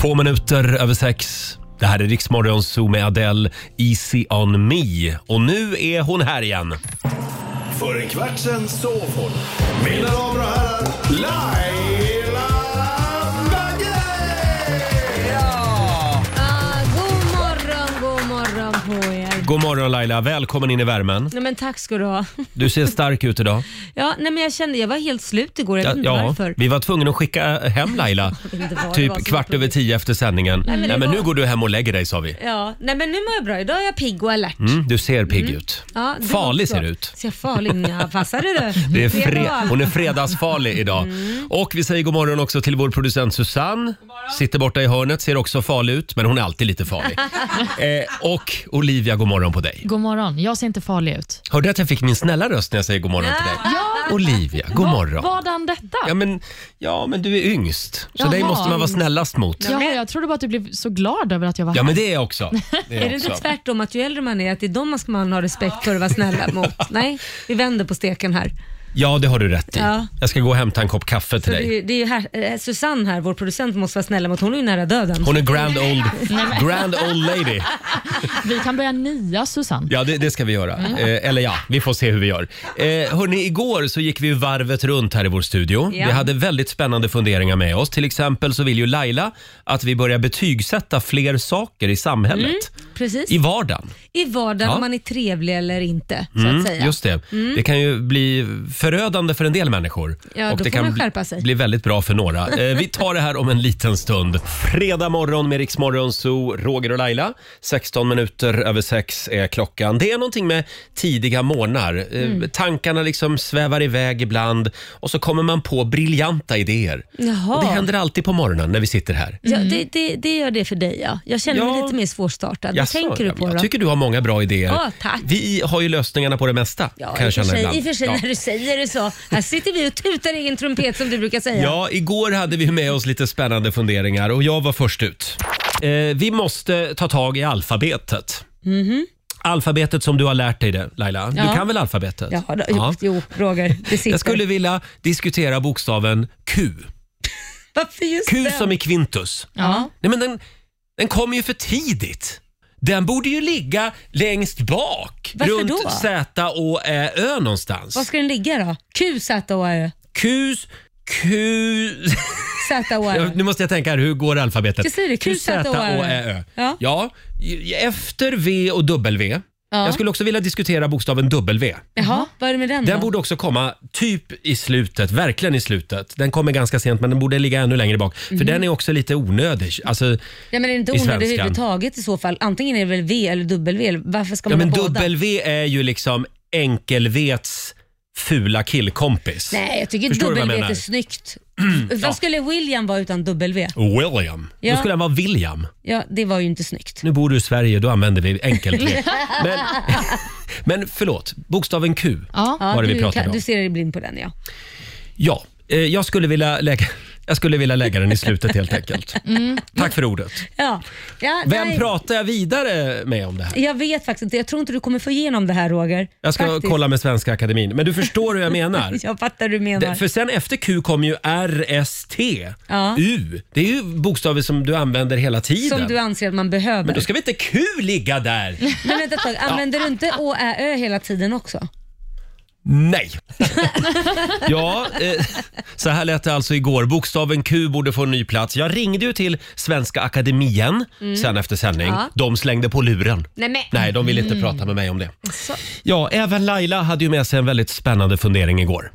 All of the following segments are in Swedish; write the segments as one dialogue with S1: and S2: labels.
S1: Två minuter över sex. Det här är Riksmorgon Zoo med Adele, Easy on me. Och nu är hon här igen.
S2: För en kvart sen sov hon. Mina damer och herrar, Laila Bagge!
S3: Ah, god morgon, god morgon på er.
S1: God morgon Laila, välkommen in i värmen.
S3: Nej, men tack ska du ha.
S1: Du ser stark ut idag.
S3: Ja, nej, men jag kände, jag var helt slut igår. Jag vet inte varför.
S1: vi var tvungna att skicka hem Laila.
S3: Jag vet inte vad det var som
S1: Typ
S3: var
S1: kvart över
S3: problemet.
S1: tio efter sändningen. Nej, men,
S3: det var-
S1: nu går du hem och lägger dig sa vi.
S3: Ja, nej men nu mår jag bra. Idag är jag pigg och alert.
S1: Mm, du ser pigg ut.
S3: Ja, det
S1: Farlig
S3: också.
S1: ser du ut.
S3: Ser jag farlig ut? Ja, passar det du?
S1: Det är fre-
S3: bra.
S1: hon är fredagsfarlig idag.
S3: Mm.
S1: Och vi säger god morgon också till vår producent Susanne. Sitter borta i hörnet, ser också farlig ut, men hon är alltid lite farlig. eh, och Olivia, god morgon på dig.
S4: God morgon, jag ser inte farlig ut.
S1: Hörde att jag fick min snälla röst när jag säger god morgon till dig? Olivia, god morgon.
S4: Vadan detta?
S1: Ja men, ja, men du är yngst, så dig
S4: Jaha.
S1: måste man vara snällast mot.
S4: Jaha, jag trodde bara att du blev så glad över att jag var här.
S1: Ja, men det är jag också. Det
S3: Är
S1: är
S3: det
S1: jag
S3: inte
S1: också.
S3: tvärtom att ju äldre man är, att det är de man ska man ha respekt för och vara snälla mot? Nej, vi vänder på steken här.
S1: Ja, det har du rätt i.
S3: Ja.
S1: Jag ska gå och hämta en kopp kaffe
S3: Så
S1: till
S3: det,
S1: dig.
S3: är- det är ju här, eh, Susanne här, vår producent, måste vara snälla mot. Hon är ju nära döden.
S1: Hon är grand old, grand old lady.
S4: Vi kan börja nia Susanne.
S1: Ja, det, det ska vi göra.
S3: Mm.
S1: Eh, eller ja, vi får se hur vi gör. Eh, hörni, igår så gick vi ju varvet runt här i vår studio.
S3: Ja.
S1: Vi hade väldigt spännande funderingar med oss. Till exempel så vill ju Laila att vi börjar betygsätta fler saker i samhället.
S3: Mm.
S4: Mm,
S3: Precis.
S1: I vardagen.
S3: I vardagen,
S1: Ja.
S3: om man är trevlig eller inte. Så att säga.
S1: Mm, just det. Det kan ju bli förödande för en del människor.
S3: Ja, då
S1: det
S3: får
S1: kan
S3: man
S1: bli-
S3: skärpa sig.
S1: bli väldigt bra för några. Eh, vi tar det här om en liten stund. Fredag morgon med Riksmorgon Zoo, Roger och Laila. 16 minuter över sex är klockan. Det är någonting med tidiga morgnar. Eh,
S3: Mm.
S1: Tankarna liksom svävar iväg ibland och så kommer man på briljanta idéer.
S3: Jaha.
S1: Och det händer alltid på morgonen när vi sitter här.
S3: Ja,
S4: Mm.
S3: det, det, det gör det för dig ja. Jag känner mig
S1: Ja.
S3: lite mer svårstartad.
S1: Jaså,
S3: Vad tänker du
S1: ja,
S3: på
S1: jag
S3: då?
S1: tycker du har många bra idéer.
S3: Ja, tack.
S1: Vi har ju lösningarna på det mesta.
S3: Ja,
S1: kan
S3: i och
S1: jag
S3: för
S1: känna
S3: sig,
S1: ibland.
S3: i och för sig
S1: Ja.
S3: när du säger det så. Här sitter vi och tutar i en trumpet som du brukar säga.
S1: Ja, igår hade vi med oss lite spännande funderingar och jag var först ut. Eh, vi måste ta tag i alfabetet.
S3: Mhm.
S1: Alfabetet som du har lärt dig det, Laila. Du
S3: Ja.
S1: kan väl alfabetet?
S3: Ja, då, jo, jo, Roger, det sitter.
S1: Jag skulle vilja diskutera bokstaven Q.
S3: Varför just
S1: Q
S3: den?
S1: som i Quintus.
S4: Ja.
S1: Nej, men den, den kom ju för tidigt. Den borde ju ligga längst bak.
S3: Varför
S1: runt
S3: då?
S1: Z och Ä, Ö någonstans.
S3: Var ska den ligga då? Q, Z, O, R.
S1: Q, Q...
S3: Z, O,
S1: Ja,
S3: R.
S1: nu måste jag tänka här, hur går alfabetet?
S3: Jag säger det, Q, Z, O, Ä, Ö.
S1: Ä, Ö.
S3: eh, Ja.
S1: Ja, i- efter V och W.
S3: Ja.
S1: Jag skulle också vilja diskutera bokstaven W.
S3: Jaha, vad är det med den
S1: Mm. Den
S3: då?
S1: borde också komma typ i slutet, verkligen i slutet. Den kommer ganska sent men den borde ligga ännu längre bak.
S3: Mhm.
S1: För den är också lite onödig. Alltså,
S3: Ja, men är det inte
S1: i
S3: onödigt
S1: svenskan.
S3: överhuvudtaget i så fall? Antingen är det väl V eller W? eller Varför ska
S1: ja,
S3: man
S1: men
S3: ha båda?
S1: W är ju liksom enkel-V:s fula killkompis.
S3: Nej, jag tycker
S1: Förstår du vad jag
S3: W
S1: menar? Mm.
S3: är snyggt. Vad skulle William vara utan W?
S1: William. Då
S3: Ja.
S1: skulle han vara William.
S3: Ja, det var ju inte snyggt.
S1: Nu bor du i Sverige, då använder vi enkelt V. Men, men förlåt, bokstaven Q.
S4: Ja.
S3: Ja,
S1: Vad är det vi
S3: du,
S1: pratar
S3: kan-
S1: om?
S3: du ser dig blind på den ja.
S1: Ja, eh, jag skulle vilja lägga, jag skulle vilja lägga den i slutet helt enkelt. Tack för ordet.
S3: ja. ja
S1: Vem
S3: nej,
S1: pratar jag vidare med om det här?
S3: Jag vet faktiskt inte. Jag tror inte du kommer få igenom det här Roger.
S1: Jag ska
S3: faktiskt.
S1: kolla med Svenska Akademin. Men du förstår hur jag menar.
S3: Jag fattar hur du menar.
S1: Det- För sen efter Q kom ju R, S, T,
S3: Ja.
S1: U. Det är ju bokstäver som du använder hela tiden.
S3: Som du anser att man behöver.
S1: Men då ska vi inte Q ligga där?
S3: Men vänta ett tag, använder du inte Å, Ä, Ö hela tiden också?
S1: Nej. ja, eh, så här lät det alltså igår. Bokstaven Q borde få en ny plats. Jag ringde ju till Svenska Akademien sen efter sändning.
S3: Ja.
S1: De slängde på luren.
S3: Nej, Mm. men-
S1: Nej, de ville inte prata med mig om det. Ja, även Laila hade ju med sig en väldigt spännande fundering igår.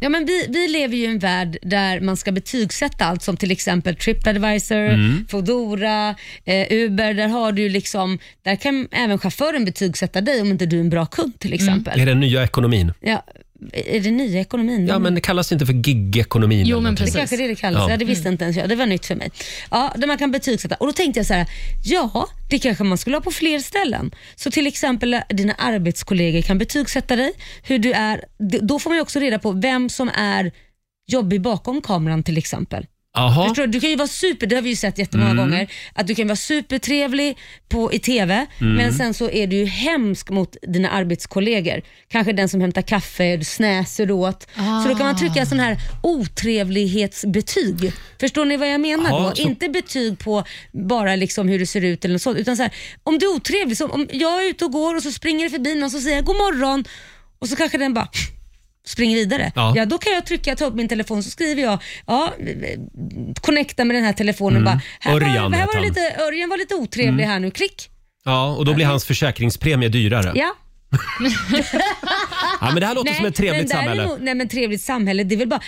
S3: Ja, men vi, vi lever ju i en värld där man ska betygsätta allt som till exempel Tripadvisor,
S1: Mm.
S3: Foodora, eh, Uber. Där, har du ju liksom, där kan även chauffören betygsätta dig om inte du är en bra kund till exempel.
S1: Det Mm. är den nya ekonomin.
S3: Ja, är det nya ekonomin?
S1: Ja, men det kallas inte för gigekonomin.
S4: Jo,
S1: eller
S4: men
S1: någonting.
S3: Det
S4: precis.
S3: kanske är det det kallas.
S1: Ja.
S3: Ja. det visste inte ens jag. Det var nytt för mig. Ja, där man kan betygsätta. Och då tänkte jag så här, ja, det kanske man skulle ha på fler ställen. Så till exempel eh, dina arbetskollegor kan betygsätta dig, hur du är. D- Då får man ju också reda på vem som är jobbig bakom kameran till exempel.
S1: Aha. Mm.
S3: Förstår du? du kan ju vara super, det har vi ju sett jättemånga gånger, att du kan vara supertrevlig på, i TV,
S1: Mm.
S3: men sen så är du ju hemsk mot dina arbetskollegor. Kanske den som hämtar kaffe, du snäser åt. Så då kan man
S1: Ah.
S3: trycka sån här otrevlighetsbetyg. Förstår ni vad jag menar
S1: Ja,
S3: då?
S1: så-
S3: Inte betyg på bara liksom hur du ser ut eller något sånt, utan så här, om du är otrevlig, så om jag är ute och går och så springer det förbi någon som säger jag, god morgon och så kanske den bara springer vidare.
S1: Ja.
S3: Ja. då kan jag trycka, ta upp min telefon så skriver jag, ja, eh, connecta med den här telefonen bara. Här
S1: Mm. Örjan
S3: var, här
S1: heter
S3: var
S1: han. Mm.
S3: det lite, Örjan var lite otrevlig här nu, klick.
S1: Ja, och då blir hans försäkringspremie dyrare. Ja.
S3: Ja.
S1: men det här låter som ett trevligt
S3: men
S1: samhälle.
S3: däremot- Nej men trevligt samhälle, det är väl bara...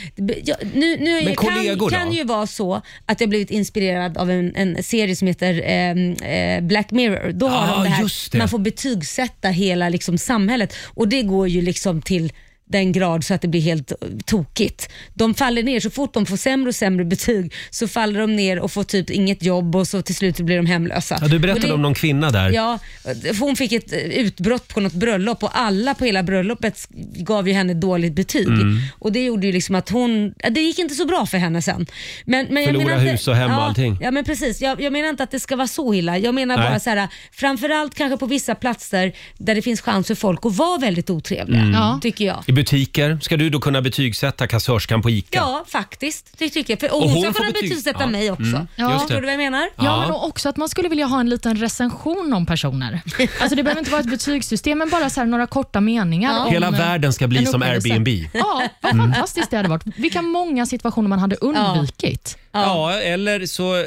S3: Jag, nu nu
S1: Men
S3: jag kan,
S1: kollegor då?
S3: kan ju vara så att jag blivit inspirerad av en, en serie som heter ehm, eh, Black Mirror. Då har
S1: Ah,
S3: de det
S1: just
S3: här,
S1: det.
S3: man får betygsätta hela liksom, samhället och det går ju liksom till den grad så att det blir helt eh, tokigt. De faller ner, så fort de får sämre och sämre betyg så faller de ner och får typ inget jobb och så till slut blir de hemlösa.
S1: Ja, du berättade
S3: Och det-
S1: om någon kvinna där.
S3: Ja, för hon fick ett eh, utbrott på något bröllop och alla på hela bröllopet sk- gav ju henne dåligt betyg.
S1: Mm.
S3: Och det gjorde ju liksom att hon, ja, det gick inte så bra för henne sen. Men, men
S1: Förlora
S3: jag menar inte,
S1: hus och hem och
S3: ja,
S1: allting.
S3: Ja men precis, jag, jag menar inte att det ska vara så illa. Jag menar
S1: Nej.
S3: bara så här, framförallt kanske på vissa platser där det finns chans för folk att vara väldigt otrevliga,
S1: Mm.
S4: Ja.
S3: tycker jag.
S1: I butiker. Ska du då kunna betygsätta kassörskan på ICA?
S3: Ja, faktiskt. Det tycker jag. För, och hon,
S1: hon
S3: ska
S1: får
S3: kunna
S1: betyg.
S3: betygsätta
S1: Ja. Mm,
S3: mig också.
S4: Ja.
S1: Just
S3: Förstår du
S1: det.
S3: vad jag menar?
S4: Ja,
S1: Ja.
S4: men också att man skulle vilja ha en liten recension om personer. Alltså det behöver inte vara ett betygssystem, men bara så här några korta meningar. Om,
S1: Hela världen ska bli
S4: en
S1: som
S4: upplevelse.
S1: Airbnb. Mm.
S4: Ja, vad fantastiskt det hade varit. Vilka många situationer man hade undvikit.
S1: Ja, eller så...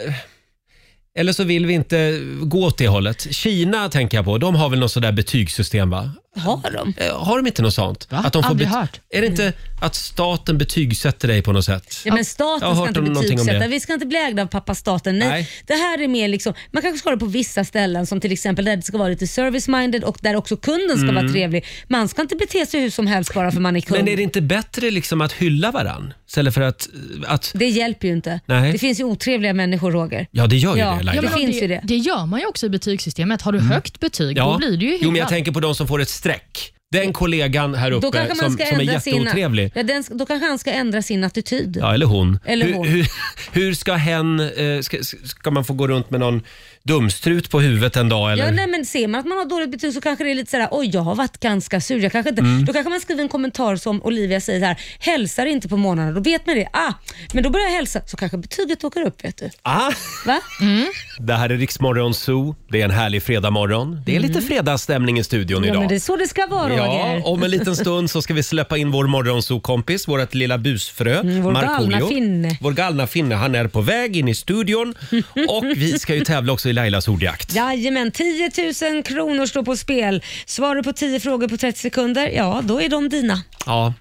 S1: Eller så vill vi inte gå åt det hållet. Kina tänker jag på, de har väl något sådär betygssystem va?
S3: Har de?
S1: Eh, Har de inte något sånt?
S4: Va?
S1: Att de
S4: Aldrig
S1: bet-
S4: hört.
S1: Är det inte att staten betygsätter dig på något sätt?
S3: Ja, men
S1: Jag har
S3: staten
S1: hört
S3: ska inte
S1: om någonting om det.
S3: betygsätta. Vi ska inte bli ägda av pappa staten. Nej.
S1: Nej.
S3: Det här är mer liksom, man kanske ska ha det på vissa ställen som till exempel där det ska vara lite service-minded och där också kunden ska vara trevlig. Man ska inte bete sig hur som helst bara för man är kund.
S1: Mm. Men är det
S3: det...
S1: inte bättre liksom att hylla varann? Istället för att... att
S3: hjälper ju inte.
S1: Nej.
S3: Det finns ju otrevliga människor Roger.
S1: ja, det gör ju
S3: Ja.
S1: det
S3: Ja,
S1: Laila. Mm.
S3: men-
S4: om
S3: finns ju det.
S4: Det gör man ju också i betygssystemet. Har du högt betyg, då blir du ju
S1: jo, men jag
S4: hyllad.
S1: tänker på de som får ett streck. Den kollegan här
S3: Då
S1: uppe
S3: kanske man
S1: som,
S3: ska
S1: som är
S3: ändra sin,
S1: jätteotrevlig.
S3: ja, den, ska- då kanske han ska ändra sin attityd.
S1: Ja, eller hon.
S3: typ. Eller
S1: hur,
S3: hon.
S1: Hur, hur ska hen... eh, Ska, ska man få gå runt med någon dumstrut på huvudet en dag eller?
S3: Ja, nej, men ser man att man har dåligt betyg så kanske det är lite sådär, oj jag har varit ganska sur. Jag kanske inte,
S1: Mm.
S3: Då kanske man skriver en kommentar som Olivia säger här, hälsar inte på morgnarna, då vet man det. Ah, men då börjar jag hälsa, så kanske betyget åker upp vet du.
S1: Ah,
S3: Va?
S1: det här är Riksmorgon Zoo. Det är en härlig fredagmorgon. Det är lite fredagsstämning i studion
S3: Mm. Ja,
S1: idag.
S3: men det är så det ska vara
S1: Ja,
S3: Roger.
S1: om en liten stund så ska vi släppa in vår morgonsokompis, vårt lilla busfrö,
S3: Mm, vår
S1: Markoolio.
S3: galna finne.
S1: Vår galna finne, han är på väg in i studion. Och vi ska ju tävla också i Lailas ordjakt.
S3: Jajamän, 10 000 kronor står på spel. Svarar du på 10 frågor på 30 sekunder, ja då är de dina.
S1: Ja.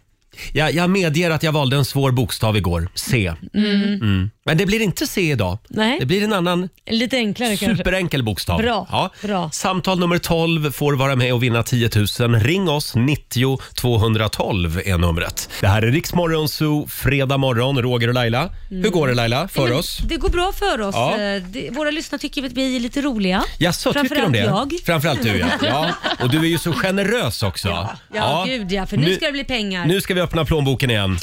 S1: Jag, jag medger att jag valde en svår bokstav igår, C. Mm. Men det blir inte C idag.
S3: Nej.
S1: Det blir en annan
S3: Lite enklare kanske.
S1: Superenkel bokstav.
S3: Bra, bra.
S1: Samtal nummer 12 får vara med och vinna 10 000. Ring oss, 90 212 är numret. Det här är Riksmorgon Zoo, fredag morgon, Roger och Laila.
S3: Mm.
S1: Hur går det Laila, för
S3: Men
S1: oss?
S3: Det går bra för oss.
S1: Ja.
S3: Eh, Det, våra lyssnare tycker att vi är lite roliga.
S1: Jaså, tycker de
S3: Framförallt
S1: det?
S3: jag.
S1: Framförallt du ja. ja. Och du är ju så generös också.
S3: Ja, ja, gud ja, för nu ska det bli pengar.
S1: Nu ska vi öppna plånboken igen.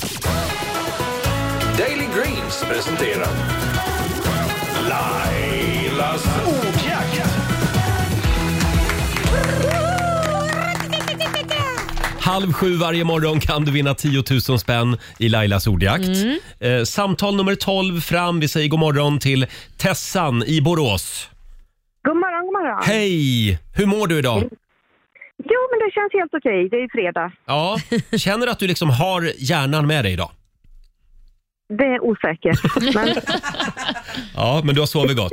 S5: Daily Greens presenterar Lailas ordjakt.
S1: Halv sju varje morgon kan du vinna 10 000 spänn i Lailas ordjakt. Eh, samtal nummer 12 fram. Vi säger god morgon till Tessan i Borås.
S6: God morgon, god morgon.
S1: Hej! Hur mår du idag?
S6: Jo, men det känns helt okej. Det är ju fredag.
S1: Ja, känner du att du liksom har hjärnan med dig idag?
S6: Det är osäkert. Men
S1: Ja, men du har sovit gott.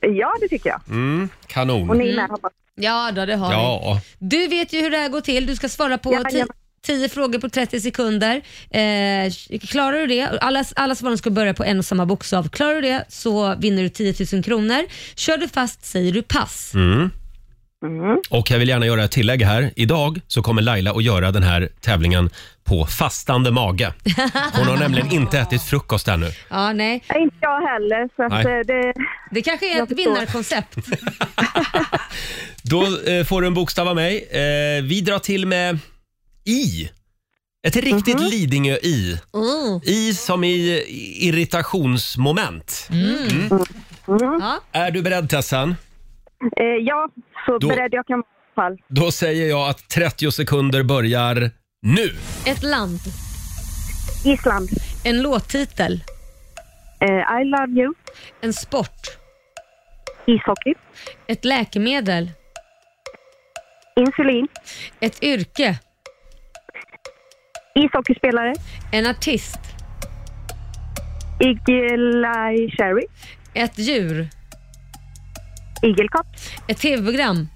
S6: ja, det tycker jag.
S1: Mm,
S6: Och
S1: kanon.
S6: ni med, hoppas
S3: Ja, då, det har vi.
S1: Ja,
S3: Du vet ju hur det här går till. Du ska svara på
S6: Jajamän.
S3: 10 frågor på 30 sekunder. Eh, klarar du det, alla, alla svaren ska börja på en och samma bokstav. Klarar du det så vinner du 10 000 kronor. Kör du fast säger du pass.
S1: Mm.
S6: Mm.
S1: och jag vill gärna göra ett tillägg här. Idag så kommer Laila att göra den här tävlingen på fastande mage. Hon har nämligen inte ätit frukost ännu.
S3: Ja, nej.
S6: jag. Inte jag heller, så att
S1: Nej.
S6: eh, det...
S3: Det kanske är
S6: Jag
S3: ett
S6: förstår.
S3: vinnarkoncept.
S1: Då eh, får du en bokstav av mig. Eh, vi drar till med I. Ett riktigt Lidingö-i.
S3: Mm.
S1: I som i irritationsmoment.
S3: Ja.
S1: Är du beredd Tessan?
S6: Mm. Eh, ja, så
S1: Då-
S6: beredd jag kan vara i alla fall.
S1: Då säger jag att 30 sekunder börjar nu.
S3: Ett land,
S6: Island.
S3: en låttitel,
S6: Eh, I love you.
S3: en sport,
S6: Ishockey.
S3: ett läkemedel,
S6: Insulin.
S3: ett yrke,
S6: Ishockeyspelare.
S3: en artist,
S6: Iggy Cherry.
S3: ett djur,
S6: Igelkott.
S3: ett tv-program,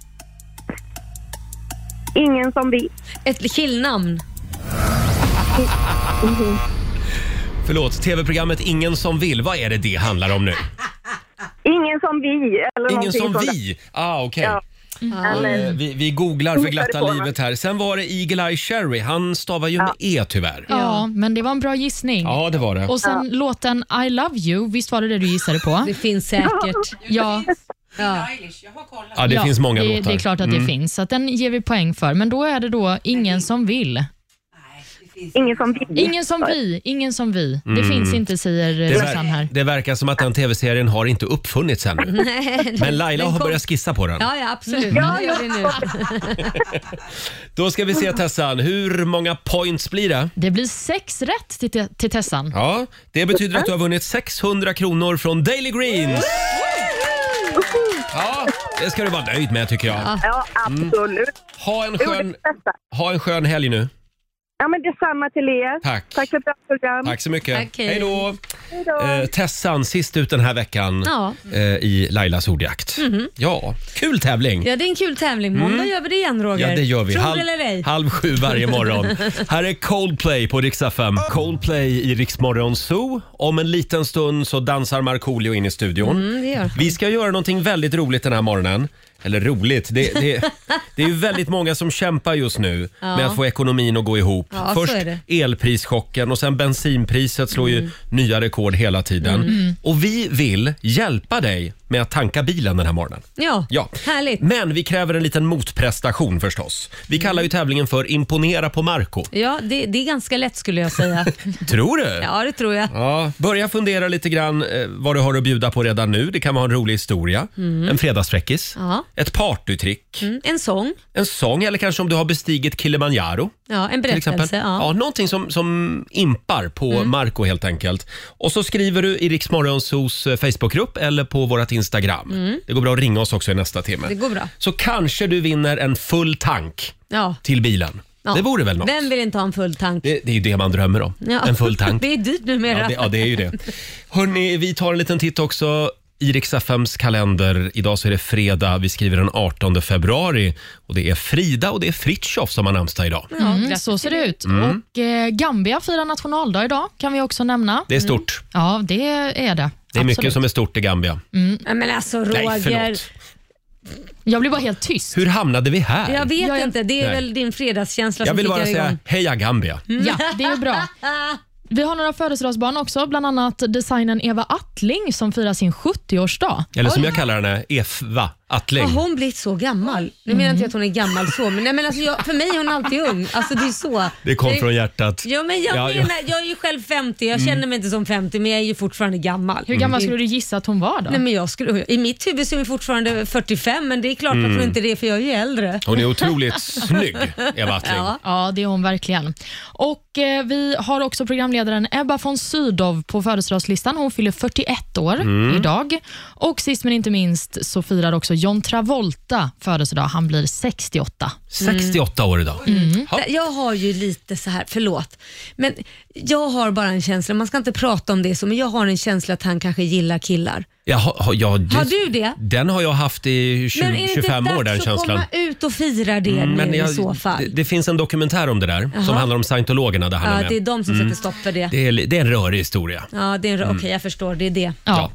S6: Ingen som vi.
S3: ett killnamn.
S1: Förlåt, tv-programmet Ingen som vill. Vad är det det handlar om nu?
S6: Ingen som vi. Eller
S1: Ingen
S6: någonting
S1: som
S6: sånt där.
S1: vi? Ah, okej.
S6: Ja.
S1: Eh,
S3: Mm.
S6: Eller,
S1: Vi, vi googlar för
S6: Ungefär
S1: glatta
S6: det får man.
S1: livet här. Sen var det Eagle-Eye Cherry. Han stavar ju med E tyvärr.
S4: Ja. men det var en bra gissning.
S1: Ja, det var det.
S4: Och sen låten I love you, visst var det det du gissade på?
S3: Det finns säkert.
S4: Ja,
S3: Ja.
S1: Ja, det
S4: ja,
S1: finns många
S4: det,
S1: låtar. Mm.
S4: Det är klart att det finns, så att den ger vi poäng för. Men då är det då Ingen som vill.
S6: ingen som vi.
S4: Ingen som vi, ingen som vi. Det finns inte, säger
S1: Mm. Det,
S4: Susanne
S1: ver-
S4: här.
S1: det verkar som att den tv-serien har inte uppfunnits ännu. Men Laila har börjat skissa på den.
S3: Ja, ja absolut.
S4: Mm.
S3: Ja, gör det nu.
S1: Då ska vi se Tessan, hur många points blir det?
S4: Det blir sex rätt till, te- till Tessan.
S1: Ja, det betyder att du har vunnit 600 kronor från Daily Greens. Ja, det ska du vara nöjd med tycker jag.
S6: Ja,
S1: Mm.
S6: absolut.
S1: Ha en
S6: Jo, det är
S1: skön,
S6: det bästa.
S1: ha en skön helg nu.
S6: Ja, men detsamma till er.
S1: Tack.
S6: Tack för ett bra program.
S1: Tack så mycket.
S3: Tack, hej.
S1: Hej då!
S6: Hej då.
S1: Eh, Tessan, sist ut den här veckan
S3: Ja. Mhm.
S1: eh, i Lailas ordjakt. Ja, kul tävling!
S3: ja, det är en kul tävling. Måndag gör vi det igen Roger.
S1: Mm. Ja, det gör vi.
S3: Tror
S1: Halv,
S3: det eller ej.
S1: halv sju varje morgon. Här är Coldplay på Rix FM. Coldplay i Rix Morgon Zoo. Om en liten stund så dansar Markoolio in i studion.
S3: Mm, det gör.
S1: Vi ska göra någonting väldigt roligt den här morgonen. Eller roligt, det, det, det är ju väldigt många som kämpar just nu med att få ekonomin att gå ihop.
S3: Ja, så
S1: Först
S3: är det. Mm.
S1: elprischocken och sen bensinpriset slår ju nya rekord hela tiden. Och vi vill hjälpa dig med att tanka bilen den här morgonen.
S3: Ja.
S1: Ja.
S3: härligt.
S1: Men vi kräver en liten motprestation förstås. Vi kallar
S3: Mm.
S1: ju tävlingen för Imponera på Marco.
S3: Ja, det, det är ganska lätt skulle jag säga.
S1: Tror du?
S3: Ja, det tror jag.
S1: Ja, börja fundera lite grann eh, vad du har att bjuda på redan nu. Det kan vara en rolig historia, en fredagsfräckis,
S3: Mm. Ja.
S1: ett partytrick,
S3: Mm, en sång,
S1: en sång eller kanske om du har bestigit Kilimanjaro.
S3: ja, en
S1: Till exempel.
S3: berättelse. Ja. Mm.
S1: någonting som, som impar på Marco helt enkelt. Och så skriver du i Rix Morgonzoos eh, Facebookgrupp eller på vårt Instagram. Det går bra att ringa oss också i nästa timme.
S3: Mm. Det går bra.
S1: Så kanske du vinner en full tank
S3: Ja.
S1: till bilen.
S3: Ja.
S1: Det vore väl något?
S3: Vem vill inte ha en full tank?
S1: Det, det är ju det man drömmer om.
S3: Ja.
S1: En full tank.
S3: Det är dyrt numera.
S1: Ja, det, ja, det är ju det. Hörrni, vi tar en liten titt också i Rix FMs kalender. Idag så är det fredag. Vi skriver den 18 februari. Och Det är Frida och det är Fritjof som har namnsdag idag.
S3: Ja,
S4: Mm,
S3: grattis
S4: så ser
S3: till
S4: det ut.
S1: Mm.
S4: Och eh, Gambia firar nationaldag idag, kan vi också nämna. Mm.
S1: Det är
S3: Mm.
S1: stort.
S4: Ja, det är det.
S1: Det är mycket
S4: Absolut. Mm.
S1: som är stort i Gambia.
S3: Ja, men alltså
S1: Nej,
S3: Roger.
S1: förlåt.
S4: Jag blir bara helt tyst.
S1: Hur hamnade vi här?
S3: Jag vet
S4: Jag är-
S3: inte, det är
S1: Nej.
S3: väl din fredagskänsla
S1: Jag
S3: som
S1: vill
S3: kickar
S1: bara säga
S3: igång. Mm.
S1: heja Gambia.
S4: Ja, det är bra. Vi har några födelsedagsbarn också, bland annat designern Eva Attling som firar sin 70-årsdag.
S1: Eller som jag kallar henne, Efva Attling.
S3: Har hon blivit så gammal? Nu menar inte jag att hon är gammal så, men, nej, men alltså jag, för mig är hon alltid ung. Alltså det är så.
S1: Det kom från hjärtat.
S3: Ja, men jag,
S1: Ja, Mm. ja.
S3: menar, jag är ju själv 50, jag känner mig inte som 50 men jag är ju fortfarande gammal. Mm.
S4: Hur gammal skulle du gissa att hon var då?
S3: Nej, men jag skulle, I mitt huvud så är vi fortfarande 45 men det är klart
S1: Mm.
S3: att hon inte är det för jag är ju äldre.
S1: Hon är otroligt snygg, Eva Attling.
S3: Ja.
S4: Ja, det är hon verkligen. Och eh, Vi har också programledaren Ebba von Sydow på födelsedagslistan. Hon fyller 41 år
S1: Mm.
S4: idag. Och Sist men inte minst så firar också John Travolta födelsedag. Han blir Mm. 68.
S1: 68 år idag. Ja.
S3: Där- Jag har ju lite så här, förlåt, men jag har bara en känsla, man ska inte prata om det så, men jag har en känsla att han kanske gillar killar.
S1: Jaha, ja, det,
S3: Har du det?
S1: Den har jag haft i 20,
S3: Men är det inte
S1: 25 år,
S3: dags
S1: den
S3: att
S1: känslan. Mm,
S3: komma ut och fira det nu
S1: Men jag,
S3: i så fall?
S1: Det, det finns en dokumentär om det där som handlar om scientologerna där han är
S3: ja,
S1: med. Mm.
S3: det är de som sätter stopp för det.
S1: Det, Mm. är, li- det är en rörig historia.
S3: Ja, det är en, Okej, jag förstår. Det är det.
S4: Ja.
S1: Ja.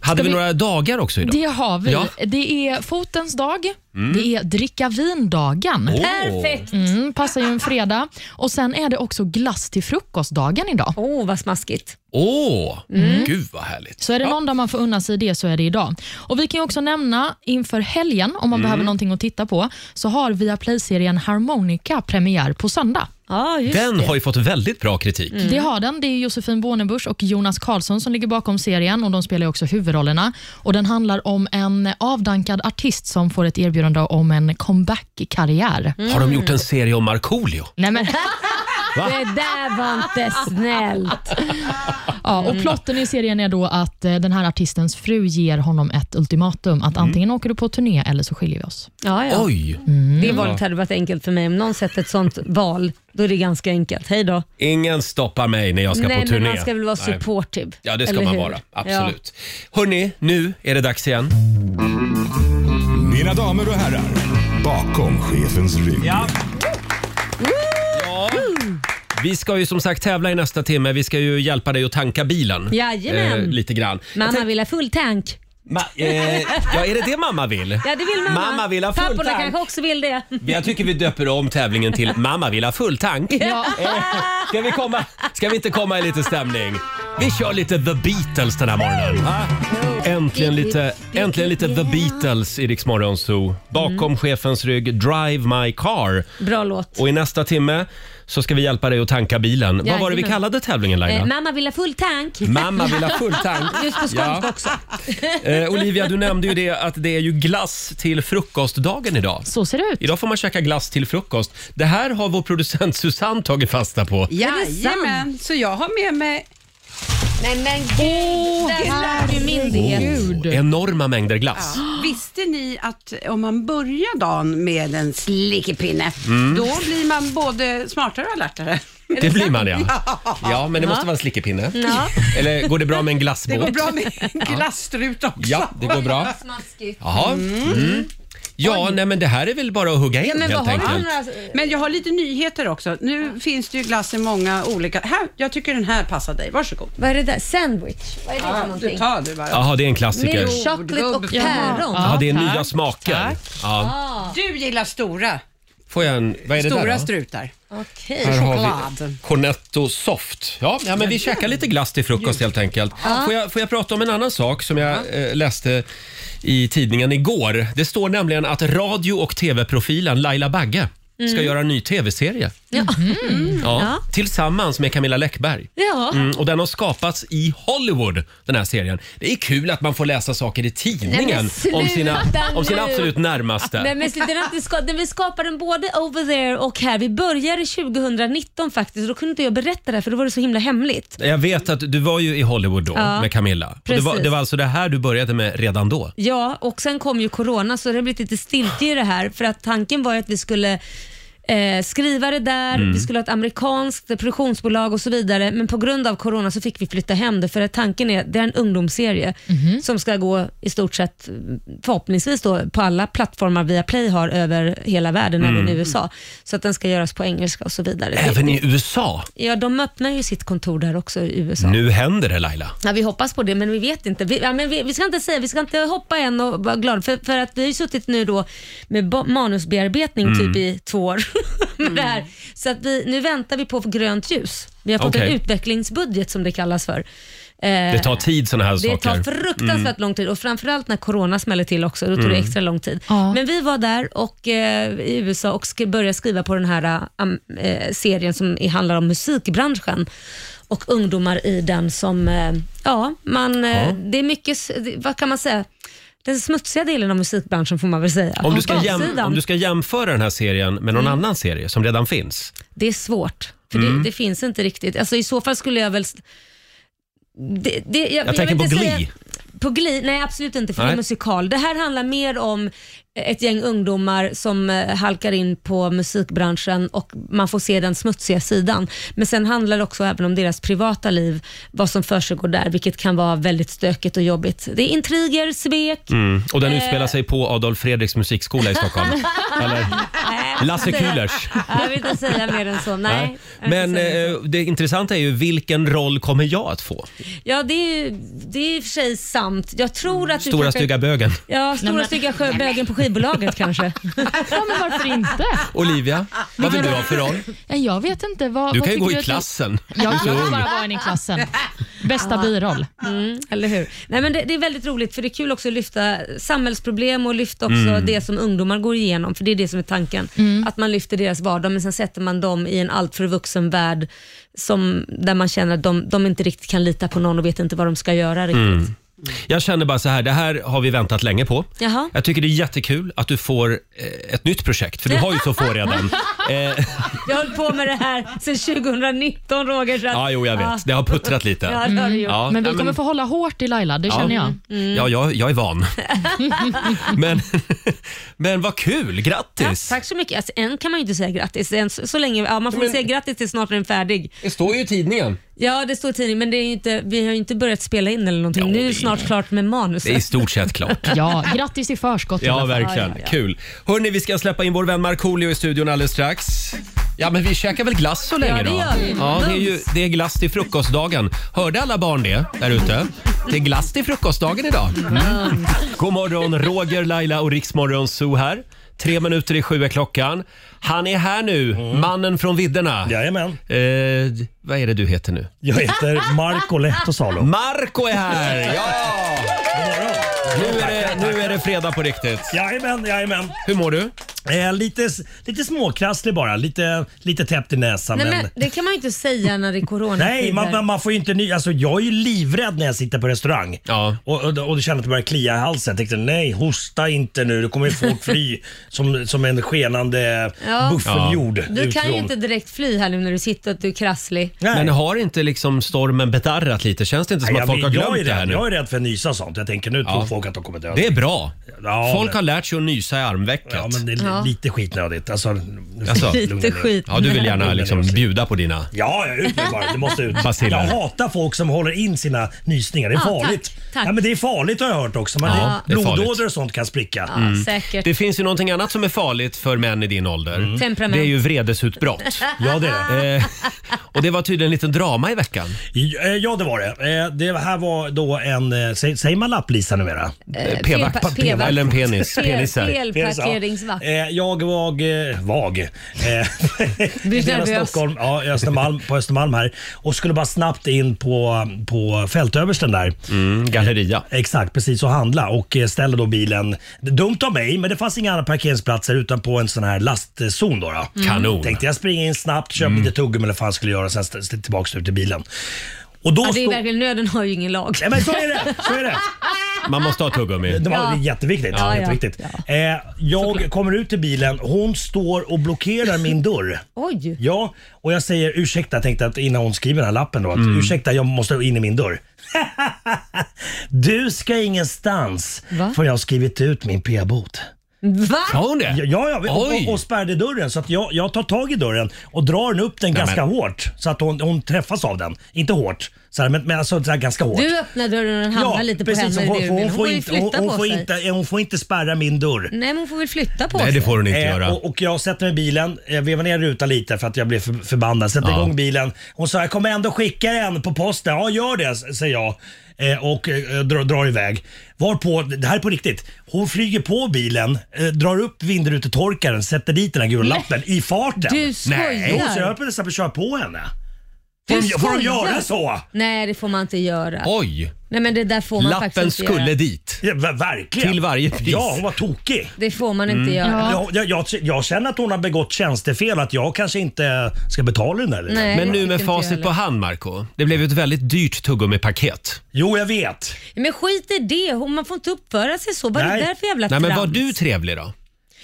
S1: Hade vi,
S4: vi-
S1: några dagar också idag?
S4: Det har vi. Eh,
S1: Ja. Mm.
S4: Det är fotens dag. Det är dricka vindagen.
S1: Åh.
S3: Perfekt!
S4: Mm, passar ju en fredag. Och Sen är det också glass till frukostdagen idag.
S3: Åh, oh, vad smaskigt.
S1: Åh,
S3: Mm.
S1: gud vad härligt.
S4: Så är det någon dag man får unna sig det så är det idag. Och Vi kan ju också nämna inför
S3: Mm.
S4: helgen, om man behöver någonting att titta på, så har Viaplay-serien Harmonica premiär på söndag.
S3: Ja, just
S1: Den
S3: det.
S1: har ju fått väldigt bra kritik.
S3: Mm.
S4: Det har den. Det är Josefin Bornebusch och Jonas Karlsson som ligger bakom serien och de spelar ju också huvudrollerna. Och Den handlar om en avdankad artist som får ett erbjudande om en comeback-karriär.
S3: Mm.
S1: Har de gjort en serie om Markoolio?
S4: Nej, men,
S3: Det där var inte snällt.
S4: ja,
S5: Mm.
S4: och plotten i serien är då att eh, den här artistens fru ger honom ett ultimatum
S5: Mm.
S4: att antingen åker du på turné eller så skiljer vi oss.
S3: Ja, ja. Mm.
S1: Oj!
S3: Det
S7: Mm.
S3: valet hade varit enkelt för mig. Om någon sett ett sånt val, då är det ganska enkelt. Hej då.
S1: Ingen stoppar mig när jag ska
S3: Nej,
S1: på turné.
S3: men man ska väl vara
S1: Nej.
S3: supportive.
S1: Ja, det ska
S3: eller
S1: man
S3: hur?
S1: vara. Absolut. Hörni, nu är det dags igen.
S2: Mina damer och herrar, bakom chefens rygg.
S1: Ja. Vi ska ju som sagt tävla i nästa timme. Vi ska ju hjälpa dig att tanka bilen. eh,
S3: Jajamän.
S1: lite grann.
S3: Ja. Mamma vill ha full tank.
S1: Ma eh, ja, är det det mamma vill?
S3: Ja, det vill mamma.
S1: Mamma vill ha full
S3: Papporna
S1: tank.
S3: kanske också vill det.
S1: Jag tycker vi döper om tävlingen till Mamma vill ha full tank.
S4: Ja.
S1: Eh, Ska vi, komma, ska vi inte komma i lite stämning? Vi kör lite The Beatles den här morgonen. va? Äntligen lite, äntligen lite The Beatles i Rix Morgon Zoo. Bakom chefens rygg, Drive My Car.
S3: Bra låt.
S1: Och i nästa timme så ska vi hjälpa dig att tanka bilen. Vad var det vi
S3: Jajamän.
S1: kallade tävlingen Laila?
S3: Eh, mamma vill ha full tank.
S1: Mamma vill ha full tank.
S3: Just på skånska
S1: Ja.
S3: också.
S1: Eh, Olivia, du nämnde ju det att det är ju glass till frukostdagen idag.
S4: Så ser det ut.
S1: Idag får man käka glass till frukost. Det här har vår producent Susanne tagit fasta på.
S7: Jajamän, så jag har med mig...
S3: Men men gud, där har du myndighet.
S1: Enorma mängder glass.
S7: Visste ni att om man börjar dagen med en slickepinne, då blir man både smartare och alertare.
S1: Mm. Det blir man ja. Ja, men det måste vara en slickepinne.
S3: Ja.
S1: Eller går det bra med en
S7: Det
S1: glassbåt?
S7: går bra med en glasstrut också.
S1: Ja, det går bra.
S3: Smaskigt.
S1: Jaha. Mm. Ja, nej men det här är väl bara att hugga in
S3: Men vad
S1: helt
S3: har vi för
S1: enkelt.
S3: några...
S7: Men jag har lite nyheter också. Nu finns det ju glass i många olika... Här, jag tycker den här passar dig. Varsågod.
S3: Vad är det där? Sandwich? Vad är det för
S7: Du
S3: någonting?
S7: tar du bara.
S1: Jaha, det är en klassiker.
S3: Med choklad och
S7: Ja.
S3: päron.
S1: Ja, det är nya
S4: tack,
S1: smaker.
S4: tack.
S1: Ja.
S7: Du gillar stora,
S1: Får jag en... Vad är det
S7: stora
S1: där då?
S7: strutar.
S3: Okej.
S1: Här har
S7: Choklad.
S1: vi Cornetto Soft. Ja, ja men vi käkar lite glass till frukost helt enkelt. Får jag, får jag prata om en annan sak som jag eh, läste i tidningen igår? Det står nämligen att radio och tv-profilen Laila Bagge ska göra en ny tv-serie.
S7: Mm.
S3: Mm.
S1: Ja, tillsammans med Camilla Läckberg.
S3: Ja.
S1: Mm, och den har skapats i Hollywood, den här serien. Det är kul att man får läsa saker i tidningen om, sina,
S3: sluta
S1: om sina
S3: nu.
S1: absolut närmaste.
S3: Nej, men den har inte ska, den, vi skapade den både over there och här. Vi började 2019 faktiskt och då kunde inte jag berätta det för då var det så himla hemligt.
S1: Jag vet att du var ju i Hollywood då
S3: Ja,
S1: med Camilla. Och det, var,
S3: precis.
S1: det var alltså det här du började med redan då?
S3: Ja, och sen kom ju corona så det har blivit lite stiltje i det här för att tanken var ju att vi skulle Eh, skriva det där,
S1: Mm.
S3: vi skulle ha ett amerikanskt produktionsbolag och så vidare men på grund av corona så fick vi flytta hem det för att tanken är det är en ungdomsserie som ska gå i stort sett förhoppningsvis då på alla plattformar via Play har över hela världen, även i USA. Så att den ska göras på engelska och så vidare.
S1: Mm. Även i USA?
S3: Ja, de öppnar ju sitt kontor där också i USA.
S1: Nu händer det Laila.
S3: Ja, vi hoppas på det, men vi vet inte. Vi, ja, men vi, vi ska inte säga, vi ska inte hoppa än och vara glada, för, för att vi har ju suttit nu då med ba- manusbearbetning
S1: Mm.
S3: typ i två år. med det här. Så att vi, nu väntar vi på grönt ljus. Vi har fått
S1: Okej.
S3: en utvecklingsbudget som det kallas för. Eh,
S1: Det tar tid såna här
S3: det
S1: saker. Mm.
S3: tar fruktansvärt lång tid och framförallt när corona smäller till också, då tog det extra lång tid.
S4: Ja.
S3: Men vi var där och, eh, i USA och ska börja skriva på den här eh, am- eh, serien som i- handlar om musikbranschen och ungdomar i den som, eh, ja, man, eh,
S1: Ja.
S3: det är mycket, s- det- vad kan man säga, den smutsiga delen av musikbranschen får man väl säga.
S1: Mm. Om du, ska
S3: Baksidan. Mm.
S1: jäm, om du ska jämföra den här serien med någon annan serie som redan finns.
S3: Det är svårt, för
S1: Mm.
S3: det, det finns inte riktigt. Alltså, I så fall skulle jag väl... s- Det, det, jag,
S1: Jag tänker
S3: vill
S1: på
S3: inte
S1: Glee.
S3: säga- På Glee? Nej, absolut inte, för det
S1: Nej.
S3: är musikal. Det här handlar mer om eh, ett gäng ungdomar som eh, halkar in på musikbranschen och man får se den smutsiga sidan. Men sen handlar det också även om deras privata liv, vad som försiggår där, vilket kan vara väldigt stökigt och jobbigt. Det är intriger, svek.
S1: Mm. Och
S3: Eh.
S1: den utspelar sig på Adolf Fredriks musikskola i Stockholm. Eller
S3: Nej,
S1: Lasse
S3: jag vill inte säga-
S1: Kühlers.
S3: Jag vill inte säga mer än så. Nej,
S1: Nej.
S3: jag vill inte
S1: Men
S3: säga mer än så.
S1: eh, det intressanta är ju vilken roll kommer jag att få?
S3: Ja, det är, ju- det är i och för sig sant. Jag tror att du
S1: Stora
S3: kanske-
S1: stygga bögen.
S3: Ja, stora stygga sjö, bögen på skivbolaget kanske.
S4: Ja, men varför inte?
S1: Olivia, vad vill du ha för roll?
S4: Nej, Jag vet inte. Vad,
S1: Du
S4: vad
S1: kan ju
S4: tycker
S1: gå i
S4: att du-
S1: klassen.
S4: Ja,
S1: Du är så
S4: jag vill
S1: ung.
S4: bara vara en i klassen. Bästa biroll.
S3: Mm, Eller hur? Nej, men det, det är väldigt roligt för det är
S1: Mm.
S3: kul också att lyfta samhällsproblem och lyfta också det som ungdomar går igenom för det är det som är tanken.
S4: Mm.
S3: Att man lyfter deras vardag men sen sätter man dem i en alltför vuxen värld som, där man känner att de, de inte riktigt kan lita på någon och vet inte vad de ska göra riktigt.
S1: Mm. Jag känner bara så här, det här har vi väntat länge på.
S3: Jaha.
S1: Jag tycker det är jättekul att du får eh, ett nytt projekt, för du har ju så få redan. Eh,
S3: Jag höll på med det här sedan 2019 Roger. Så att,
S1: ja, jo, jag
S3: Ja.
S1: vet. Det har puttrat lite. Mm.
S3: Ja, det har du gjort. Mm.
S1: Ja,
S4: Men vi
S1: ja,
S4: kommer få hålla hårt i Laila, det känner jag.
S1: Ja, jag, jag är van. men, men vad kul, grattis!
S3: Tack så mycket. Alltså, än kan man ju inte säga grattis. Än, så, så länge, ja, man får väl säga grattis till snart när den är färdig.
S1: Det står ju i tidningen.
S3: Ja, det står i tidningen, men det är ju inte, vi har ju inte börjat spela in eller någonting. nu är det snart klart med
S1: Det är i
S3: manuset.
S1: stort sett klart.
S4: Ja, grattis i förskott. i alla
S1: Ja,
S4: fall.
S1: verkligen. Kul. Hörni, vi ska släppa in vår vän Markoolio i studion alldeles strax. Ja, men vi käkar väl glass så länge
S3: Ja, det
S1: då?
S3: gör vi.
S1: Ja, det är ju det är glass till frukostdagen. Hörde alla barn det där ute? Det är glass till frukostdagen idag. Mm. God morgon, Roger, Laila och Riksmorgon Zoo här. Tre minuter i sju är klockan. Han är här nu, mannen från vidderna.
S5: Mm. Jajamän.
S1: Eh, vad är det du heter nu?
S5: Jag heter Marco Lehtosalo.
S1: Marco är här! Ja! Nu är, det, nu är det fredag på riktigt.
S5: Jajamän, jajamän.
S1: Hur mår du?
S5: Eh, lite, lite småkrasslig bara. Lite, lite täppt i näsan.
S8: Nej,
S5: men...
S8: men,
S3: Det kan man ju inte säga när det är corona.
S5: Nej, man, man- man får ju inte ny... Alltså, jag är ju livrädd när jag sitter på restaurang.
S1: Ja.
S5: Och, och, och då känner jag att det börjar klia i halsen. Jag tänkte nej, hosta inte nu. Då kommer ju folk fly som, som en skenande
S8: Ja.
S5: buffeljord.
S8: du kan ju
S5: utifrån.
S8: inte direkt fly här nu när du sitter och du är krasslig.
S5: Nej.
S1: Men har inte liksom stormen bedarrat lite? Känns det inte som
S5: Nej,
S1: att folk har
S5: jag,
S1: glömt
S5: jag, är
S1: det här
S5: rädd,
S1: nu?
S5: jag är rädd för nysa och sånt. Jag tänker nu tror
S1: Ja.
S5: folk att de kommer dö.
S1: Det är bra.
S5: Ja,
S1: folk
S5: men-
S1: har lärt sig att nysa i armväcket.
S5: Ja,
S1: Ja,
S5: men det är li- lite skitnödigt. Alltså, nu-
S1: Alltså.
S5: lugna ner.
S3: Lite skit.
S1: du vill gärna liksom
S5: Lugna ner oss.
S1: bjuda på dina...
S5: Ja, ja, ut med bara. Det måste ut.
S1: Baciller.
S5: Jag hatar folk som håller in sina nysningar. Det är farligt.
S3: tack, tack.
S5: Ja, men det är farligt har jag hört också. Man,
S1: Ja, det är farligt.
S5: blodådror och sånt kan spricka.
S3: Ja, Säkert.
S1: Det finns ju någonting annat som är farligt för män i din ålder.
S3: Mm. Temperament.
S1: Det är ju vredesutbrott.
S5: Ja, det är det.
S1: eh, och det var tydligen en liten drama i veckan.
S5: Eh, Ja, det var det. Eh, Det här var då en... eh, sä- Säger man lapplisa numera?
S1: Eh, P-vakt.
S8: P-vakt. P-vakt.
S1: Eller en penis. Peniser.
S8: Felparkeringsvakt.
S5: Eh, Jag var eh, vag. Eh, i delar av
S8: nervös.
S5: Stockholm, ja, i Östermalm, på Östermalm här. Och skulle bara snabbt in på, på fältöversten där.
S1: Mm, galleria.
S5: Eh, Exakt, precis. Och handla och eh, ställer då bilen. Dumt av mig, men det fanns inga andra parkeringsplatser utan på en sån här lastzon. Då, då.
S1: Mm. Kanon. Mm.
S5: Tänkte jag springa in snabbt, köpa lite tuggummi eller vad fan skulle göra sen st- st- tillbaka ut till bilen. Och då
S3: Ja, det är
S5: stod-
S3: verkligen, nöden har ju ingen lag.
S5: Nej men så är det! Så är det.
S1: Man måste ha tuggummi.
S5: Det var
S3: Ja.
S5: jätteviktigt.
S3: Ja, ja.
S5: jätteviktigt. Eh, jag kommer ut till bilen, hon står och blockerar min dörr.
S8: Oj.
S5: Ja, och jag säger ursäkta, tänkte att innan hon skriver den här lappen då, att ursäkta jag måste in i min dörr. du ska ingenstans
S8: Va?
S5: för jag har skrivit ut min p-bot.
S8: Va?
S1: Har hon det?
S5: Ja, ja och,
S1: Oj.
S5: och, och spärrade dörren så att jag, jag tar tag i dörren och drar den upp den ganska hårt så att hon, hon träffas av den. Inte hårt, så här, men, men alltså, så här, ganska hårt.
S8: Du öppnar dörren och den hamnar lite på henne. i
S5: Hon,
S8: det du
S5: hon, hon,
S8: menar.
S5: får
S8: ju
S5: inte, hon,
S8: flytta
S5: hon,
S8: på
S5: får
S8: sig.
S5: inte, eh, hon får inte spärra min dörr.
S8: Nej, men hon får väl flytta på
S1: Nej, det
S8: sig.
S1: får hon inte
S5: Eh,
S1: göra.
S5: och, och jag sätter mig i bilen, jag vevar ner rutan lite för att jag blev för, förbannad. Sätter igång bilen. Hon sa jag kommer ändå skicka den på posten. Ja gör det s- säger jag. Eh, och eh, drar, drar iväg. Varpå, det här är på riktigt. Hon flyger på bilen, eh, drar upp vindrutetorkaren, sätter dit den här gula lappen i farten.
S8: Du
S5: Jo, så jag
S8: skojar.
S5: höll precis att köra på henne.
S8: Du
S5: Får, de- får de
S8: skojar?
S5: göra så?
S8: Nej, det får man inte göra.
S1: Oj!
S8: Nej, men det där får man faktiskt
S1: Lappen
S8: inte
S1: skulle
S8: göra.
S1: dit.
S5: Ja, ver- verkligen.
S1: Till varje pris.
S5: Ja, hon var tokig.
S8: Det får man
S5: Mm.
S8: inte göra.
S4: Ja.
S5: Jag, jag, jag, jag känner att hon har begått tjänstefel, att jag kanske inte ska betala den där. lite.
S8: Nej, det
S1: Men nu
S8: tycker
S1: med
S8: inte jag
S1: facit på
S8: heller.
S1: hand, Marco. Det blev ju ett väldigt dyrt tuggummi-paket.
S5: Jo, jag vet.
S8: Men skit i det, hon- man får inte uppföra sig så. Vad är
S5: Nej.
S8: det där för jävla
S1: Nej, men var
S8: trams?
S1: du trevlig då?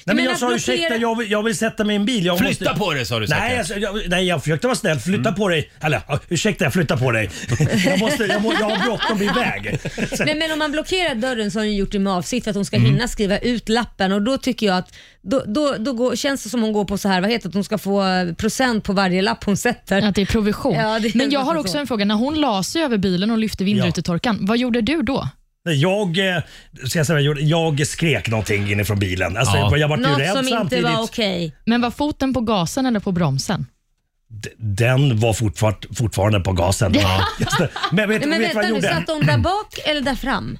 S5: Nej, men
S8: menar
S5: jag
S8: att
S5: sa
S8: blockera-
S5: ursäkta, jag vill, jag vill sätta mig i en bil. Jag
S1: Flytta på dig sa du
S5: Nej,
S1: säkert. Mm.
S5: alltså, jag, nej, jag försökte vara snäll. Flytta på dig. Eller ja, ursäkta, jag flyttar på dig. jag, måste, Alltså, jag, må, jag har bråttom iväg. Så,
S8: Nej, men om man blockerar dörren så har hon gjort det med avsikt att hon
S5: Mm.
S8: ska hinna skriva ut lappen och då tycker jag att då, då, då går, känns det som hon går på så här, vad heter det, att hon ska få eh, procent på varje lapp hon sätter.
S4: Att det är provision.
S8: Ja, det är
S4: Men jag har
S8: nästan
S4: också
S8: så.
S4: en fråga. När hon la sig över bilen och lyfte vindrutetorkaren, vad gjorde du då?
S5: nej, jag, eh, ska jag, säga, vad jag, gjorde? jag skrek någonting inifrån bilen. Alltså,
S1: Ja.
S5: Jag vart ju
S8: Något
S5: rädd
S8: som inte
S5: samtidigt.
S8: var okej.
S4: Men var foten på gasen eller på bromsen?
S5: D- Den var fortfar- fortfarande på gasen. Just det. Men vet
S8: Nej,
S5: du
S8: men
S5: vad
S8: vänta
S5: jag
S8: nu,
S5: gjorde?
S8: satt hon där bak eller där fram?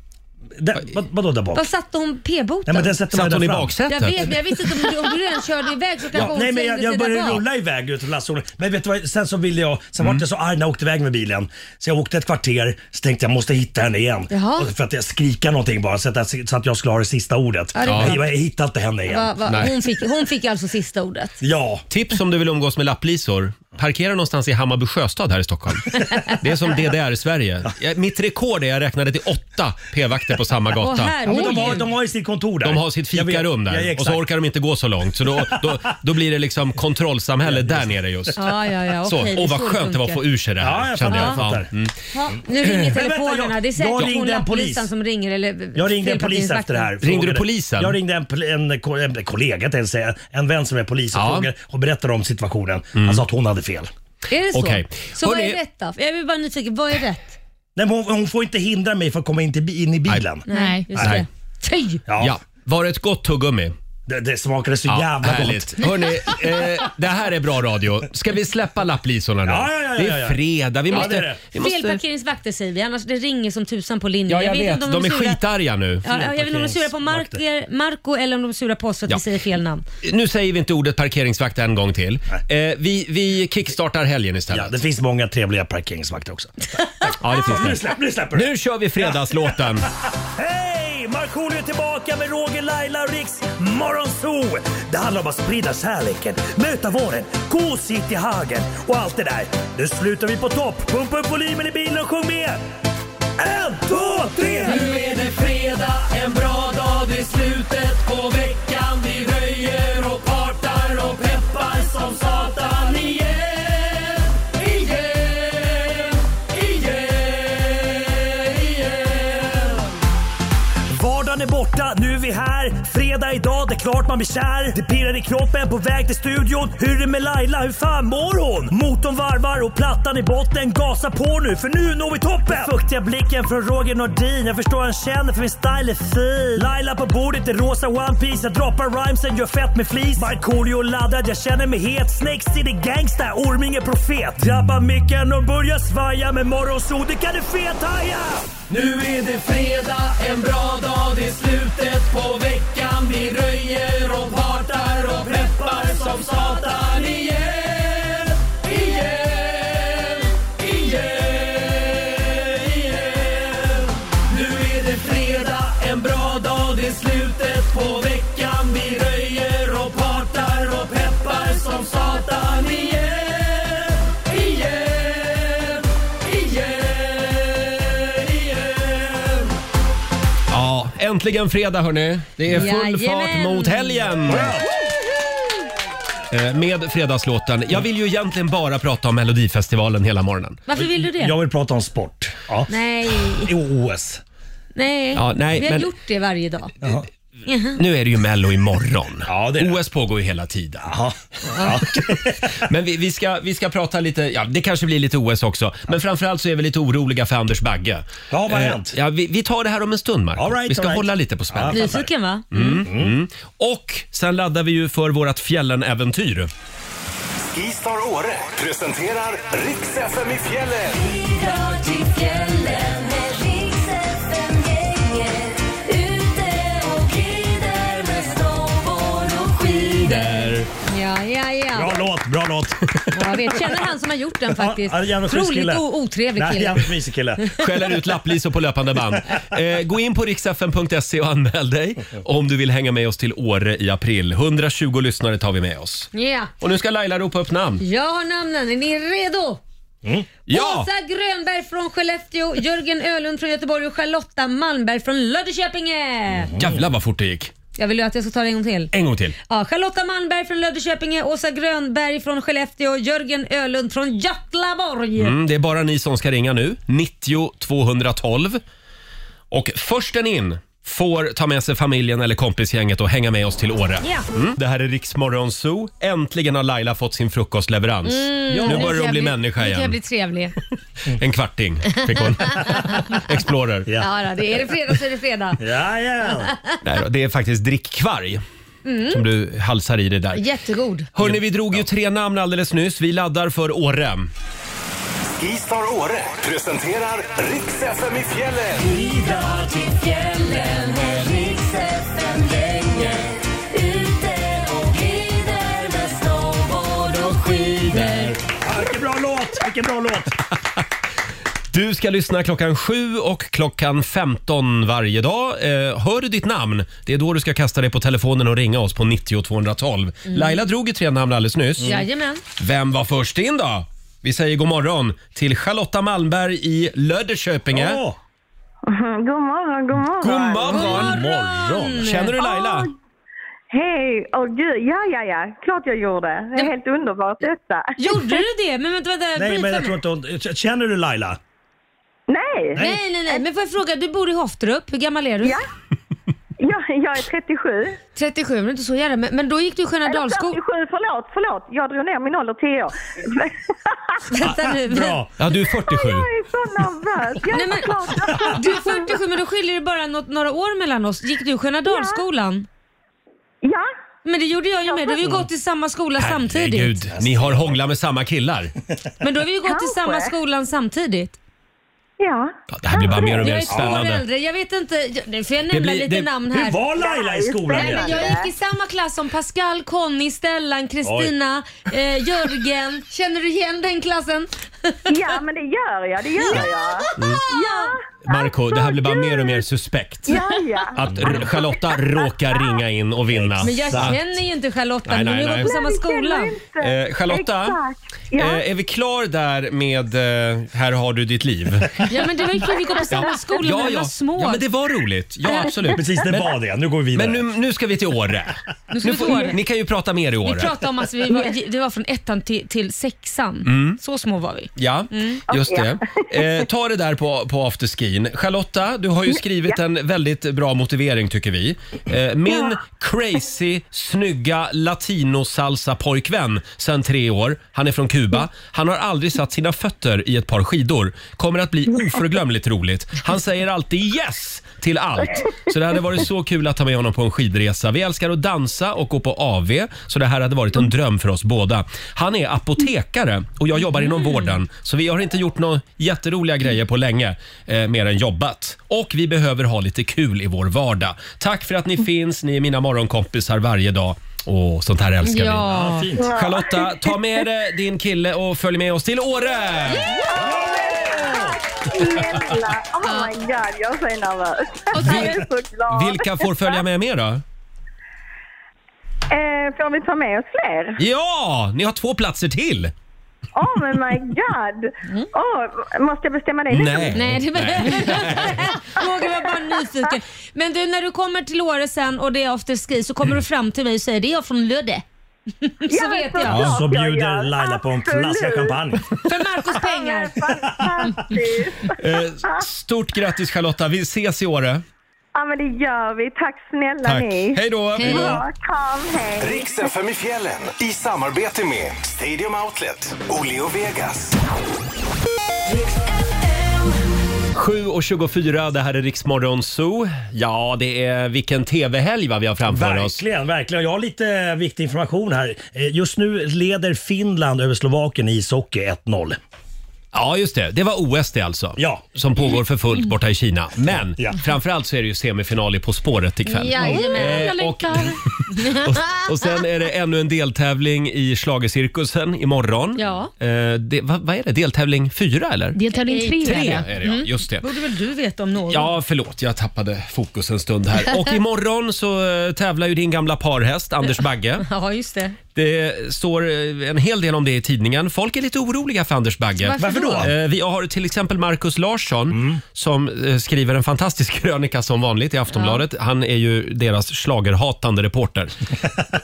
S5: Den, vad, vadå där bak?
S3: Var satte hon p-boten?
S5: Nej, men den sätter man
S1: Satt
S5: ju
S1: hon
S5: där
S1: i
S5: fram.
S1: baksätet?
S3: Jag vet, men jag visste inte om du, om du redan körde iväg så kanske
S5: Ja,
S3: hon
S5: nej, men
S3: slängde
S5: jag,
S3: sig
S5: jag
S3: där
S5: började
S3: bak.
S5: rulla iväg ut ur lastbilen. Men vet du vad, sen så ville jag, sen
S1: Mm.
S5: vart jag så arg när jag åkte iväg med bilen. Så jag åkte ett kvarter, så tänkte jag måste hitta henne igen.
S3: Jaha.
S5: Och För att jag skrika någonting bara så att, jag- så att jag skulle ha det sista ordet.
S3: det är
S5: Men jag, jag hittade inte henne igen.
S3: Va, va,
S1: Nej.
S3: hon, fick, hon fick alltså sista ordet.
S5: Ja.
S1: Tips om du vill umgås med lapplisor. Parkera någonstans i Hammarby sjöstad här i Stockholm. Det är som DDR-Sverige. Ja, Mitt rekord är jag räknade till åtta p-vakter på samma
S3: Åh,
S1: gata.
S5: Ja, men de,
S3: herregud.
S5: har, de har ju sitt kontor där.
S1: De har sitt
S5: Jag vet,
S1: fikarum
S5: jag-
S1: där
S5: exakt.
S1: och så orkar de inte gå så långt så då, då, då blir det liksom kontrollsamhälle där nere just.
S3: Ja, ja, ja.
S1: Så,
S3: okej, det är
S1: och vad
S3: så
S1: skönt det var att
S3: funkar.
S1: få ur sig det
S5: Ja,
S1: här
S5: jag
S1: kände jag.
S5: fattar.
S1: Ja, mm.
S3: Ja, nu ringer
S5: vänta,
S3: telefonerna.
S5: jag-
S3: Det är säkert
S5: jag
S3: hon
S5: ringde en polis.
S3: lapplisan som ringer. Eller
S5: Jag ringde en polis
S3: felparkeringsvakten.
S5: efter det här.
S1: du
S5: Frågade-
S1: polisen?
S5: Jag ringde en, pol- en, ko- en kollega, tänkte jag säga. en vän som är polis och,
S1: Ja. Mm.
S5: frågade, och berättade om situationen. Han sa att hon hade fel.
S3: Är det så?
S1: Okej.
S3: Så vad är
S1: Hörrni-
S3: rätt då? Jag är bara nyfiken, vad är rätt?
S5: Nej, men hon, hon får inte hindra mig för att komma in, till, bi- in i bilen.
S4: Nej.
S3: Just
S1: Nej.
S3: det. Fy!
S5: Ja,
S1: ja. Var det ett gott tuggummi?
S5: Det, det smakade så
S1: Ja,
S5: jävla gott.
S1: härligt. Hörrni, eh, det här är bra radio. Ska vi släppa lapplisorna nu?
S5: Ja, ja, ja, ja,
S1: det
S5: ja.
S1: är fredag. Vi
S5: Ja,
S1: måste...
S5: det är det.
S1: Vi måste
S3: Felparkeringsvakter säger vi, annars det ringer som tusan på linjen.
S1: ja, jag vet.
S3: inte om
S1: De är
S3: sura-
S1: skitarga nu.
S3: Ja, jag vet inte om de är sura på Marker, Marco eller om de är sura på oss för att
S1: Ja.
S3: vi säger fel namn.
S1: Nu säger vi inte ordet parkeringsvakt en gång till. Eh, vi, vi kickstartar helgen
S5: Ja,
S1: istället.
S5: det finns måns många trevliga parkeringsvakter också.
S1: Ja, det
S5: Nu,
S1: finns det.
S5: släpp, nu släpper det.
S1: Nu kör vi fredagslåten.
S5: Hej! Markoolio är tillbaka med Roger, Laila och Riks Morgonzoo! Det handlar om att sprida kärleken, möta våren, gosigt i hagen och allt det där. Nu slutar vi på topp! Pumpa upp volymen i bilen och sjung med! En, två, tre!
S2: Nu är det fredag, en bra dag, det är slutet på veckan. Vi röjer och partar och peppar som satan igen. Igen, igen, igen.
S5: Vardagen är borta, nu är vi här. Fredag idag, det är klart man blir kär. Det pirrar i kroppen på väg till studion. Hur är det med Laila, hur fan mår hon? Motorn varvar och plattan i botten. Gasa på nu, för nu når vi toppen! Den fuktiga blicken från Roger Nordin. Jag förstår han känner, för min style är fin. Laila på bordet i rosa One Piece Jag droppar rhymesen, gör fett med flis. Markoolio laddad, jag känner mig het. Snakes city gangsta, Orminge profet. Drabbar micken och börjar svaja. Med morgonsol, det kan du fethaja!
S2: Nu är det fredag, en bra dag, det är slutet på veckan. Vi röjer och partar och peppar som satan igen. Igen, igen, igen. Nu är det fredag, en bra dag, det är slutet på veckan. Vi röjer och partar och peppar som satan igen. Igen, igen, igen.
S1: Ja, äntligen fredag hörni. Det är full
S3: Jajamän.
S1: fart mot helgen. Eh, Med fredagslåten. Jag vill ju egentligen bara prata om Melodifestivalen hela morgonen.
S3: Varför vill du det?
S5: Jag vill prata om sport. Ja.
S3: Nej,
S5: Jo, OS.
S3: nej.
S1: Ja, nej,
S3: vi har
S1: men-
S3: gjort det varje dag.
S1: Eh, Nu är det ju Mello imorgon.
S5: Ja, det är det.
S1: OS pågår ju hela tiden.
S5: Ja. Ja.
S1: Men vi, vi, ska, vi ska prata lite, ja det kanske blir lite OS också. Men framförallt så är vi lite oroliga för Anders Bagge.
S5: Ja, vad har
S1: Eh,
S5: hänt?
S1: Ja, vi, vi tar det här om en stund Marco.
S5: All right,
S1: Vi ska
S5: all right.
S1: hålla lite på spänn. Mm.
S5: Ja.
S3: Nyfiken va?
S1: Och sen laddar vi ju för vårt fjällen-äventyr.
S9: Skistar Åre presenterar riks FM i fjällen.
S1: Där.
S3: Ja, ja, ja.
S5: Bra låt, bra låt.
S3: ja jag vet. Känner han som har gjort den faktiskt.
S5: Ja, ja, jävla schysst
S3: Otroligt
S5: kille.
S3: o- otrevlig
S5: Nej,
S3: kille.
S5: jävligt mysig kille.
S1: Skäller ut lapplisor på löpande band. Eh, gå in på riksfn.se och anmäl dig om du vill hänga med oss till Åre i april. 120 lyssnare tar vi med oss.
S3: Ja.
S1: Och nu ska Laila ropa upp namn.
S3: Jag har namnen, är ni redo?
S5: Mm.
S1: Ja!
S3: Åsa Grönberg från Skellefteå, Jörgen Ölund från Göteborg och Charlotta Malmberg från Löddeköpinge.
S1: Jävlar vad fort det gick.
S3: Jag vill ju att jag ska ta det en gång till.
S1: En gång till.
S3: Ja, Charlotta Malmberg från Löddeköpinge, Åsa Grönberg från Skellefteå, Jörgen Ölund från Götlaborg.
S1: Mm, det är bara ni som ska ringa nu. 90 212. Och försten in får ta med sig familjen eller kompisgänget och hänga med oss till Åre.
S3: Ja.
S1: Mm. Det här är Riksmorgon Zoo. Äntligen har Laila fått sin frukostleverans.
S3: Mm.
S1: nu börjar hon bli människa
S8: Nu kan jag bli
S1: igen.
S8: trevlig.
S5: Mm.
S1: En kvarting fick hon. Explorer.
S3: Ja, då, det är det fredag så är det fredag.
S5: Ja, ja. Mm.
S1: Nej, då, det är faktiskt drickkvarg
S3: Mm.
S1: som du halsar i dig där.
S8: Jättegod.
S1: Hörni, vi drog ju tre namn alldeles nyss. Vi laddar för Åre.
S9: Skistar Åre presenterar Riks FM i fjällen.
S5: Ja, Vilken bra låt! Vilken bra låt!
S1: Du ska lyssna klockan 7 och klockan 15 varje dag. Eh, hör du ditt namn, det är då du ska kasta dig på telefonen och ringa oss på 90 212.
S5: Mm.
S1: Laila drog ju tre namn alldeles nyss.
S3: Jajamän.
S1: Vem var först in då? Vi säger god morgon till Charlotta Malmberg i Löddeköpinge.
S5: Åh,
S6: God morgon, god morgon.
S1: God morgon!
S5: morgon!
S1: Känner du Laila?
S6: Hej! Åh gud, ja, ja, ja. Klart jag gjorde. Det är helt underbart detta.
S3: Gjorde du det? Men vänta, vänta.
S5: Nej,
S3: bryta
S5: men jag
S3: mig.
S5: tror inte hon... Känner du Laila?
S6: Nej!
S3: nej, nej, nej. Men får jag fråga, du bor i Hofterup. Hur gammal är du?
S6: Ja. Jag, jag är 37.
S3: 37, men inte så jävla... Men, men då gick du i Sköna
S6: Eller
S3: Dalsko...
S6: 47, förlåt, förlåt. Jag drog ner min ålder 10 år.
S3: Vänta nu.
S5: Bra!
S1: Ja, du är 47.
S6: jag är så nervös. Jag
S3: Nej,
S6: är
S3: men-
S6: så klart.
S3: Du är 47, men då skiljer det bara något, några år mellan oss. Gick du i Sköna Dalskolan?
S6: Ja,
S3: Men det gjorde jag ju med. Då har vi ju gått i samma skola samtidigt.
S1: Herregud, ni har hånglat med samma killar.
S5: Mm.
S3: Men då har vi ju gått i
S6: Kanske.
S3: samma skolan samtidigt.
S6: ja.
S1: Ja, det här blir bara mer och
S3: Jag
S1: mer
S3: är två år
S1: spännande.
S3: äldre. Jag vet inte, jag, nu får jag
S1: Det
S3: nämna
S1: blir-
S3: lite
S1: det-
S3: namn
S5: Hur
S3: här.
S5: var Laila i skolan
S6: Nej,
S3: Men
S5: egentligen?
S3: jag gick i samma klass som Pascal, Conny, Stellan, Kristina, eh, Jörgen. Känner du igen den klassen?
S6: ja, men det gör jag. Det gör jag. Ja,
S1: Marco, det här blir bara mer och mer suspekt.
S6: ja, ja.
S1: Att R- Charlotta råkar ringa in och vinna.
S3: Men jag
S1: Att-
S3: känner ju inte Charlotta,
S1: Nej,
S3: men
S1: nej,
S3: vi
S1: nej.
S3: går på samma
S6: Nej, det känner
S3: skola.
S6: jag inte.
S1: Eh, Charlotta,
S6: Exakt. Ja.
S1: eh, är vi klar där med eh, Här har du ditt liv?
S3: Ja men det var ju kul, vi går på samma skola när vi var
S1: ja.
S3: små.
S1: ja, men det var roligt. Ja, absolut.
S5: Precis, det var det. Nu går vi vidare.
S1: Men nu, nu ska vi till Åre.
S3: Nu ska vi till Åre.
S1: Ni kan ju prata mer i
S3: Vi
S1: Åre.
S3: pratade om att vi var, det var från ettan till, till sexan.
S1: Mm.
S3: Så små var vi.
S1: Ja, just det. Eh, ta det där på, på afterskin. Charlotta, du har ju skrivit en väldigt bra motivering tycker vi. Eh, min crazy, snygga latinosalsa-pojkvän sedan tre år. Han är från Kuba. Han har aldrig satt sina fötter i ett par skidor. Kommer att bli oförglömligt roligt. Han säger alltid yes till allt. Så det hade varit så kul att ta med honom på en skidresa. Vi älskar att dansa och gå på AV så det här hade varit en dröm för oss båda. Han är apotekare och jag jobbar inom vården så vi har inte gjort några jätteroliga grejer på länge, eh, mer än jobbat. Och vi behöver ha lite kul i vår vardag. Tack för att ni finns, ni är mina morgonkompisar varje dag. Och sånt här älskar
S5: Ja,
S3: Ja.
S5: fint.
S1: vi. Charlotta, ta med dig din kille och följ med oss till Åre!
S6: Snälla. Oh my god, jag är så nervös. Jag är så glad.
S1: Vilka får följa med mer då?
S6: Eh, får vi ta med oss fler?
S1: Ja, ni har två platser till!
S6: Oh men my god! Åh, måste jag bestämma det?
S1: Nej.
S3: Mm. Nej, det Roger var bara nyfiken. Men du, när du kommer till Åre sen och det är afterski så kommer du fram till mig och säger det är jag från Lödde. så vet jag.
S6: klart
S5: Så
S6: jag
S5: bjuder
S6: gör.
S5: Laila på en flaska
S6: Absolut.
S5: champagne.
S3: För Marcos pengar.
S6: Fantastiskt!
S1: Eh, Stort grattis Charlotta, vi ses i Åre.
S6: Ja men det gör vi. Tack snälla
S1: Tack.
S6: ni.
S1: Hej då!
S3: Hej.
S6: Ja, kram, hej.
S9: Riks FM i fjällen i samarbete med Stadium Outlet, Oleo Vegas.
S1: 7.24, det här är Riksmorgon Zoo. Ja, det är vilken TV-helg va, vi har framför oss.
S5: Verkligen, verkligen. Jag har lite viktig information här. Eh, Just nu leder Finland över Slovakien i ishockey 1-0.
S1: Ja, just det. Det var OS det alltså.
S5: Ja.
S1: Som pågår för fullt borta i Kina. Men
S5: Ja.
S1: framförallt så är det ju semifinal i På spåret ikväll.
S3: Jajamän.
S1: Eh, och, och, och sen är det ännu en deltävling i Schlagercirkusen imorgon.
S3: Ja.
S1: Eh, det, vad, vad är det? Deltävling fyra eller?
S4: Deltävling tre.
S1: Tre
S4: är det.
S1: är det
S3: Mm.
S1: ja, just det.
S3: borde väl du veta om något?
S1: Ja, förlåt. Jag tappade fokus en stund här. Och imorgon så eh, tävlar ju din gamla parhäst Anders Bagge.
S3: Ja, just det.
S1: Det står eh, en hel del om det i tidningen. Folk är lite oroliga för Anders Bagge.
S3: Varför då?
S1: Eh, Vi har till exempel Markus Larsson som eh, skriver en fantastisk krönika som vanligt i Aftonbladet. Han är ju deras schlagerhatande reporter.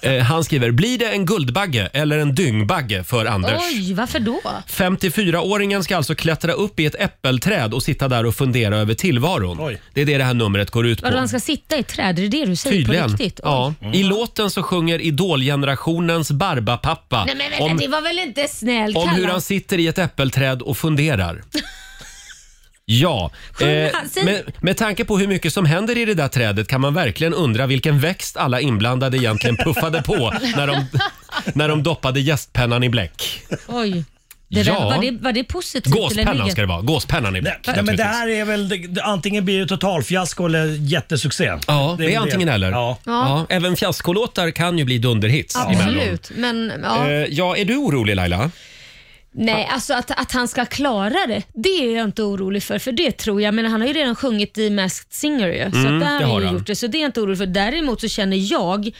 S1: Eh, Han skriver, blir det en guldbagge eller en dyngbagge för Anders?
S3: Oj, varför då?
S1: 54-åringen ska alltså klättra upp i ett äppelträd och sitta där och fundera över tillvaron.
S5: Oj.
S1: Det är det det här numret går ut på.
S3: Vadå, han ska sitta i ett träd? Är det det du säger på
S1: Tydligen.
S3: riktigt? Oj. Mm.
S1: Ja. I låten så sjunger idolgenerationens Barbapappa
S3: Nej men vänta,
S1: om,
S3: det var väl inte snällt?
S1: om hur
S3: Kalle?
S1: han sitter i ett äppelträd och funderar. Ja, eh,
S3: Sjung han, säg-
S1: med, med tanke på hur mycket som händer i det där trädet kan man verkligen undra vilken växt alla inblandade egentligen puffade på när de, när de doppade gästpennan i bläck.
S3: Oj.
S8: Det där,
S1: Ja.
S8: var, det, var det positivt eller
S1: Gåspennan
S8: negativt?
S1: ska det vara. Gåspennan
S5: Nej,
S1: är back.
S5: nej, men det
S1: naturligtvis.
S5: här är väl, det- det- antingen blir det totalfiasko eller jättesuccé.
S1: Ja, det
S5: väl
S1: är antingen eller.
S5: Ja.
S1: Ja, även fiaskolåtar kan ju bli dunderhits emellan.
S3: Absolut, men ja.
S1: Eh, Ja, är du orolig Laila?
S3: Nej, alltså att, att han ska klara det, det är jag inte orolig för. För det tror jag, men han har ju redan sjungit i Masked Singer ju. Så
S5: Mm,
S3: att där har
S1: det har
S3: han ju
S1: han.
S3: gjort det, så det är jag inte orolig för. Däremot så känner jag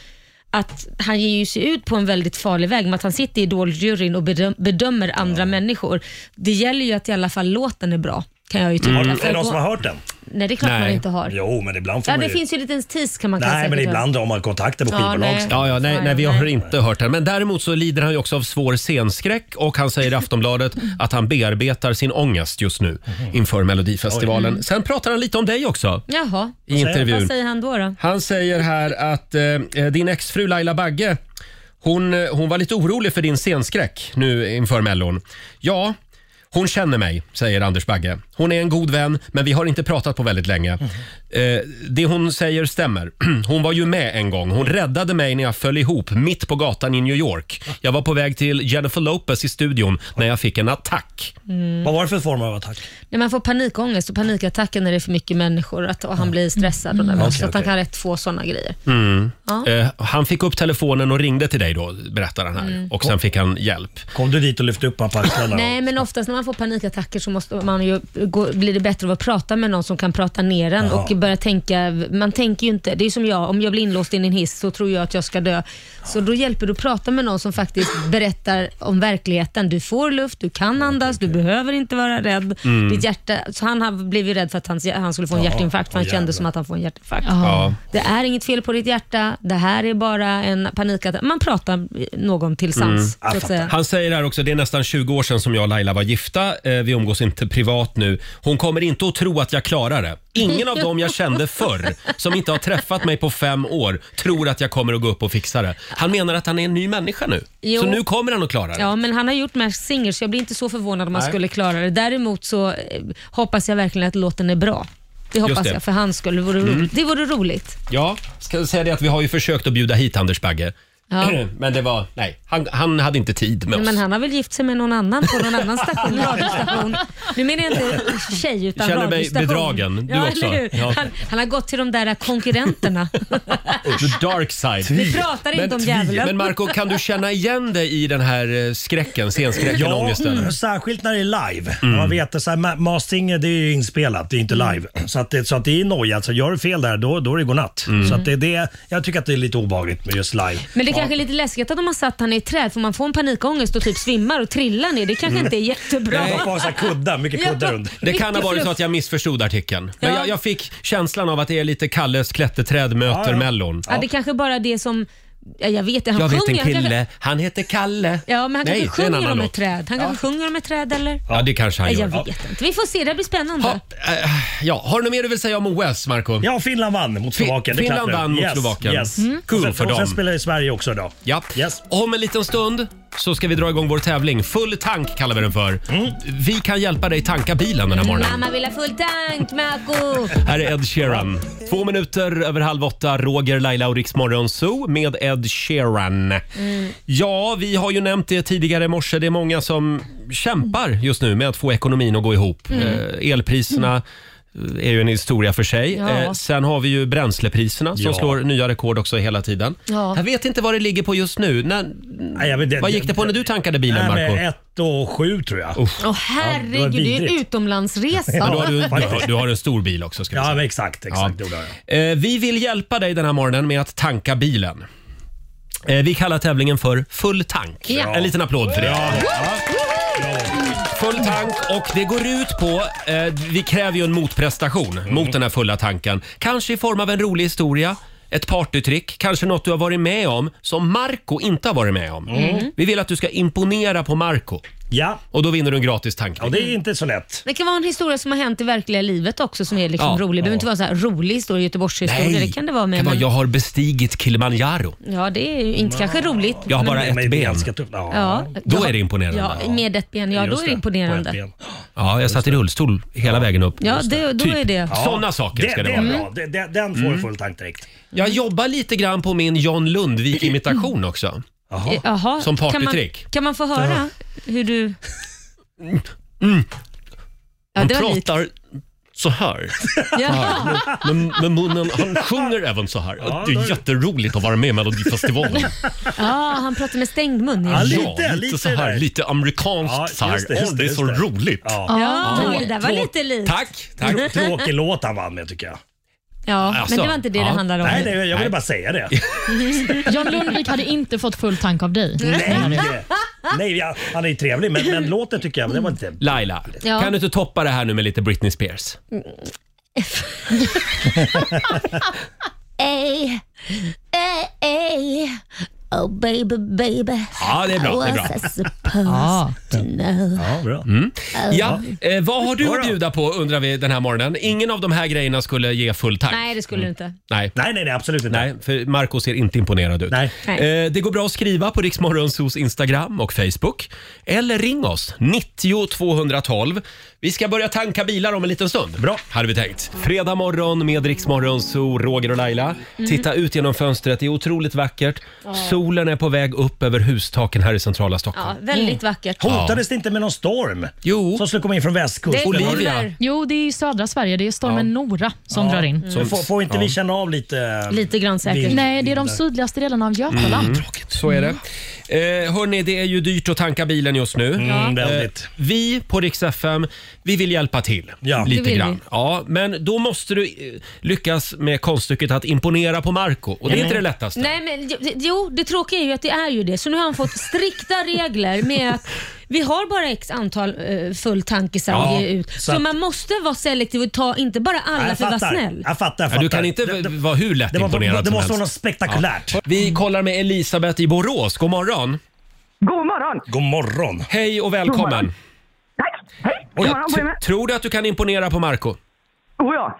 S3: att han ger ju sig ut på en väldigt farlig väg med att han sitter i Idol-juryn och bedöm- bedömer andra människor. Det gäller ju att i alla fall låten är bra, kan jag ju tycka.
S5: Mm. Har du, är det
S3: Folk-
S5: någon som har hört den?
S3: Nej, det är klart
S1: Nej.
S3: man inte har.
S5: Jo, men ibland får
S3: Ja,
S5: man
S3: det
S5: ju...
S3: finns ju en liten tease kan man kan
S5: Nej,
S3: säkert
S5: men
S3: göra.
S5: ibland har man kontakter på
S3: Ja,
S5: skivbolag.
S3: nej.
S1: Ja, ja, nej,
S3: Nej,
S1: nej, vi har
S3: nej.
S1: inte hört den. Men däremot så lider han ju också av svår scenskräck och han säger i Aftonbladet att han bearbetar sin ångest just nu
S5: Mhm.
S1: inför
S3: Mm.
S1: Melodifestivalen. Sen pratar han lite om dig också
S3: Jaha,
S1: i
S3: vad
S1: intervjun.
S3: säger han då? då?
S1: Han säger här att eh, din exfru Laila Bagge, hon, eh, hon var lite orolig för din scenskräck nu inför Mellon. Ja, hon känner mig, säger Anders Bagge. Hon är en god vän, men vi har inte pratat på väldigt länge.
S5: Mhm.
S1: Eh, det hon säger stämmer. Hon var ju med en gång. Hon räddade mig när jag föll ihop mitt på gatan i New York. Jag var på väg till Jennifer Lopez i studion när jag fick en attack.
S3: Mm.
S5: Vad var det för form av attack?
S3: När man får panikångest och panikattacker när det är för mycket människor att, och han blir stressad och nervös.
S5: Mm. Okej,
S3: så att han
S5: okej.
S3: kan rätt få sådana grejer.
S1: Eh, han fick upp telefonen och ringde till dig då, berättar han här. Och sen fick han hjälp.
S5: Kom du dit och lyfte upp honom på axlarna?
S3: Mm. Nej, men oftast när man får panikattacker så måste man ju gå, blir det bättre av att prata med någon som kan prata ner en
S5: Jaha.
S3: och börja tänka. Man tänker ju inte. Det är som jag, om jag blir inlåst i en hiss så tror jag att jag ska dö. Så då hjälper det att prata med någon som faktiskt berättar om verkligheten. Du får luft, du kan andas, du behöver inte vara rädd.
S5: Mm.
S3: Ditt hjärta, så han har- blev ju rädd för att han, han skulle få en hjärtinfarkt för han
S5: åh,
S3: kände
S5: jävlar.
S3: som att han får en hjärtinfarkt.
S1: Ja.
S3: Det är inget fel på ditt hjärta, det här är bara en panikattack. Man pratar någon till sans. så att säga.
S1: Mm. Han säger här också, det är nästan 20 år sedan som jag och Laila var gifta. Eh, vi umgås inte privat nu. Hon kommer inte att tro att jag klarar det. Ingen av dem jag kände förr, som inte har träffat mig på fem år, tror att jag kommer att gå upp och fixa det. Han menar att han är en ny människa nu.
S3: Jo.
S1: Så nu kommer han att klara det.
S3: Ja, men han har gjort Masked Singer så jag blir inte så förvånad om han
S1: Nej.
S3: skulle klara det. Däremot så eh, hoppas jag verkligen att låten är bra. Det hoppas
S1: det. Mm.
S3: jag för hans skull. Det vore, roligt. det vore roligt.
S1: Ja, ska säga det att vi har ju försökt att bjuda hit Anders Bagge.
S3: Ja.
S1: Men det var, nej, han, han hade inte tid med oss.
S3: Men han har väl gift sig med någon annan på någon annan station, radiostation. Nu menar jag inte tjej utan
S1: Känner mig
S3: radiostation.
S1: bedragen. Du
S3: ja,
S1: också.
S3: eller hur?
S1: Ja.
S3: Han, han har gått till de där konkurrenterna.
S1: The dark side.
S3: Vi pratar inte om djävulen.
S1: Men Marco, kan du känna igen dig i den här eh, skräcken, scenskräcken,
S5: Ja,
S1: ångesten?
S5: mm, särskilt när det är live.
S1: Mm.
S5: När Man vet att så här, Ma- Masked Singer det är ju inspelat, det är inte live. Så att det, så att det är noja. Alltså, gör du fel där, då, då är det godnatt.
S1: Mm.
S5: Så att det, det, jag tycker att det är lite obehagligt med just live.
S3: Men det kanske är lite läskigt att de har satt han i ett träd för man får en panikångest och typ svimmar och trillar ner. Det kanske
S5: Mm.
S3: inte är jättebra.
S5: Man får ha så här kuddar, mycket
S3: Ja.
S5: kuddar under.
S1: Det kan ha
S3: Mycket
S1: varit så
S3: fluff.
S1: att jag missförstod artikeln. Men
S3: Ja.
S1: jag, jag fick känslan av att det är lite Kalles klätterträd möter
S5: Ja, ja.
S1: Mellon.
S3: Ja. det kanske bara är det som... Ja, jag vet det. Han
S1: Jag vet en
S3: sjunger. han kanske-
S1: kille, han heter Kalle.
S3: Ja, men han
S1: Nej,
S3: kanske
S1: det är en
S3: sjunger
S1: annan
S3: om ett
S1: låt.
S3: träd. Han kanske sjunger om ett träd eller?
S1: Ja, det kanske han
S3: Nej, jag
S1: gör.
S3: vet inte. Vi får se, det blir spännande.
S1: Ha, eh, ja, har du något mer du vill säga om OS, Marco?
S5: Ja, Finland vann mot Slovakien. det är
S1: Finland
S5: klart det.
S1: vann mot
S5: yes,
S1: Slovakien.
S5: Yes.
S1: Mm. Kul
S5: Och sen,
S1: för
S5: och
S1: dem.
S5: Sen spelar ju Sverige också idag.
S1: Ja.
S5: Yes.
S1: Om en liten stund så ska vi dra igång vår tävling. Full tank kallar vi den för.
S5: Mm.
S1: Vi kan hjälpa dig tanka bilen den här morgonen.
S3: Mamma vill ha full tank, Marco!
S1: Här är Ed Sheeran. Två minuter över halv åtta, Roger, Laila och Riksmorgon Zoo med Ed Sheeran.
S5: Mm.
S1: Ja, vi har ju nämnt det tidigare i morse. Det är många som kämpar just nu med att få ekonomin att gå ihop.
S5: Mm.
S1: Eh, elpriserna eh, är ju en historia för sig.
S3: Ja.
S1: Eh, sen har vi ju bränslepriserna som
S5: Ja.
S1: slår nya rekord också hela tiden.
S3: Ja.
S1: Jag vet inte vad det ligger på just nu. När,
S5: Nej, jag vet,
S1: vad gick det på när du tankade bilen,
S5: Nej,
S1: Marco?
S5: men ett och sju tror jag.
S3: Åh
S5: Ja, det var
S3: herregud, det är
S5: vidrigt.
S3: utomlandsresa.
S1: Men då har du, du,
S5: faktiskt.
S1: har, du har en stor bil också ska vi
S5: Ja,
S1: säga.
S5: men exakt. exakt det gjorde jag.
S1: Eh, Vi vill hjälpa dig den här morgonen med att tanka bilen. Eh, Vi kallar tävlingen för Full tank.
S3: Ja.
S1: En liten applåd för det. Full tank och det går ut på, eh, vi kräver ju en motprestation
S5: Mm.
S1: mot den här fulla tanken. Kanske i form av en rolig historia, ett partytrick, kanske något du har varit med om som Marco inte har varit med om. Vi vill att du ska imponera på Marco
S5: Mm. Ja,
S1: och då vinner du en gratis tank.
S5: och det är inte så lätt.
S3: Det kan vara en historia som har hänt i verkliga livet också som är liksom
S1: Ja.
S3: rolig. Det behöver inte vara en så här rolig historia, Göteborgshistoria. Det kan det vara med. men-
S1: jag har bestigit Kilimanjaro.
S3: Ja, det är ju inte kanske roligt.
S1: Jag har bara
S5: Men det är
S1: ett ben.
S5: ganska tufft. Ja.
S3: Ja,
S1: Då är det imponerande.
S3: Ja, med ett ben, ja
S5: Just
S3: då är det
S5: på ett
S3: imponerande.
S5: ben.
S1: Ja, jag satt i rullstol hela vägen upp.
S3: Ja, det, då
S1: Typ.
S3: är det.
S1: Ja. Såna saker
S5: Det,
S1: ska det, Mm.
S5: det är
S1: vara.
S5: bra. Det, det, den får full tank direkt.
S1: Jag jobbar lite grann på min John Lundvik-imitation också.
S5: Jaha.
S3: Eh, Jaha,
S1: Som
S3: kan man,
S1: partytrick.
S3: kan man få höra hur du... Ja,
S1: Han
S3: det var likt.
S1: pratar så här.
S3: Ja.
S1: Men, men munnen, han sjunger även så här. det är jätteroligt att vara med i Melodifestivalen.
S3: ja, han pratar med stängd mun.
S5: Ja,
S3: Ja,
S5: lite,
S1: Ja, lite,
S5: lite
S1: så här.
S5: där.
S1: Lite amerikanskt
S5: Ja,
S1: så här.
S5: just det,
S1: Åh,
S5: just
S1: det är
S5: det,
S1: så
S5: just det.
S1: roligt.
S5: Ja.
S3: ja
S1: Tråk-
S3: det där var
S1: tråk-
S3: lite likt.
S1: Tack, tack.
S5: Tråkig låt han vann med tycker jag.
S3: Ja,
S1: Alltså,
S3: men det var inte det
S1: ja.
S3: det handlade om.
S5: Nej, nej, jag
S1: Nej.
S5: ville bara säga det.
S4: John Lundvik hade inte fått full tank av dig.
S5: Nej, nej ja, han är ju trevlig men, men låten tycker jag, det var inte...
S1: Laila,
S3: Ja.
S1: kan du inte toppa det här nu med lite Britney Spears?
S3: Ey, ey, ey. Oh baby, baby. Oh,
S1: Ja, det är bra. Det är bra. Mm.
S3: Was I supposed
S4: Ja.
S3: to know?
S5: Ja, bra.
S3: Oh.
S1: Ja, eh, vad har du
S5: Jodå.
S1: att bjuda på undrar vi den här morgonen. Ingen av de här grejerna skulle ge full tank.
S3: Nej, det skulle du inte.
S1: Nej.
S5: Nej, nej, nej, absolut inte.
S1: Nej, för Marco ser inte imponerad ut.
S5: Nej.
S3: Nej.
S1: Eh, det går bra att skriva på Riksmorgonsos Instagram och Facebook. Eller ring oss, 90 212. Vi ska börja tanka bilar om en liten stund.
S5: Bra.
S1: Hade vi tänkt. Fredag morgon med Riksmorgonso, Roger och Laila.
S3: Mm.
S1: Titta ut genom fönstret, det är otroligt vackert. Solen är på väg upp över hustaken här i centrala Stockholm.
S3: Ja, väldigt
S4: Mm.
S3: vackert.
S5: Hotades det inte med någon storm?
S1: Jo.
S5: Som skulle komma in från västkusten?
S1: Olivia.
S4: Jo, det är i södra Sverige. Det är stormen Nora som drar in.
S1: Som-
S5: Får, får inte
S1: Ja.
S5: vi känna av lite...
S3: Mm. Lite grann säkert.
S5: Vind? Mm.
S4: Nej, det är de sydligaste delarna av Götaland.
S1: Så är det.
S3: Mm.
S1: Eh, hörni, det är ju dyrt att tanka bilen just nu.
S5: Mm,
S1: Eh,
S5: väldigt.
S1: vi på Rix FM, vi vill hjälpa till
S5: Ja.
S1: lite
S3: Det vill
S1: grann.
S3: vi.
S1: Ja, men då måste du eh, lyckas med konststycket att imponera på Marco och det är inte
S3: Mm.
S1: det lättaste.
S3: Nej, men jo- jo, det tråkiga är ju att det är ju det. Så nu har han fått strikta regler med att vi har bara x antal eh, fulltankisar
S5: Ja,
S3: att ge ut. Så,
S5: så att-
S3: man måste vara selektiv och ta inte bara alla
S5: Ja,
S3: för att vara snäll.
S5: Jag fattar, jag
S1: Ja,
S5: fattar.
S1: du kan inte
S5: det, det,
S1: vara hur lätt
S5: det, var,
S1: imponerad
S5: det
S1: som
S5: måste
S1: helst.
S5: vara något spektakulärt.
S1: Vi kollar med Elisabeth i Borås. God morgon!
S6: God morgon!
S5: God morgon.
S1: Hej och välkommen!
S6: Tack! Hej!
S1: Och
S6: God
S1: jag
S6: morgon på er med.
S1: tr- tror du att du kan imponera på Marco?
S6: Oh, ja.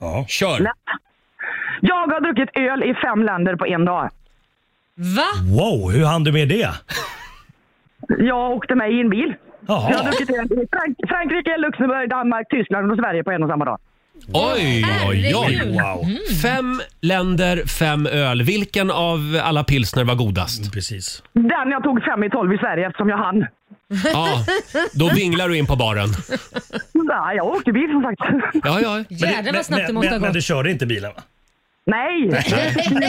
S5: Ja.
S1: Kör!
S6: Jag har druckit öl i fem länder på en dag.
S3: Va?
S5: Wow, hur hann du med det?
S6: Jag åkte med i en bil. Jag har
S5: Jaha.
S6: druckit öl i Frank- Frankrike, Luxemburg, Danmark, Tyskland och Sverige på en och samma dag.
S1: Oj, oj, oj!
S3: Herregud. Mm.
S5: Wow.
S1: Fem länder, fem öl. Vilken av alla pilsner var godast?
S5: Mm, Precis.
S6: Den jag tog fem i tolv i Sverige eftersom jag hann.
S1: Ja, då vinglar du in på baren.
S6: Ja, jag åkte bil som sagt.
S1: Ja, ja.
S3: Jädrar vad snabbt det
S5: men,
S3: måste ha
S5: men, men du
S3: gått.
S5: körde inte bilen va?
S6: Nej!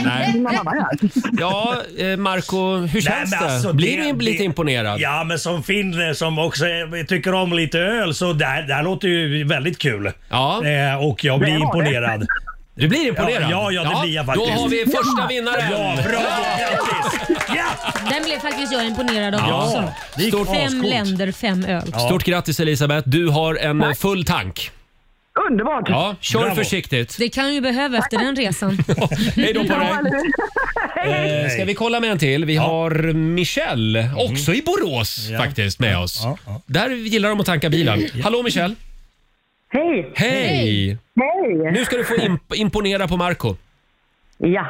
S1: Nej.
S6: Någon annan här.
S1: Ja, eh, Marco, hur känns
S5: men alltså,
S1: det? Blir
S5: det-
S1: du lite
S5: det-
S1: imponerad?
S5: Ja, men som finne som också eh, tycker om lite öl så det här, det här låter ju väldigt kul.
S1: Ja.
S5: Eh, och jag blir
S6: Det var det.
S5: imponerad.
S1: Du blir imponerad?
S5: Ja, ja, det blir jag faktiskt.
S1: Då har vi första vinnaren!
S5: Ja, bra! Grattis! Ja!
S3: Den blev faktiskt jag imponerad av också.
S5: ja. Det gick
S1: Stort-
S5: ascoolt.
S3: Fem länder, fem öl.
S5: Ja.
S1: Stort grattis Elisabeth, du har en eh, full tank.
S6: Underbart!
S1: Ja, kör
S5: Bravo.
S1: försiktigt.
S3: Det kan ju behöva efter den resan.
S1: Hej då på
S6: Ja, eller
S1: dig.
S6: hur?
S1: Eh, Ska vi kolla med en till? Vi har Michelle, också i Borås faktiskt, med oss.
S5: Mhm. Ja, ja.
S1: Där gillar de att tanka bilen. Hallå Michelle!
S6: Hej!
S1: Hej!
S6: Hej!
S1: Nu ska du få imp- imponera på Marco.
S6: Ja,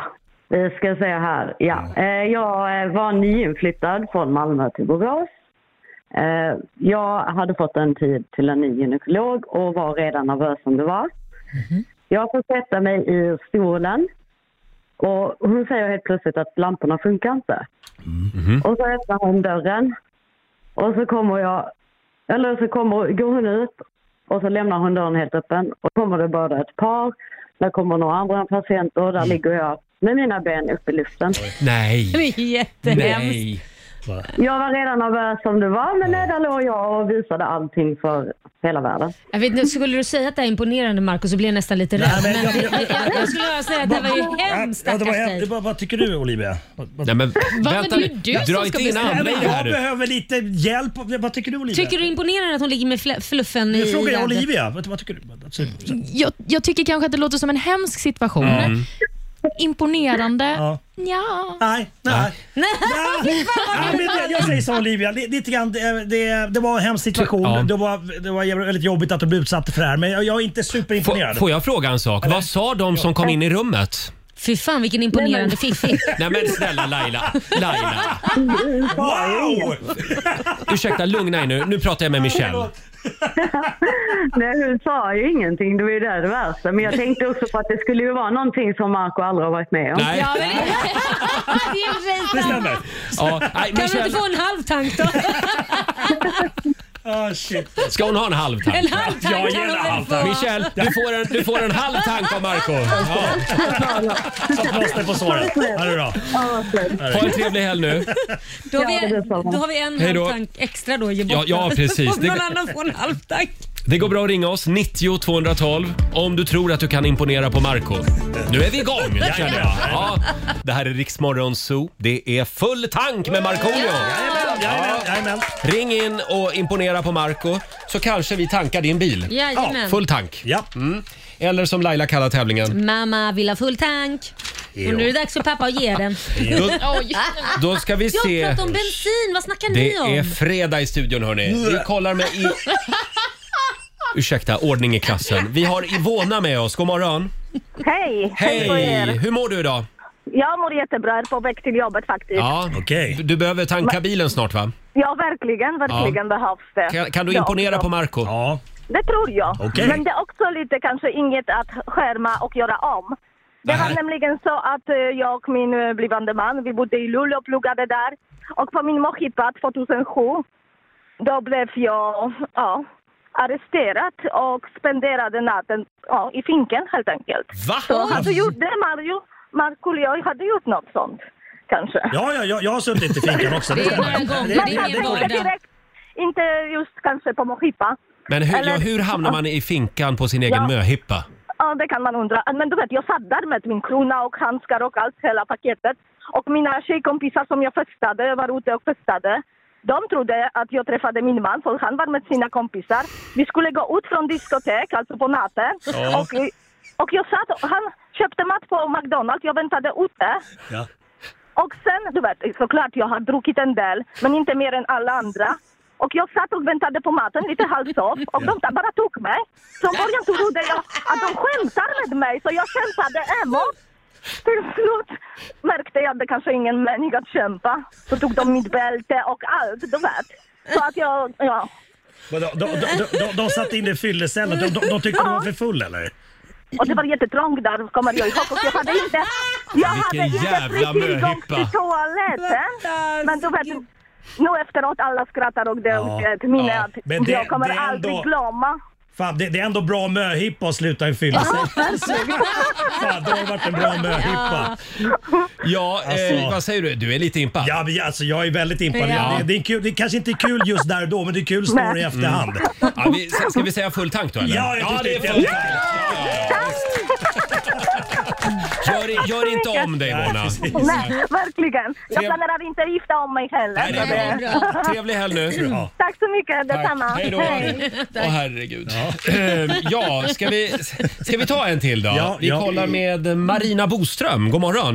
S6: det ska jag säga här. Ja. Eh, Jag eh, var nyinflyttad från Malmö till Borås. Eh, Jag hade fått en tid till en ny gynekolog och var redan nervös som det var. Jag får sätta mig i stolen och hon säger helt plötsligt att lamporna funkar inte.
S2: Mm.
S6: Och så öppnar hon dörren och så kommer jag, eller så kommer, går hon ut och så lämnar hon dörren helt öppen och kommer det bara ett par, där kommer några andra patienter och där ligger jag med mina ben uppe i luften.
S1: Nej!
S3: Det är jättehemskt.
S1: Nej.
S6: Jag var redan nervös som det var, men nej, där låg jag och visade allting för hela världen.
S3: Jag vet inte, skulle du säga att det är imponerande Marco så blir jag nästan lite rädd.
S5: men
S3: Men jag,
S5: jag-
S3: jag, jag skulle bara säga att det var ju hemskt
S5: Ja, det
S3: stackars
S5: var hem- det
S3: dig.
S5: var- Vad tycker du Olivia? Vad- vad-
S1: Nej men
S4: men
S1: vänta
S4: det är
S1: nu.
S4: ju du
S1: Dra
S4: som
S1: inte
S4: ska
S1: in
S4: bestämma.
S1: andra i det här
S5: Jag
S1: nu.
S5: behöver lite hjälp. Vad tycker du Olivia?
S3: Tycker du det är imponerande att hon ligger med fl- fluffen i
S5: Nu frågar jag
S3: i vädret?
S5: Olivia. Vad, vad tycker du? Alltså, så-
S4: Jag, jag tycker kanske att det låter som en hemsk situation.
S1: Mm.
S4: Imponerande?
S5: Mm. Ja.
S4: Ja.
S5: Nej, nej. nej. nej men det, jag säger som Olivia. li- Lite grann, det, det, det var en hemsk situation.
S1: Ja.
S5: Det, var, det var jävla- väldigt jobbigt att du blev utsatt för det här men jag, jag är inte
S1: Får,
S5: superimponerad.
S1: får jag fråga en sak? Vad sa de som kom in i rummet?
S3: Fy fan vilken imponerande fiffi.
S1: Nej men snälla Laila, Laila.
S5: Wow!
S1: Ursäkta, lugna er nu. Nu pratar jag med Michelle.
S6: Nej, hon sa ju ingenting, det var ju det det värsta. Men jag tänkte också på att det skulle ju vara någonting som Marco aldrig har varit med om.
S1: Nej,
S3: Ja, men det det är ju för sig sant.
S1: ja, nej
S3: Kan du inte
S1: Michelle.
S3: få en halv tank då?
S5: Ah, shit.
S1: Ska hon ha en halv tank?
S8: En halv tank
S5: Jag
S8: kan
S5: ger
S8: hon
S5: en halv
S8: väl
S5: tank.
S8: få?
S1: Michel, du får en, du får en halv tank av Marco ja.
S5: Satt plåster på såret. Ja, det är bra.
S1: Ha en trevlig helg nu.
S8: Då har,
S6: Ja,
S8: vi,
S6: det är samma.
S8: då har vi en
S1: Hej då.
S8: halv tank extra då att ge bort.
S1: Ja, ja, precis.
S8: Får
S1: Det-
S8: någon annan få en halv tank?
S1: Det går bra att ringa oss, 90 212, om du tror att du kan imponera på Marco. Nu är vi igång, det känner jag. Ja. Det här är Riksmorgon Zoo. Det är full tank med Markoolio.
S5: Jajamän, jajamän, jajamän.
S1: Ring in och imponera på Marco så kanske vi tankar din bil.
S3: Jajamän.
S1: Full tank. Mm.
S5: Ja.
S1: Eller som Laila kallar tävlingen.
S3: Mamma vill ha full tank. Och nu är det dags för pappa att ge den.
S1: Då,
S4: Oj.
S1: då ska vi
S3: Jag
S1: se.
S3: pratar om bensin, vad snackar
S1: Det
S3: ni om?
S1: är fredag i studion hörni. Vi kollar med... I... Ursäkta, ordning i klassen. Vi har Ivona med oss. God morgon.
S10: Hej!
S1: Hej!
S10: på er.
S1: Hur mår du idag?
S10: Jag mår jättebra, är på väg till jobbet faktiskt. Ja,
S1: Ja,
S5: Okej.
S1: Du behöver tanka bilen snart va?
S10: verkligen, verkligen behövs det.
S1: Kan, kan du
S10: Det
S1: imponera
S10: också.
S1: på Marco?
S5: Ja.
S10: Det tror jag.
S5: Okej.
S10: Men det är också lite kanske inget att skärma och göra om. Det var
S1: Nej.
S10: nämligen så att eh, jag och min eh, blivande man, vi bodde i Luleå och pluggade där. Och på min mojita 2007, då blev jag ja, arresterad och spenderade natten ja, i finken helt enkelt.
S1: Va?
S10: Så hade gjort det, Mario, Markoolio hade gjort något sånt kanske.
S5: Ja, ja, ja, jag har suttit i finkan också.
S8: Det är några gånger, det
S10: Man
S8: är
S10: hade
S8: ingen
S10: inte
S8: vardag.
S10: direkt, inte just kanske på mojita.
S1: Men hur, ja,
S10: Eller-
S1: hur hamnar man i finkan på sin egen
S10: Ja.
S1: möhippa?
S10: Ja, det kan man undra. Men du vet, jag satt där med min krona och handskar och allt, hela paketet. Och mina tjejkompisar som jag festade, var ute och festade. De trodde att jag träffade min man, för han var med sina kompisar. Vi skulle gå ut från diskotek, alltså på natten. Och, och jag satt, och han köpte mat på McDonalds, jag väntade ute.
S5: Ja.
S10: Och sen, du vet, såklart jag har druckit en del, men inte mer än alla andra. Och jag satt och väntade på maten, lite halvsov, och de ta- bara tog mig. Från början trodde jag att de skämtar med mig, så jag kämpade emot. Till slut märkte jag att det kanske ingen mening att kämpa. Så tog de mitt bälte och allt, du vet. Så att jag, ja.
S5: Men De, de, de, de, de satte in det i fyllecellen. De, de, de tyckte du var för full eller?
S10: Och det var jättetrångt där, kommer jag ihåg. Och jag hade inte, jag hade
S1: Vilken
S10: inte fri
S1: jävla
S10: tillgång
S1: möhippa.
S10: till toaletten. Men du vet, nu efteråt alla skrattar och det
S5: Ja,
S10: är ett minne
S5: ja.
S10: att
S5: Men det-
S10: jag kommer
S5: det är ändå-
S10: aldrig glömma.
S5: Fan, det, det är ändå bra möhippa att sluta i fyllecell. Fan, det har varit en bra möhippa.
S1: Ja, eh,
S5: Alltså.
S1: vad säger du? Du är lite impad.
S5: Ja, men jag- alltså, jag är väldigt impad.
S8: Ja.
S5: Det, det, är kul, det kanske inte är kul just där och då, men det är kul story i efterhand.
S1: Mm. Ja, vi, ska vi säga full tank då eller?
S5: Ja, jag
S1: ja det är
S5: tycker
S1: full
S5: det.
S1: tank. Gör, gör inte om dig Mona.
S10: Nej, verkligen. Jag
S1: Trev-
S10: planerar inte att gifta om mig heller.
S1: Nej, det är bra. Trevlig helg nu.
S5: Ja.
S10: Tack så mycket, detsamma.
S1: Tack. Hej då. Åh herregud. Eh, Ja, ska vi, ska vi ta en till då?
S5: Ja,
S1: vi
S5: ja.
S1: kollar med Marina Boström. God morgon.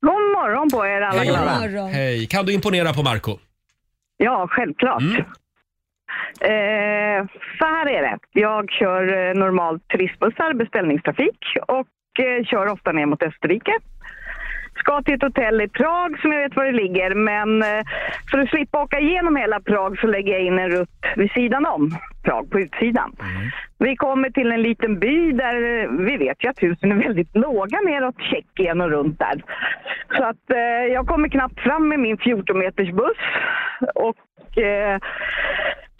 S6: God morgon på er alla
S1: Hej.
S6: glada.
S8: Morgon.
S1: Hej. Kan du imponera på Marco?
S6: Ja, självklart.
S1: Mm.
S6: Eh, så här är det. Jag kör eh, normalt turistbussar, beställningstrafik och eh, kör ofta ner mot Österrike. Ska till ett hotell i Prag som jag vet var det ligger men eh, för att slippa åka igenom hela Prag så lägger jag in en rutt vid sidan om Prag, på utsidan. Vi kommer till en liten by där eh, vi vet ju att husen är väldigt låga neråt Tjeckien och runt där. Så att eh, jag kommer knappt fram med min 14 meters buss och eh,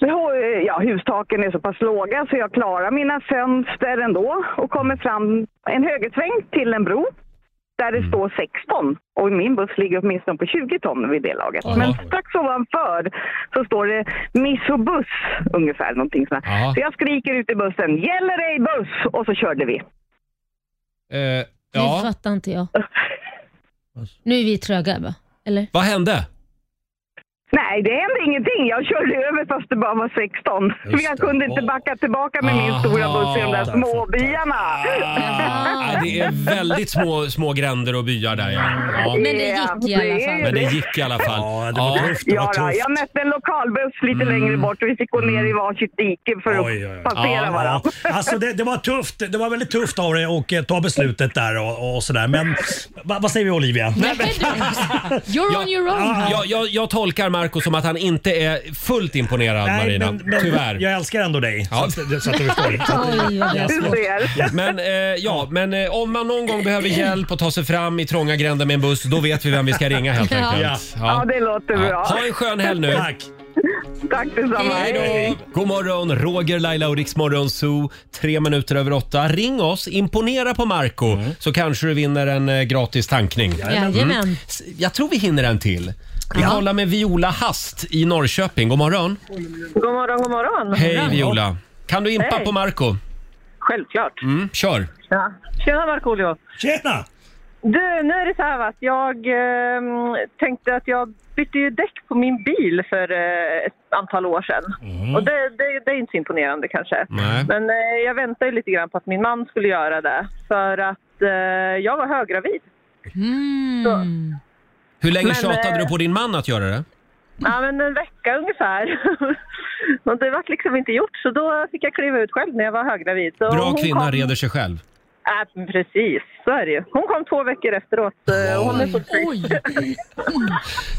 S6: så, eh, ja, hustaken är så pass låga så jag klarar mina fönster ändå och kommer fram en högersväng till en bro där det står 16 och i min buss ligger åtminstone på 20 ton vid det laget.
S1: Jaha.
S6: Men strax ovanför så står det miss och buss ungefär någonting sånt. här.
S1: Jaha.
S6: Så jag skriker ut i bussen, gäller ej buss! Och så körde vi.
S1: Eh,
S3: Det
S1: ja, Alltså.
S3: fattar inte jag. Nu är vi tröga va? Eller?
S1: vad hände?
S6: Nej, det hände ingenting. Jag körde över fast det bara var 16.
S5: Just
S6: Men jag
S5: det.
S6: kunde inte
S5: Åh.
S6: backa tillbaka med min
S1: Aha.
S6: stora buss i de där
S5: Fattar,
S6: småbyarna.
S1: Ah, det är väldigt små, små gränder och byar där ja. ja.
S3: Men det gick i alla fall.
S1: Men det gick i alla fall.
S5: Ja, det var tufft. Det
S6: Ja,
S5: var
S6: då,
S5: tufft.
S6: jag mötte en lokalbuss lite längre bort och vi fick gå ner i varsitt dike för att
S5: Oj, oj, oj.
S6: passera
S1: Ja,
S6: varandra.
S5: Ja, alltså det, det var tufft. Det var väldigt tufft av dig att eh, ta beslutet där och, och sådär. Men va, vad säger vi Olivia?
S4: You're
S1: Ja.
S4: on your own.
S1: Jag, jag, jag tolkar Marco som att han inte är fullt imponerad Marina.
S5: men- men
S1: Tyvärr.
S5: Jag älskar ändå dig.
S1: Ja.
S5: Så, att, så att du förstår. Så att-
S3: Oj, vad bra.
S6: Du ser.
S1: Men, eh, ja, men eh, om man någon gång behöver hjälp att ta sig fram i trånga gränder med en buss, då vet vi vem vi ska ringa helt
S3: Ja.
S1: enkelt.
S6: Ja, det låter bra.
S1: Ha en skön helg nu.
S5: Tack!
S11: Tack detsamma.
S1: Hej då! God morgon, Roger, Laila och Riksmorgon Zoo. Tre minuter över åtta. Ring oss, imponera på Marco så kanske du vinner en eh, gratis tankning. Mm.
S3: Jajamän.
S1: S- Jag tror vi hinner en till. Vi kollar med Viola Hast i Norrköping. God morgon.
S11: God morgon, god morgon.
S1: Hej Viola. Kan du impa
S11: Hej.
S1: på Marco?
S11: Självklart.
S1: Mm, kör.
S11: Ja. Tjena Markoolio.
S5: Tjena!
S11: Du, nu är det så här va, att jag ehm, tänkte att jag bytte ju däck på min bil för eh, ett antal år sedan. Och det, det, det är inte så imponerande kanske.
S1: Mm. Nej.
S11: Men eh, jag väntade ju lite grann på att min man skulle göra det för att eh, jag var höggravid.
S3: Mm.
S1: Hur länge
S11: Men,
S1: tjatade
S11: eh,
S1: du på din man att göra det?
S11: Ja, men en vecka ungefär. och det var liksom inte gjort så då fick jag kliva ut själv när jag var höggravid. Så
S1: Bra
S11: hon
S1: kvinna
S11: kom...
S1: reder sig
S11: Ja,
S1: själv.
S11: men Äh, precis. Så är det ju. Hon kom två veckor efteråt. eh, och Hon är så trygg.
S3: Oj,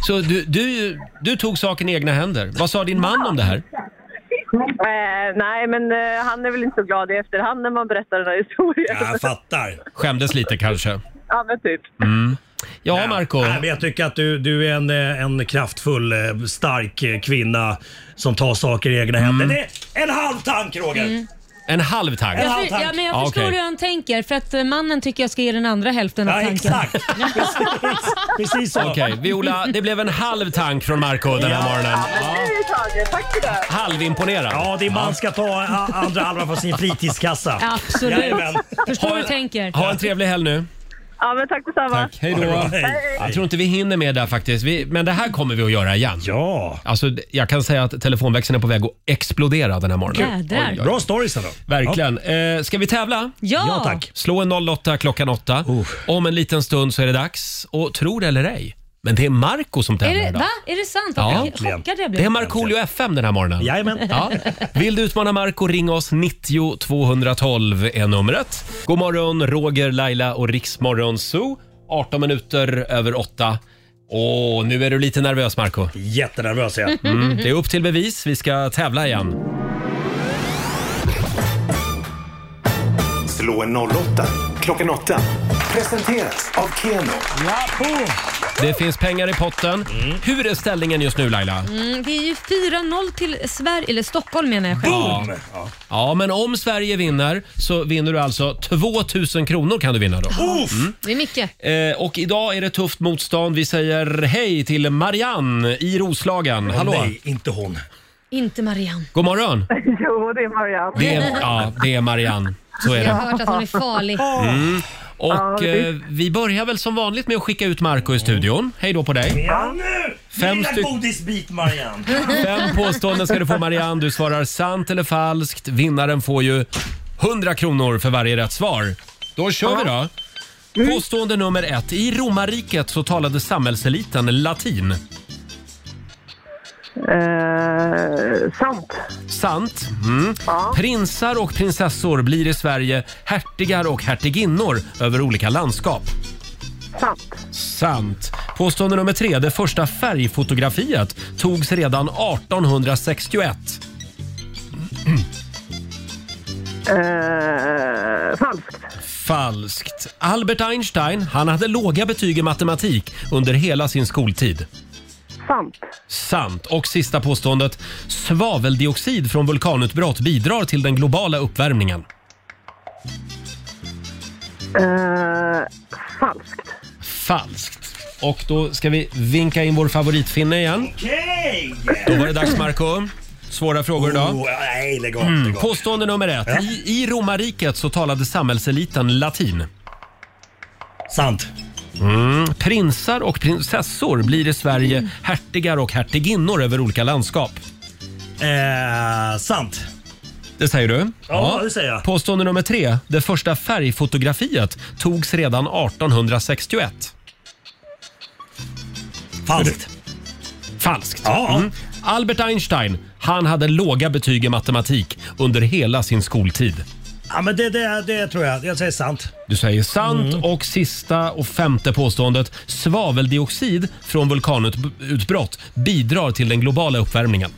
S1: Så du, du, du tog saken i egna händer. Vad sa din man om det här?
S11: Eh, nej, men eh, han är väl inte så glad i efterhand när man berättar den här historien.
S5: Ja, Jag fattar.
S1: Skämdes lite kanske. Mm.
S11: ja, men typ.
S1: Ja, Marco.
S5: Nej, men jag tycker att du, du är en, eh, en kraftfull, eh, stark eh, kvinna som tar saker i egna händer. Det är en halv tank, Roger!
S1: Mm.
S3: Mm.
S1: En halv tank.
S5: En
S3: Jag
S5: halv
S3: för, ja,
S5: tank.
S3: men
S1: Ja,
S3: jag förstår
S1: Ah, okej.
S3: hur han tänker för att eh, mannen tycker jag ska ge den andra hälften av
S5: Ja,
S3: tanken.
S5: exakt. Precis- Precis så.
S1: Okej, Viola, det blev en halv tank från Marco den här morgonen.
S11: Det är taget. Tack för det.
S1: Halvimponerad.
S5: Ja, din man ska ta a- andra halvan från sin fritidskassa.
S3: Absolut.
S5: Jajamän.
S3: Förstår hur du tänker.
S1: Ha en trevlig helg nu.
S11: Ja, men tack detsamma.
S1: Hej
S5: Ha det bra,
S1: då.
S5: hej.
S1: Jag tror inte vi hinner med det här faktiskt, vi, men det här kommer vi att göra igen.
S5: Ja,
S1: Alltså, jag kan säga att telefonväxeln är på väg att explodera den här morgonen.
S3: Jädrar.
S1: Oj, oj, oj.
S5: bra stories ändå.
S1: Verkligen. Eh, ska vi tävla?
S3: Ja.
S5: Ja, tack.
S1: Slå en 08 klockan 8. Om en liten stund så är det dags. Och tro det eller ej, men det är Marco som
S3: Är
S1: tävlar
S3: det,
S1: idag.
S3: va? Är det sant?
S1: Ja.
S3: Vad
S5: Äntligen.
S3: chockad jag
S1: Det är
S3: blev.
S1: Markoolio FM den här morgonen.
S5: Jajamän.
S1: Ja. Vill du utmana Marco ring oss 90 212 är numret. God morgon Roger, Laila och Riksmorgon Zoo. 18 minuter över 8. Åh, nu är du lite nervös Marco.
S5: Jättenervös är jag.
S1: Mm. Det är upp till bevis. Vi ska tävla igen.
S2: Slå en 08 klockan 8. Presenteras av Keno.
S1: Det finns pengar i potten. Hur är ställningen just nu Laila?
S3: Mm, det är ju 4-0 till Sverige, eller Stockholm menar jag själv.
S1: Ja. ja, men om Sverige vinner så vinner du alltså 2000 kronor kan du vinna då.
S5: Uff!
S1: Mm.
S3: Det är mycket.
S1: Eh, och idag är det tufft motstånd. Vi säger hej till Marianne i Roslagen. Hallå!
S5: Nej, inte hon.
S3: Inte Marianne.
S1: God morgon!
S11: Jo, det är Marianne.
S1: Det är, ja, det är Marianne. Så är
S3: Jag
S1: det. Mm.
S3: har hört att hon är farlig.
S1: Och eh, vi börjar väl som vanligt med att skicka ut Marco i studion. Hej då på dig.
S5: Ja, nu!
S1: Fem
S5: Lilla
S1: styck-
S5: godisbit, Marianne.
S1: Fem påståenden ska du få Marianne. Du svarar sant eller falskt. Vinnaren får ju 100 kronor för varje rätt svar. Då kör vi då. Påstående nummer ett. I romarriket så talade samhällseliten latin.
S11: Eh, sant.
S1: Sant. Mm. Prinsar och prinsessor blir i Sverige hertigar och hertiginnor över olika landskap.
S11: Sant.
S1: Sant. Påstående nummer tre. Det första färgfotografiet togs redan 1861.
S11: Eh, falskt.
S1: Falskt. Albert Einstein han hade låga betyg i matematik under hela sin skoltid.
S11: Sant.
S1: Sant. Och sista påståendet. Svaveldioxid från vulkanutbrott bidrar till den globala uppvärmningen.
S11: Eh, falskt.
S1: Falskt. Och då ska vi vinka in vår favoritfinne igen.
S5: Okej!
S1: Då var det dags Marco. Svåra frågor idag. Mm.
S5: Oh, nej, lägg av. Lägg av.
S1: Påstående nummer ett. I, I romarriket så talade samhällseliten latin.
S5: Sant.
S1: Mm. Prinsar och prinsessor blir i
S5: Mm.
S1: Sverige hertigar och hertiginnor över olika landskap.
S5: Eh, sant.
S1: Det säger du? Ja,
S5: det säger jag.
S1: Påstående nummer tre. Det första färgfotografiet togs redan 1861.
S5: Falskt.
S1: Falskt. Mm.
S5: Ja.
S1: Albert Einstein, han hade låga betyg i matematik under hela sin skoltid.
S5: Ja, men det, det, det tror jag. Jag säger sant.
S1: Du säger sant
S5: Mm.
S1: och sista och femte påståendet. Svaveldioxid från vulkanutbrott bidrar till den globala uppvärmningen.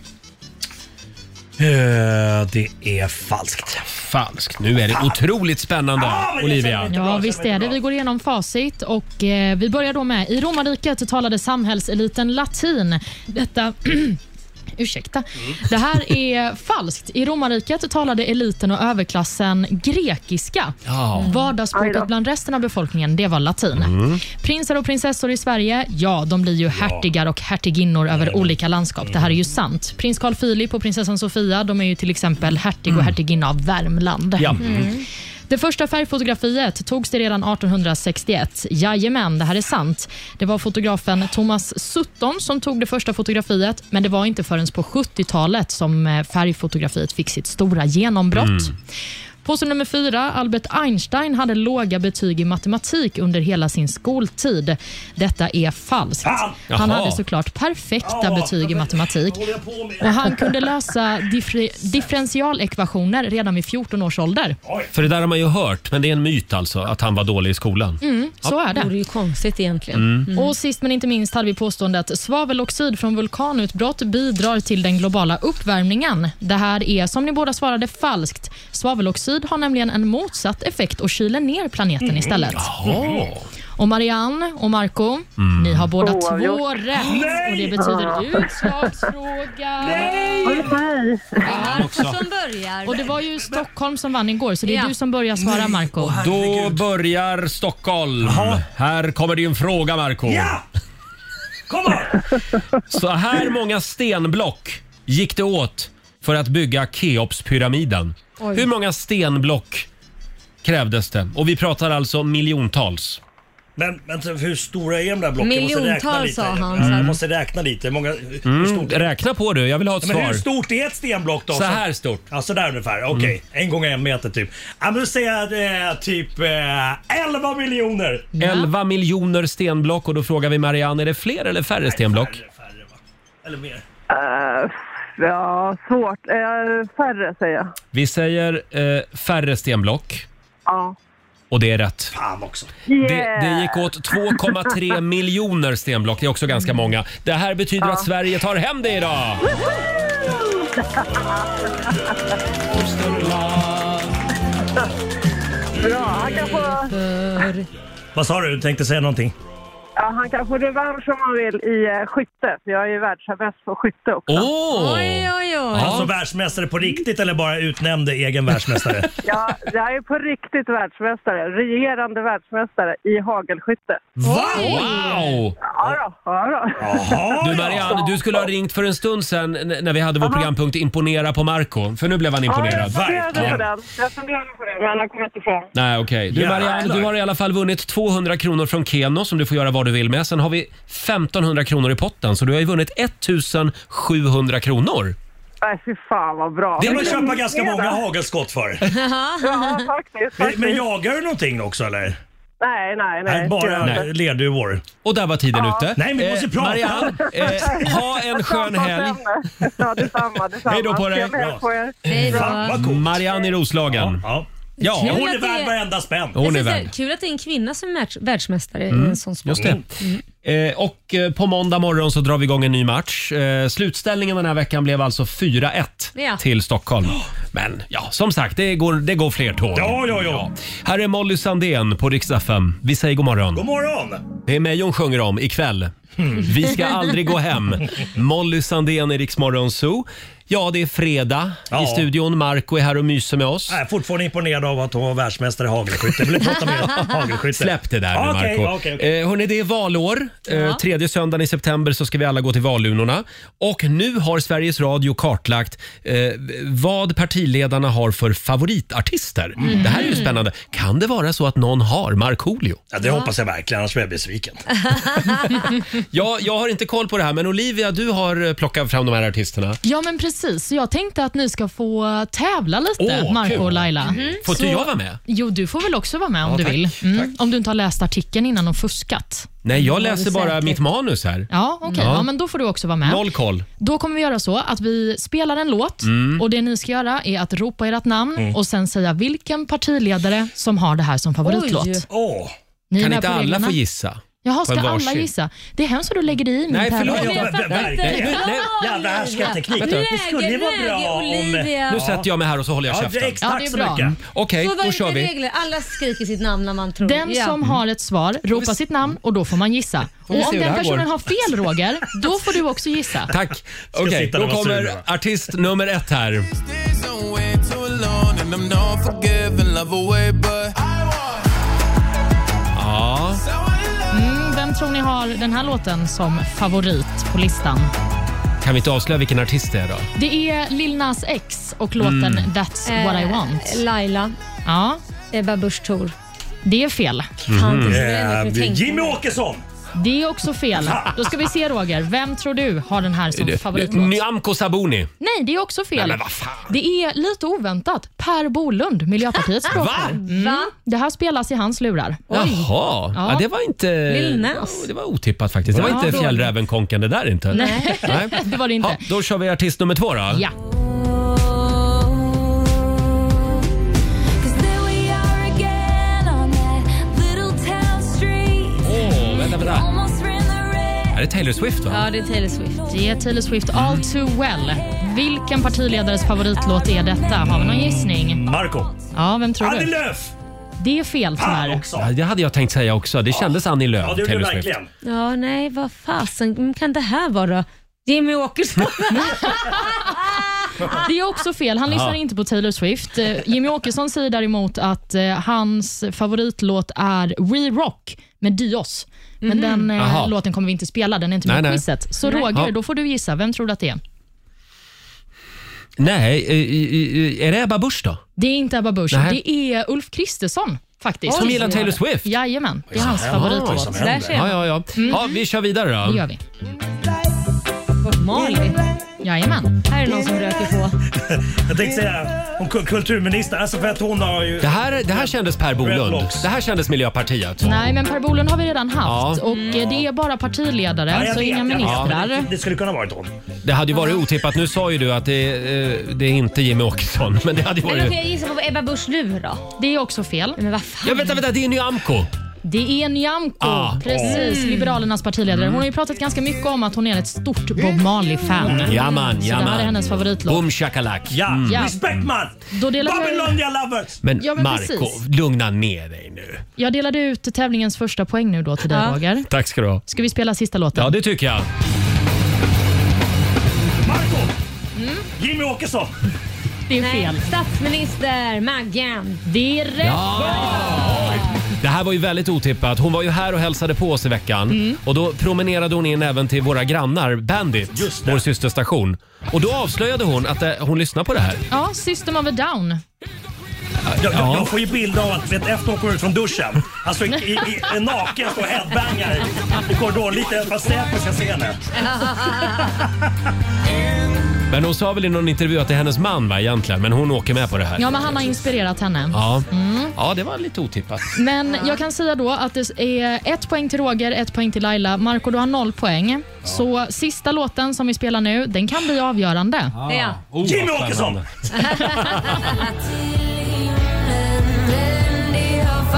S5: Eh, det är falskt.
S1: Falskt. Nu är det otroligt spännande,
S5: men jag
S1: Olivia.
S5: känner-
S4: Ja, visst är det. Vi går igenom facit och eh, vi börjar då med i romarriket talade samhällseliten latin. Detta Ursäkta.
S5: Mm.
S4: Det här är falskt. I romarriket talade eliten och överklassen grekiska. Mm.
S1: Ja.
S10: Aj
S4: Vardagsspråket
S10: då.
S4: bland resten av befolkningen, det var latin.
S5: Mm.
S1: Mm.
S4: Prinsar och prinsessor i Sverige, ja, de blir ju hertigar och hertiginnor
S5: Mm.
S4: över olika landskap. Det här är ju sant. Prins Carl Philip och prinsessan Sofia, de är ju till exempel hertig
S5: Mm.
S4: och hertiginna av Värmland. Mm.
S1: Ja.
S3: Mm.
S1: Mm.
S4: Det första färgfotografiet togs det redan 1861. Jajamän, det här är sant. Det var fotografen Thomas Sutton som tog det första fotografiet, men det var inte förrän på 70-talet som eh, färgfotografiet fick sitt stora genombrott.
S3: Mm.
S1: Mm.
S4: Påse nummer fyra, Albert Einstein hade låga betyg i matematik under hela sin skoltid. Detta är falskt.
S5: Fan!
S4: Han
S1: Jaha.
S4: hade såklart perfekta
S5: Ja,
S4: betyg i
S5: men-
S4: matematik.
S5: Vad håller jag på med?
S4: Och han kunde lösa diffre- differentialekvationer redan vid 14 års ålder.
S1: För det där har man ju hört, men det är en myt alltså att han var dålig i skolan.
S4: Mm, Så är
S3: Det
S4: det.
S3: vore ju konstigt egentligen. Mm.
S4: Och sist men inte minst hade vi påståendet att svaveloxid från vulkanutbrott bidrar till den globala uppvärmningen. Det här är, som ni båda svarade, falskt. Svaveloxid har nämligen en motsatt effekt och kyler ner planeten istället. Mm.
S1: Åh.
S4: Och Marianne och Marco, ni har båda två rätt. Och det betyder utslagsfråga.
S3: Marco som börjar.
S4: Och det var ju Stockholm som vann igår, så det är
S3: Ja.
S4: du som börjar svara, Marco.
S1: Då börjar Stockholm. Här kommer din fråga Marco.
S5: Ja! Kom on!
S1: Så här många stenblock gick det åt för att bygga Keopspyramiden. Hur många stenblock krävdes det? Och vi pratar alltså miljontals.
S5: Men vänta, hur stora är de där blocken?
S3: Miljontal,
S5: jag måste räkna lite.
S3: sa han,
S5: Ja,
S3: så
S1: Mm,
S5: Jag
S3: att-
S5: måste räkna lite. Hur Många, hur stort är det?
S1: Räkna på du, jag vill ha ett
S5: Men hur
S1: svar.
S5: stort är ett stenblock då?
S1: Så här stort. Mm.
S5: Ja, sådär ungefär. Okej, en gång en meter typ. Ja, men då säger jag eh, typ eh, 11 miljoner.
S1: 11 miljoner stenblock och då frågar vi Marianne, är det fler eller färre stenblock?
S5: Färre, färre, va? Eller mer.
S10: Eh, ja, svårt. Eh, färre säger jag.
S1: Vi säger eh, färre stenblock
S10: Ja.
S1: och det är rätt.
S5: Fan också.
S1: Det, det gick åt 2,3 miljoner stenblock. Det är också ganska många. Det här betyder att Sverige tar hem det idag!
S10: Bra, han kan få,
S5: Vad sa du? Du tänkte säga någonting?
S10: ja, han kan få revansch om han vill i eh, skytte. För jag är ju världsbäst på skytte också.
S1: Åh!
S3: Oj, oj, oj.
S5: Alltså världsmästare på riktigt eller bara utnämnde egen världsmästare?
S10: Jag, jag är på riktigt världsmästare. Regerande världsmästare i hagelskytte.
S5: Va?
S1: Wow!
S10: Ja då, ja då.
S5: Jaha,
S1: Du
S5: ja.
S1: Marianne, du skulle ha ringt för en stund sen n- när vi hade vår programpunkt Imponera på Marco för nu blev han
S10: Ja, jag
S1: imponerad.
S10: funderade
S5: verkligen.
S10: på den. Jag funderade på den, men han kom inte ifrån.
S1: Nej, okej. Du Marianne,
S5: Jävlar.
S1: du har i alla fall vunnit 200 kronor från Keno som du får göra vad du vill med. Sen har vi 1500 kronor i potten så du har ju vunnit 1700 kronor.
S10: Nej, fy fan vad bra.
S5: Det kan man köpa ganska många hagelskott för.
S10: Ja, faktiskt.
S5: Men,
S10: faktiskt.
S5: men jagar du någonting också eller?
S10: Nej, nej, nej.
S5: Nej, bara
S1: Nej.
S5: lerduvor.
S1: Och där var tiden ute.
S5: Nej, vi måste prata.
S1: Marianne, eh, ha en skön helg.
S10: Ja, detsamma, detsamma.
S1: Hej då på dig.
S10: Trevlig helg på er.
S3: Hej då.
S5: Fan vad coolt.
S1: Marianne i Roslagen.
S5: Ja.
S1: Ja,
S3: Kul.
S1: hon-
S5: Hon är
S3: att det
S5: värd
S3: är-
S5: varenda spänn.
S1: hon är
S3: Jag ska
S1: värd.
S3: säga,
S1: Mm.
S3: Kul att det är en kvinna som är världs- världsmästare i en sån Mm. sport.
S1: Just det. Eh, och eh, på måndag morgon så drar vi igång en ny match. Eh, slutställningen den här veckan blev alltså 4-1
S3: Ja.
S1: till Stockholm. Men ja, som sagt, det går, det går fler tåg.
S5: Ja, ja, ja.
S1: Här är Molly Sandén på Rix FM. Vi säger god morgon.
S5: God morgon!
S1: Det är mig hon sjunger om ikväll. Vi ska aldrig gå hem. Molly Sandén i Rix Morgon Zoo. Ja, det är fredag i
S5: Ja.
S1: studion. Marco är här och myser med oss.
S5: Jag är fortfarande imponerad av att hon var världsmästare i hagelskytte. Jag vill prata mer om hagelskytte.
S1: Släpp det där nu,
S5: Okej,
S1: Marco.
S5: okej, okej.
S1: Eh, hörni, det är valår. Eh, tredje söndagen i september så ska vi alla gå till valurnorna. Och nu har Sveriges Radio kartlagt eh, vad partiledarna har för favoritartister. Det här är ju spännande. Kan det vara så att någon har Markoolio?
S5: Ja, det hoppas jag verkligen, annars blir jag besviken.
S1: Ja, jag har inte koll på det här, men Olivia, du har eh, plockat fram de här artisterna.
S4: Ja, men precis. Så Jag tänkte att ni ska få tävla lite,
S1: Åh,
S4: Marco
S1: kul. Mhm.
S4: och Laila. Mm-hmm.
S1: Får inte
S4: Så-
S1: jag vara med?
S4: Jo, du får väl också vara med om du vill. Mm. Om du inte har läst artikeln innan och fuskat.
S1: Nej, jag läser
S3: det
S1: bara
S3: säkert.
S1: mitt manus här.
S4: Ja, okej. Ja. men då får du också vara med.
S1: Noll koll. Mm.
S4: Då kommer vi göra så att vi spelar en låt och det ni ska göra är att ropa ert namn och sen säga vilken partiledare som har det här som favoritlåt.
S3: Oj.
S5: Åh!
S4: Ni är
S1: Kan
S4: med
S1: inte
S4: på
S1: alla
S4: reglerna.
S1: få gissa?
S4: Jaha,
S1: På
S4: ska
S1: en
S4: alla
S1: varsin.
S4: gissa? Mm, Det är hemskt att du lägger dig i min
S1: Nej,
S4: Per.
S1: förlåt.
S4: Jag
S1: Ja,
S4: fattar
S1: men-
S4: inte.
S1: nej, nej, nej.
S5: Jävla härskarteknik.
S1: Vänta.
S5: Det skulle vara bra om...
S1: Nu sätter jag mig här och så håller jag
S5: Ja,
S1: käften.
S5: direkt.
S4: Ja, det
S5: Tack
S4: är
S5: så
S4: bra.
S5: mycket.
S1: Okej,
S3: Så var
S1: då
S3: det
S1: kör
S3: inte
S1: vi.
S3: regler. Alla skriker sitt namn när man tror.
S4: Den
S3: Ja.
S4: som har ett svar ropar sitt namn och då får man gissa.
S1: Mm. vi
S4: Och
S1: se
S4: om
S1: hur det
S4: den
S1: här
S4: personen
S1: går.
S4: har fel, Roger, då får du också gissa.
S1: Tack. Okej,
S5: sitta där
S1: då
S5: och vara sur
S1: kommer
S5: nu, va?
S1: artist nummer ett här. Ja,
S4: Mm, vem tror ni har den här låten som favorit på listan?
S1: kan vi inte avslöja vilken artist det är då?
S4: Det är Lil Nas X och låten That's what I want.
S3: Eh, Laila,
S4: Ja,
S3: Ebba Busch Thor.
S4: det är fel.
S5: Eh, Jimmy Åkesson!
S4: Det är också fel. Då ska vi se, Roger. Vem tror du har den här som favoritlåt?
S1: Nyamko Sabuni.
S4: Nej, det är också fel.
S1: men vad fan.
S4: Det är lite oväntat Per Bolund, Miljöpartiets språkrör. Mm. Det här spelas i hans lurar.
S1: Jaha, ja.
S4: Ja.
S1: det var inte...
S3: Lill Nas.
S1: Ja, Det var otippat faktiskt. Det var
S4: Ja,
S1: inte
S4: då-
S1: fjällräven-konken det där inte.
S3: Nej.
S4: Det var det inte.
S1: Ja, då kör vi artist nummer två då.
S4: Ja.
S1: Åh, vänta, vänta. Är det Taylor Swift va?
S3: Ja, det är Taylor Swift.
S4: Det är Taylor Swift, All Too Well. Vilken partiledares favoritlåt är detta? Har vi någon gissning?
S5: Marco
S4: Ja, vem tror
S5: Annie
S4: du?
S5: Lööf!
S4: Det är fel
S5: Fan
S4: tyvärr.
S5: också!
S1: Ja, det hade jag tänkt säga också. Det kändes Annie Lööf,
S5: Ja, det gjorde du
S1: Taylor Swift.
S5: verkligen.
S3: Ja, nej, vad fasen kan det här vara? Jimmy Åkesson.
S4: Det är också fel. Han lyssnar
S1: Ja.
S4: inte på Taylor Swift. Eh, Jimmy Åkesson säger däremot att eh, hans favoritlåt är We Rock med Dios. Men den eh,
S1: Jaha.
S4: låten kommer vi inte spela, den är inte
S1: Nej,
S4: med i
S1: nej.
S4: quizet. Så
S1: Ja.
S4: Roger, då får du gissa. Vem tror du att det är?
S1: Nej, eh, eh, eh, är det Ebba Busch då?
S4: Det är inte Ebba Busch,
S1: Nej.
S4: det är Ulf Kristersson faktiskt.
S1: Som gillar Taylor Swift?
S4: Jajamän, det är hans favoritlåt.
S5: Oj, som
S3: Där
S5: händer.
S3: ser man.
S1: Ja, ja, ja. ja vi kör vidare då.
S4: Mm. Det gör vi.
S3: Malin.
S4: Jajamän.
S3: Här är någon som röker på.
S5: Jag tänkte säga, hon ku- kulturminister, alltså för att hon har ju...
S1: Det här, det här kändes Per Bolund.
S5: Redlocks.
S1: Det här kändes Miljöpartiet.
S4: Nej, men Per Bolund har vi redan haft
S1: Ja.
S4: och eh, det är bara partiledare,
S5: Mm. Ja, jag
S4: så
S5: vet,
S4: inga
S5: jag vet.
S4: ministrar.
S5: Det- Det skulle kunna varit hon.
S1: Det hade ju varit otippat. Nu sa ju du att det, eh, det är inte Jimmy Åkesson, men det hade ju
S3: Men okej,
S1: varit...
S3: jag gissar på Ebba Busch nu då.
S4: Det är också fel.
S3: Men vad fan.
S1: Ja, vänta, vänta, det är Nyamko.
S4: Det är Nyamko,
S1: Ah.
S4: precis,
S5: Mm.
S4: Liberalernas partiledare.
S3: Mm.
S4: Hon har ju pratat ganska mycket om att hon är ett stort Bob Marley-fan.
S3: Mm.
S1: Mm. Jaman,
S4: Så det här är
S1: jaman.
S4: hennes favoritlåt.
S1: Boom shakalak. Mm.
S5: Ja,
S4: Ja.
S5: respect man!
S4: Då delar vi-
S5: Babylonia lovers!
S1: Men,
S4: Ja, men
S1: Marco,
S4: precis.
S1: lugna ner dig nu.
S4: Jag delade ut tävlingens första poäng nu då till dig Roger.
S1: Tack ska du ha.
S4: Ska vi spela sista låten?
S1: Ja, det tycker jag.
S5: Marco Jimmy Åkesson!
S4: Mm, det är fel.
S3: Nej, statsminister Maggan.
S4: Det är rätt.
S1: Det här var ju väldigt otippat. Hon var ju här och hälsade på oss i veckan.
S4: Mm.
S1: Och då promenerade hon in även till våra grannar Bandit,
S5: Just det.
S1: vår systerstation. Och då avslöjade hon att eh, hon lyssnar på det här.
S4: Ja, System of a Down.
S5: Jag, jag,
S1: Ja.
S5: jag får ju bild av att vet, efter hon kommer ut från duschen, alltså i, i, i, naken står och headbangar i korridoren. Lite vad Säpo ska se henne.
S1: Men hon sa väl i någon intervju att det är hennes man va egentligen, men hon åker med på det här.
S4: Ja, men Mm. han har inspirerat henne.
S1: Ja, ja det var lite otippat.
S4: Men jag kan säga då att det är ett poäng till Roger, ett poäng till Laila. Marco, du har noll poäng. Så sista låten som vi spelar nu, den kan bli avgörande.
S5: Ah.
S3: Ja.
S1: Oh,
S5: Jimmy
S1: vad spännande.
S5: Åkesson!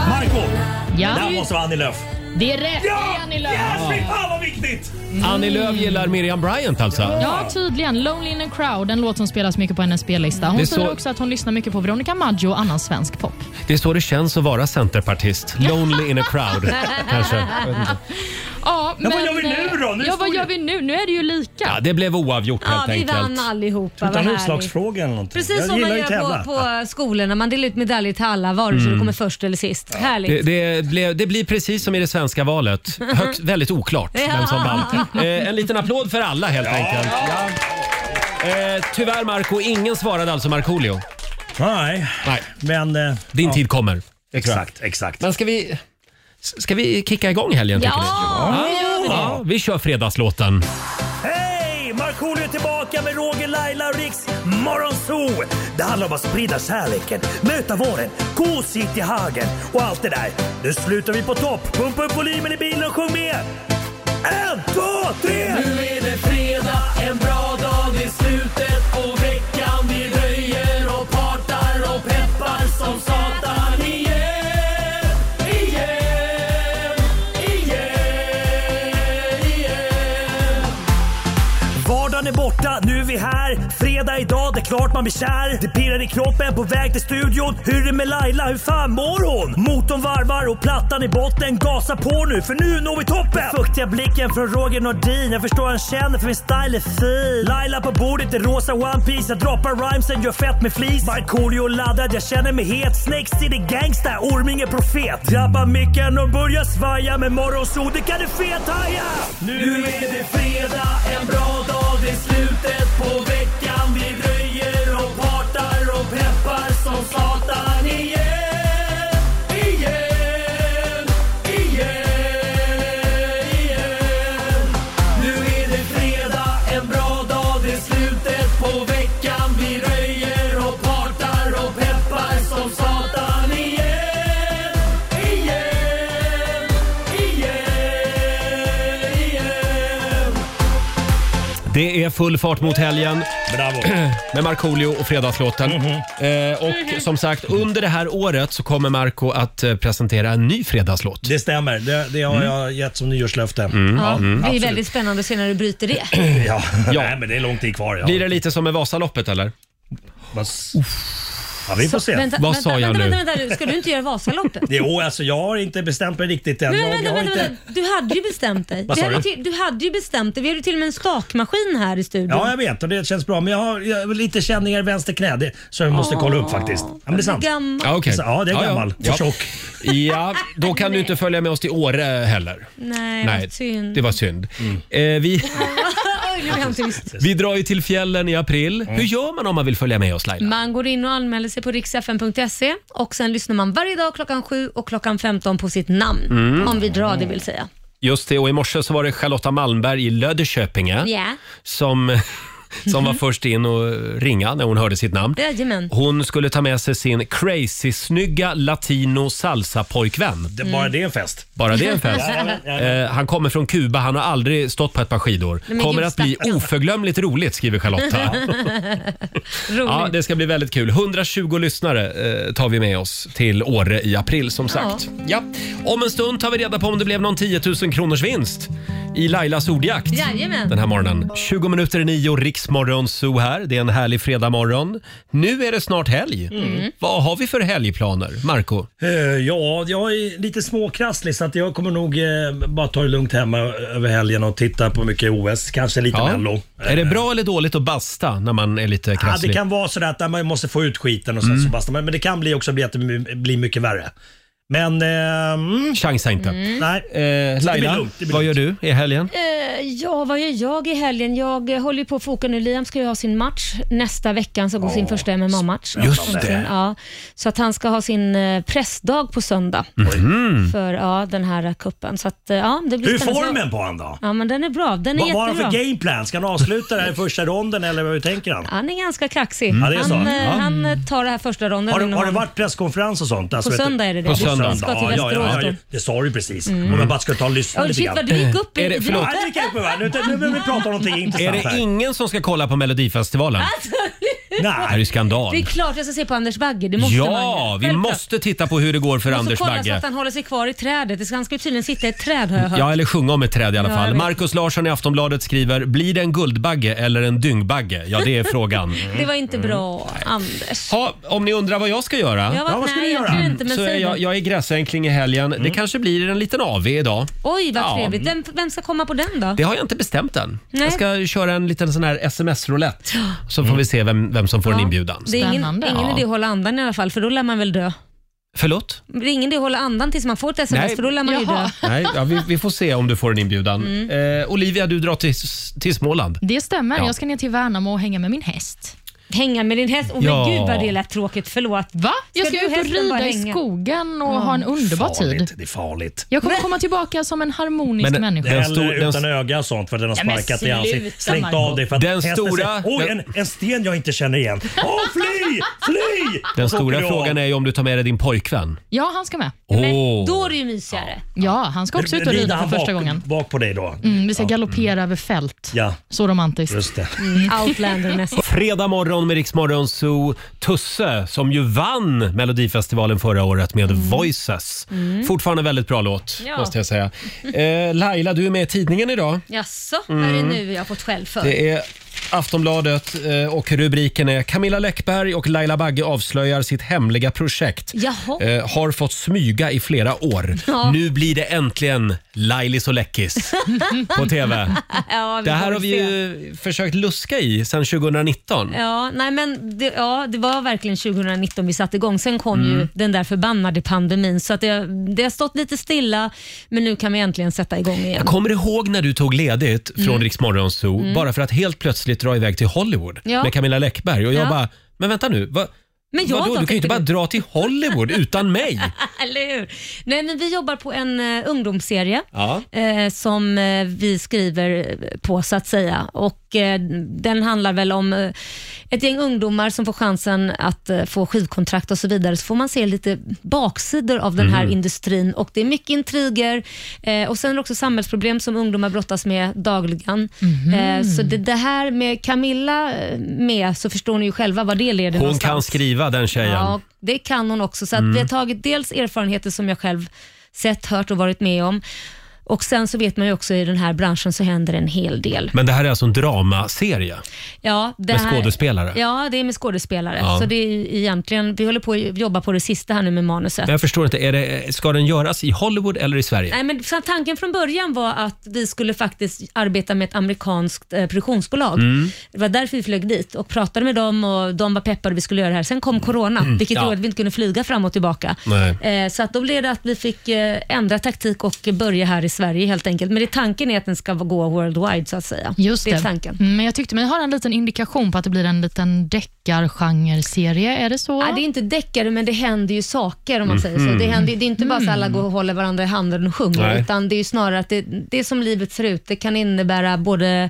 S5: Marco
S4: Ja,
S5: Där måste vara Annie Lööf.
S4: det är rätt. Det är Annie Lööf.
S5: Yes, fy fan vad viktigt!
S2: Mm.
S1: Annie Lööf gillar Miriam Bryant alltså.
S4: Ja, tydligen. Lonely in a crowd, en låt som spelas mycket på hennes spellista.
S1: Det är
S4: Hon
S1: så-
S4: säger också att hon lyssnar mycket på Veronica Maggio och annan svensk pop.
S1: Det är så det känns att vara centerpartist. Lonely in a crowd, kanske.
S4: Ja, men, eh,
S5: vad gör vi nu då? Nu
S4: ja,
S5: står
S4: vad
S5: det-
S4: gör vi nu? Nu är det ju lika.
S1: Ja, det blev oavgjort
S3: Ja,
S1: helt
S3: vi vann
S1: enkelt.
S3: allihopa. Vad
S5: Utan
S3: härligt.
S5: utslagsfråga eller någonting.
S3: Precis som man gör på, på skolorna. Man delar ut medaljer till alla vare sig du kommer först eller sist. Härligt.
S1: Mm. Det, det, blev, det blir precis som i det svenska valet. Högst, väldigt oklart vem som vann. Eh, en liten applåd för alla helt enkelt. Ja. Eh, tyvärr Marco, ingen svarade alltså Markoolio.
S5: Nej,
S1: Nej,
S5: men... eh,
S1: din
S5: ja,
S1: tid kommer.
S5: Exakt, exakt.
S1: Men ska vi, ska vi kicka igång helgen tycker
S3: Ja,
S1: ni? Ja, ja, vi kör fredagslåten.
S5: Hej! Markoolio är tillbaka med Roger, Laila och Riks Morgonzoo! Det handlar om att sprida kärleken, möta våren, gosigt i hagen och allt det där. Nu slutar vi på topp! Pumpa upp volymen i bilen och sjung med! En, två, tre!
S2: Nu är det fredag, en bra dag, det är slutet på veckan. Vi röjer och partar och peppar som satan igen, igen, igen.
S12: Sommaren är borta, nu är vi här. Fredag idag, det är klart man blir kär. Det pirrar i kroppen på väg till studion. Hur är det med Laila, hur fan mår hon? Motorn varvar och plattan i botten. Gasa på nu, för nu når vi toppen! Den fuktiga blicken från Roger Nordin. Jag förstår han känner för min style är fin. Laila på bordet i rosa One Piece Jag droppar rhymesen, gör fett med flis. Markoolio laddad, jag känner mig het. Snake City gangsta, Orminge profet. Drabbar micken och börjar svaja. Med morgonsol, det kan du fethaja!
S2: Nu är det fredag, en bra dag, det är slutet på veckan. Vi röjer och partar och peppar som satan igen. Igen, igen, igen. Nu är det fredag, en bra dag, det är slutet på veckan. Vi röjer och partar och peppar som satan igen. Igen, igen, igen.
S1: Det är full fart mot helgen.
S5: Bravo. Mhm.
S1: Med Markoolio och Fredagslåten. Eh, och som sagt, under det här året så kommer Marco att eh, presentera en ny fredagslåt.
S5: Det stämmer. Det, det har jag gett som nyårslöfte.
S3: Ja,
S1: Mm.
S3: det är
S5: absolut.
S3: väldigt spännande att se när du bryter det.
S5: Ja. Nej, men det är lång tid kvar. Ja.
S1: Blir det lite som med Vasaloppet eller?
S5: Vad- Ja, vi får se.
S3: Vänta,
S1: Vad
S3: vänta,
S1: sa jag
S3: vänta,
S1: nu?
S3: Vänta, vänta, nu. ska du inte göra Vasaloppet?
S5: Jo, alltså jag har inte bestämt mig riktigt än.
S3: Men
S5: Jag,
S3: vänta,
S5: jag har
S3: vänta,
S5: inte...
S3: vänta. Du hade ju bestämt dig.
S5: Vad
S3: Du
S5: sa
S3: hade,
S5: du?
S3: till, du hade ju bestämt dig. Vi hade ju till och med en stakmaskin här i studion.
S5: Ja, jag vet och det känns bra. Men jag har, jag har lite känningar i vänster knä det, som jag måste kolla upp faktiskt. Ja, men det är sant.
S3: Gammal.
S1: Ja, okej.
S5: Så, ja, det är gammal.
S1: Ja.
S5: För tjock.
S1: Ja, då kan du inte följa med oss till Åre heller.
S3: Nej, vad synd.
S1: det var synd.
S5: Mm.
S1: Eh, vi,
S3: Oj, nu är han tyst.
S1: vi drar ju till fjällen i april.
S3: Mm.
S1: Hur gör man om man vill följa med oss Laila?
S3: Man går in och anmäler sig på riksfn.se och sen lyssnar man varje dag klockan 7 och klockan 15 på sitt namn.
S1: Mm.
S3: Om vi drar det vill säga.
S1: Just det, och i morse så var det Charlotta Malmberg i Löddeköpinge
S3: Ja, Mm-hmm.
S1: som, som var först in och ringa när hon hörde sitt namn.
S3: jajamän.
S1: Hon skulle ta med sig sin crazy-snygga latino salsa-pojkvän.
S5: Det,
S3: Mm.
S5: bara det är en fest.
S1: Bara det är en fest.
S5: Ja, ja, ja.
S1: Eh, han kommer från Kuba, han har aldrig stått på ett par skidor.
S3: men
S1: Kommer
S3: gud,
S1: att bli oförglömligt roligt, skriver Charlotta.
S3: Roligt.
S1: Ja, det ska bli väldigt kul. 120 lyssnare eh, tar vi med oss till Åre i april som sagt. Ja. Om en stund tar vi reda på om det blev någon 10 000 kronors vinst i Lailas ordjakt.
S3: Jajamän.
S1: Den här morgonen. 20 minuter i nio, Riksmorgon Zoo här. Det är en härlig fredagmorgon. Nu är det snart helg.
S3: Mm.
S1: Vad har vi för helgplaner, Marco?
S5: Eh, Ja, jag är lite småkrasslig så att jag kommer nog eh, bara ta det lugnt hemma över helgen och titta på mycket OS. Kanske lite Mello. Eh,
S1: Är det bra eller dåligt att basta när man är lite
S5: Ja,
S1: krasslig? Mm.
S5: det kan vara sådär att man måste få ut skiten och sen så basta. Men men det kan bli också bli att det blir mycket värre. Men eh, mm,
S1: Chansa inte.
S5: nej.
S1: Eh,
S5: Så det blir
S1: Laila,
S5: lugnt, det blir
S1: vad gör du i helgen?
S3: Eh, Ja, vad gör jag i helgen? Jag eh, håller ju på att foka nu. Liam ska ju ha sin match nästa vecka. så går sin första MMA-match.
S1: Just det.
S3: Ja, så att han ska ha sin eh, pressdag på söndag
S5: Mhm.
S3: för ja, den här kuppen. Så att, eh, ja, det blir
S5: Mm-hmm. Hur är
S3: spännande.
S5: formen på han då?
S3: Ja, men den är bra. Den är
S5: Vad har han
S3: jättebra.
S5: för gameplan? Ska han avsluta det här i första ronden eller hur tänker han?
S3: Han är ganska kaxig.
S5: Mm. Ja, det är så.
S3: Han, eh,
S5: Ja.
S3: han eh, tar det här första ronden.
S5: Har, det-
S3: inom
S5: har det
S3: honom.
S5: varit presskonferens och sånt? Alltså,
S3: På
S5: vet du-
S3: söndag är det det.
S1: På söndag.
S3: Vi ska till
S5: Ja, ja,
S3: Västerås
S5: ja,
S3: då.
S5: ja, det sa du precis. Om jag bara ska ta och lyssna
S3: Oj,
S5: lite
S3: shit
S5: grann.
S3: vad du gick upp i...
S1: Är det- förlåt.
S5: Ja, det kan jag vara. Nu, nu behöver vi prata om någonting
S1: Är
S5: intressant
S1: det
S5: här.
S1: ingen som ska kolla på Melodifestivalen? Det här är ju
S5: Nej.
S1: skandal.
S3: Alltså, Det är klart jag ska se på Anders Bagge. Det måste man
S1: Ja,
S3: göra.
S1: vi
S3: Självklart.
S1: måste titta på hur det går för
S3: Och så
S1: Anders
S3: kolla så
S1: Bagge.
S3: att han håller sig kvar i trädet. Det ska- Han ska ju tydligen sitta i ett träd har jag hört.
S1: Ja, eller sjunga om ett träd i alla
S3: Ja, jag
S1: fall.
S3: vet.
S1: Markus Larsson i Aftonbladet skriver “Blir det en Guldbagge eller en dyngbagge?” Ja, det är frågan.
S3: Mm. Det var inte
S1: Mm.
S3: bra, Anders.
S1: Ha, om ni undrar vad jag ska göra
S3: Jag var,
S5: Ja, vad ska
S3: nej,
S5: du
S3: jag
S5: göra?
S3: tror inte, men
S1: så är
S3: säg
S1: jag,
S3: jag,
S1: jag är gräsänkling i helgen. Det kanske blir en liten AV idag.
S3: Oj, vad
S1: Ja.
S3: trevligt. Vem, vem ska komma på den då?
S1: Det har jag inte bestämt än.
S3: Nej.
S1: Jag ska köra en liten sån här sms-roulette så får vi se vem, vem som får en
S3: Ja.
S1: inbjudan.
S3: Det är ingen,
S4: Spännande.
S3: ingen
S1: Ja.
S3: idé att hålla andan i alla fall, för då lär man väl dö.
S1: Förlåt?
S3: Det är ingen idé att hålla andan tills man får ett sms,
S1: Nej.
S3: för då lär man ju
S4: Jaha.
S3: dö.
S1: Nej, ja, vi, vi får se om du får en inbjudan.
S4: Mm.
S1: Eh, Olivia, du drar till, till Småland.
S4: Det stämmer.
S1: Ja.
S4: Jag ska ner till Värnamo och hänga med min häst.
S3: Hänga med din häst. Åh men
S1: Ja.
S3: gud vad det lät tråkigt. Förlåt.
S4: Va? Jag
S3: Ska
S4: ska,
S3: du
S4: ut och
S3: hästen bara
S4: rida i
S3: hänga?
S4: skogen och ha en underbar
S5: farligt.
S4: tid.
S5: Det är farligt.
S4: Jag kommer komma tillbaka som en harmonisk
S1: Men-
S4: människa.
S1: Den
S5: Eller
S1: stor- den-
S5: utan öga och sånt för att den har
S4: Ja, men
S5: sparkat i
S4: sluta,
S5: ansiktet. Slängt
S4: Margot.
S5: av dig för att
S1: Den
S5: hästen
S1: stora-
S5: säger, Oj,
S1: den-
S5: en, en sten jag inte känner igen. Åh, fly! Fly!
S1: Den
S5: Och så
S1: stora
S5: åker du av.
S1: frågan är ju om du tar med dig din pojkvän.
S4: Ja, han ska med.
S3: Men,
S1: Åh.
S3: Då är det ju mysigare.
S4: Ja, han ska också ut och
S5: Rider
S4: rida
S5: han
S4: för första
S5: bak,
S4: gången.
S5: Bak på dig då.
S4: Mm, vi ska galoppera över fält.
S5: Ja,
S4: Så romantiskt.
S5: just det.
S3: Mm. Outlander nästan.
S1: Fredag morgon med Riksmorgon Zoo. Tusse som ju vann Melodifestivalen förra året med
S4: Mm.
S1: Voices. Fortfarande väldigt bra låt
S3: Ja.
S1: måste jag säga. Eh, Laila, du är med i tidningen idag.
S3: Jaså, vad är det nu jag har fått skäll för?
S1: Det är Aftonbladet eh, och rubriken är Camilla Läckberg och Laila Bagge avslöjar sitt hemliga projekt.
S3: Jaha.
S1: Eh, har fått smyga i flera år.
S3: Ja.
S1: Nu blir det äntligen Lailis och Läckis på TV.
S3: ja,
S1: Det här
S3: får
S1: har vi
S3: se.
S1: ju försökt luska i sedan 2019.
S3: Ja, nej men det, ja, det var verkligen 2019 vi satte igång. Sen kom ju
S1: Mm.
S3: den där förbannade pandemin. Så att det, det har stått lite stilla, men nu kan vi äntligen sätta igång igen.
S1: Jag kommer ihåg när du tog ledigt från
S3: Mm.
S1: mm. Rix Morgon Zoo
S3: Mm.
S1: bara för att helt plötsligt dra iväg till Hollywood
S3: Ja.
S1: med Camilla Läckberg och jag
S3: Ja.
S1: bara, men vänta nu, vad,
S3: Men jag
S1: vadå?
S3: då,
S1: du kan ju
S3: tänkte
S1: inte bara
S3: du.
S1: dra till Hollywood utan mig.
S3: Eller hur? Nej, men vi jobbar på en eh, ungdomsserie
S1: Ja.
S3: eh, som eh, vi skriver på så att säga. Och, eh, den handlar väl om eh, ett gäng ungdomar som får chansen att eh, få skivkontrakt och så vidare. Så får man se lite baksidor av den här
S13: Mhm.
S3: industrin och det är mycket intriger eh, och sen är det också samhällsproblem som ungdomar brottas med dagligen.
S1: Mhm.
S3: Eh, så det, det här med Camilla eh, med så förstår ni ju själva vad det leder
S1: Hon
S3: någonstans.
S1: kan skriva den tjejen.
S3: Ja, det kan hon också. Så att
S1: Mm.
S3: vi har tagit dels erfarenheter som jag själv sett, hört och varit med om. Och sen så vet man ju också i den här branschen så händer en hel del.
S1: Men det här är alltså en dramaserie.
S3: Ja, det
S1: Med
S3: här-
S1: skådespelare?
S3: Ja, det är med skådespelare.
S1: Ja.
S3: Så det är ju egentligen, vi håller på att jobba på det sista här nu med manuset.
S1: Men jag förstår inte, är det, ska den göras i Hollywood eller i Sverige?
S3: Nej, men så tanken från början var att vi skulle faktiskt arbeta med ett amerikanskt eh, produktionsbolag.
S1: Mm.
S3: Det var därför vi flög dit och pratade med dem och de var peppade vi skulle göra det här. Sen kom corona,
S1: Mm,
S3: vilket
S1: ja.
S3: gjorde att vi inte kunde flyga fram och tillbaka.
S1: Nej.
S3: Eh, Så att då blev det att vi fick eh, ändra taktik och börja här i Sverige helt enkelt. Men det, tanken är att den ska gå worldwide så att säga.
S4: Just det.
S3: är tanken.
S4: Mm, Men jag tyckte mig höra en liten indikation på att det blir en liten deckargenreserie. Är det så?
S3: Nej, det är inte deckare, men det händer ju saker
S1: Mm.
S3: om man säger så.
S4: Mhm.
S3: Det, händer, ju- det är inte bara så att
S4: Mm.
S3: alla går och håller varandra i handen och sjunger,
S4: Nej.
S3: utan det är ju snarare att det, det är som livet ser ut. Det kan innebära både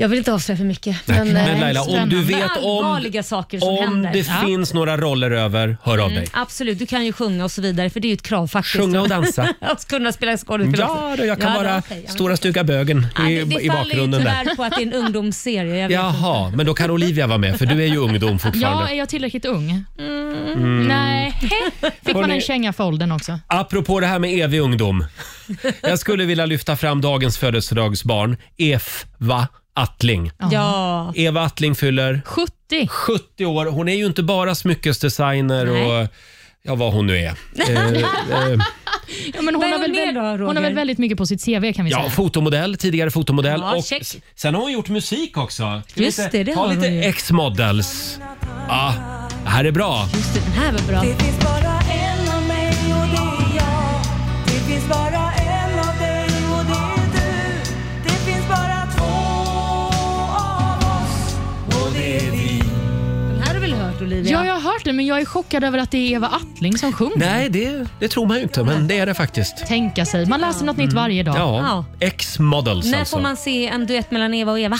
S3: jag vill inte avslöja för mycket. eh,
S1: Nej, men Laila, om du vet
S3: Men
S1: om-
S3: allvarliga saker som
S1: Om
S3: händer.
S1: det
S3: Ja.
S1: finns några roller över, hör av
S3: Mm,
S1: dig.
S3: Absolut, du kan ju sjunga och så vidare för det är ju ett krav faktiskt.
S1: Sjunga och dansa.
S3: att kunna spela skådespel
S1: Ja,
S3: också.
S1: då, jag kan
S3: Ja, då,
S1: vara
S3: okej, ja.
S1: stora stygga bögen i,
S3: Det, det
S1: i
S3: faller ju
S1: bakgrunden
S3: tyvärr
S1: där.
S3: på att det är en ungdomsserie. Jag vet
S1: Jaha, men då kan Olivia vara med för du är ju ungdom
S4: Ja,
S1: fortfarande.
S4: är jag tillräckligt ung?
S1: Mm.
S4: Nej. Fick man
S1: Hörni-
S4: en känga för åldern också?
S1: Apropå det här med evig ungdom. Jag skulle vilja lyfta fram dagens födelsedagsbarn, Eva Attling.
S3: Ja.
S1: Eva Attling fyller
S4: 70.
S1: 70 år. Hon är ju inte bara smyckesdesigner och ja, vad hon nu är. Eh, eh,
S4: Ja, men hon,
S3: Vad är
S4: har väl,
S3: hon mer
S4: väl,
S3: då,
S4: hon
S3: Roger?
S4: har väl väldigt mycket på sitt CV kan vi
S1: ja,
S4: säga.
S1: fotomodell, tidigare fotomodell.
S4: Ja,
S1: och
S4: check.
S1: s- sen har hon gjort musik också. Ska
S3: Just
S1: vi
S3: det, det
S1: ta
S3: har
S1: lite
S3: hon ju.
S1: X-models. Ja, det här är bra.
S3: Just det, den här var bra.
S13: Det finns bara en av mig och det är jag Det finns bara en av dig och det är du Det finns bara två av oss och det är vi
S3: Den här har du väl hört Olivia?
S4: Ja, jag har hört det, men jag är chockad över att det är Eva Attling som sjunger.
S1: Nej, det, det tror man ju inte, men det är det faktiskt.
S4: Tänka sig. Man läser något nytt varje dag.
S1: Mm. Ja, X-models
S3: När
S1: alltså.
S3: får man se en duett mellan Eva och Eva?